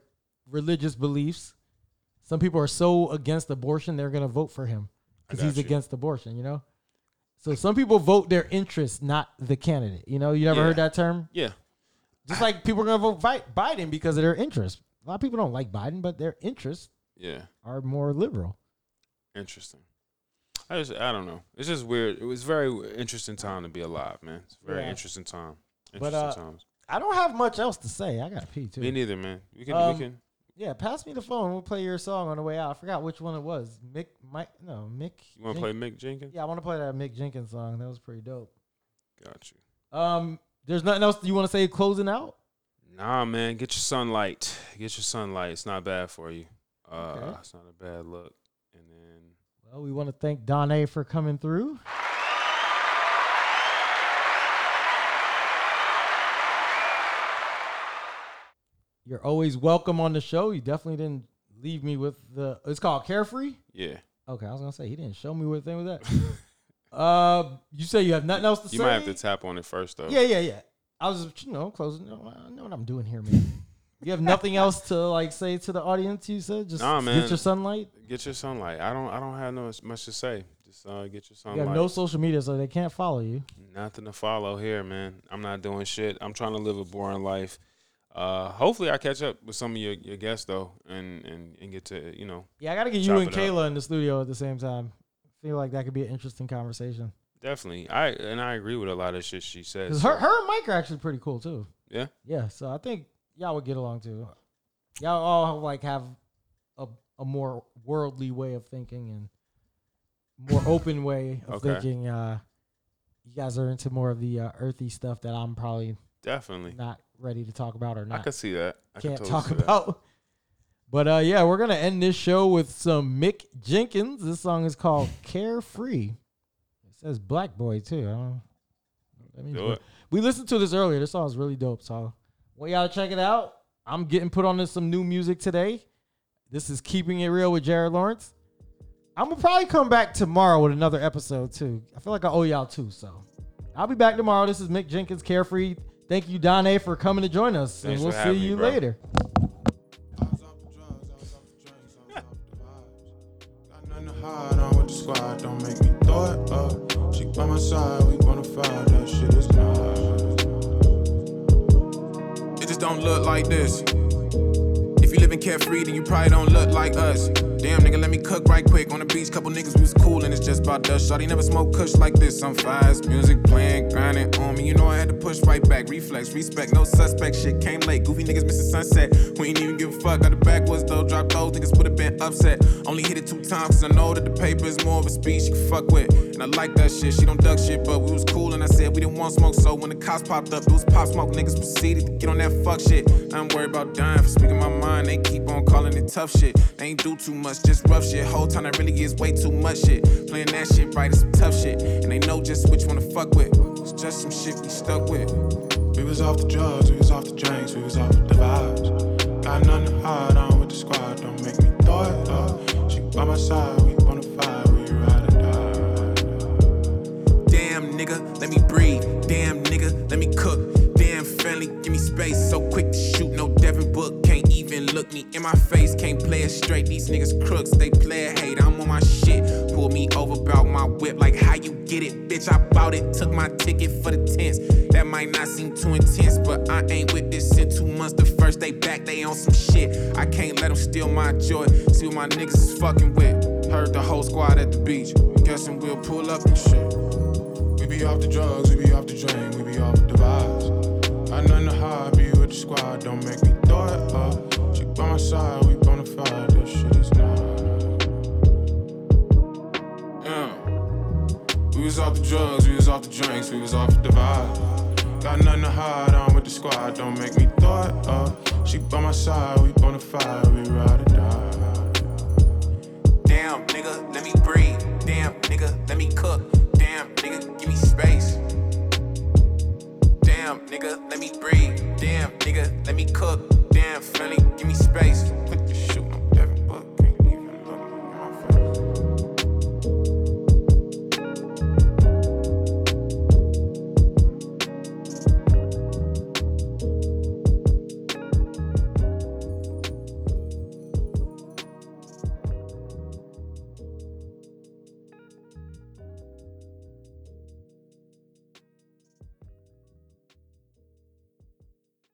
religious beliefs. Some people are so against abortion they're going to vote for him I because got he's you. against abortion. You know. So some people vote their interest, not the candidate. You know, you never heard Yeah. that term. yeah. Just like people are going to vote Vi- Biden because of their interest. A lot of people don't like Biden, but their interests Yeah. are more liberal. Interesting. I just I don't know. It's just weird. It was very interesting time to be alive, man. It's a very Yeah. interesting time. Interesting But, uh, times. I don't have much else to say. I got to pee too. Me neither, man. We can um, we can Yeah, pass me the phone. We'll play your song on the way out. I forgot which one it was. Mick, Mike, no, Mick. you wanna Jen- play Mick Jenkins? Yeah, I want to play that Mick Jenkins song. That was pretty dope. Got you. Um, there's nothing else you want to say closing out? Nah, man, get your sunlight. Get your sunlight. It's not bad for you. Uh, Okay. It's not a bad look. And then Well, we want to thank Donna for coming through. You're always welcome on the show. You definitely didn't leave me with the. It's called Carefree. yeah, Okay, I was gonna say he didn't show me what thing was that. uh, you say you have nothing else to you say. might have to tap on it first though. Yeah, yeah, yeah. I was, just, you know, closing. I know what I'm doing here, man. you have nothing else to like say to the audience. You said just Nah, get man. your sunlight. Get your sunlight. I don't. I don't have no s- much to say. Just uh, get your You sunlight. have no social media, so they can't follow you. Nothing to follow here, man. I'm not doing shit. I'm trying to live a boring life. Uh, hopefully, I catch up with some of your, your guests though, and, and and get to you know Yeah, I gotta get you Chop and it up. Kayla in the studio at the same time. I feel like that could be an interesting conversation. definitely. I and I agree with a lot of shit she Cause says. her, so- her and Mike are actually pretty cool too. Yeah? Yeah. So I think y'all would get along too. Y'all all like have a a more worldly way of thinking and more open way of Okay. thinking. Uh, you guys are into more of the uh, earthy stuff that I'm probably definitely. not ready to talk about or I not can see that. I can't can totally talk see that. about. But uh, yeah, we're gonna end this show with some Mick Jenkins. This song is called "Carefree." It says "Black Boy" too. I don't know. what That means Do but- it. we listened to this earlier. This song is really dope. So, well, y'all check it out. I'm getting put on to some new music today. This is keeping it real with Jared Lawrence. I'm gonna probably come back tomorrow with another episode too. I feel like I owe y'all two, so I'll be back tomorrow. This is Mick Jenkins, Carefree. Thank you, Donna, for coming to join us, Thanks and we'll for see having me, you bro. later. I was off the drugs, I was off the drinks, I was off the vibes. Got nothing to hide, I'm with the squad, don't make me throw it up. She by my side, we bona fide, that shit is nice. It just don't look like this. If you living carefree, then you probably don't look like us. Damn, nigga, let me cook right quick. On the beach, couple niggas we was cool and it's just about dust. Shawty never smoked kush like this. I'm fast, music playing, grinding on me. You know I had to push right back. Reflex, respect, no suspect. Shit came late. Goofy niggas missing sunset. We ain't even give a fuck. Got the backwards though. Drop those niggas would've been upset. Only hit it two times, cause I know that the paper is more of a speech you can fuck with. And I like that shit. She don't duck shit, but we was cool and I said we didn't want smoke. So when the cops popped up, it was pop smoke. Niggas proceeded to get on that fuck shit. I'm worried about dying for speaking my mind. They keep on calling it tough shit. They ain't do too much, just rough shit. Whole time that really is way too much shit. Playing that shit right is some tough shit. And they know just which one to fuck with. It's just some shit we stuck with. We was off the drugs, we was off the drinks, we was off the vibes. Got nothing to hide, I'm with the squad, don't make me throw it up. She by my side, we bona fide, we ride or die. Damn nigga, let me breathe. Damn nigga, let me cook. Damn family, give me space. So quick to shoot, no Devin Book. Can't even look me in my face. Can't play it straight. These niggas crooks, they play it hate. I'm on my shit. Pull me over, about my whip. Like how you get it, bitch? I bought it, took my ticket for the tents. That might not seem too intense, but I ain't with this in two months. The first day back, they on some shit. I can't let them steal my joy. See what my niggas is fucking with. Heard the whole squad at the beach. Guessing we'll pull up and shit. We be off the drugs, we be off the drain, we be off the vibes. I nothing to hide, be with the squad, don't make me throw it up. She by my side, we bona fide, that shit is nice. Yeah. We was off the drugs, we was off the drinks, we was off the vibe. Got nothing to hide, I'm with the squad, don't make me throw it up. She by my side, we bona fide, we ride or die. Damn, nigga, let me breathe. Damn, nigga, let me cook. Damn, nigga, give me space. Damn, nigga, let me breathe. Damn, nigga, let me cook. Damn, friendly, give me space.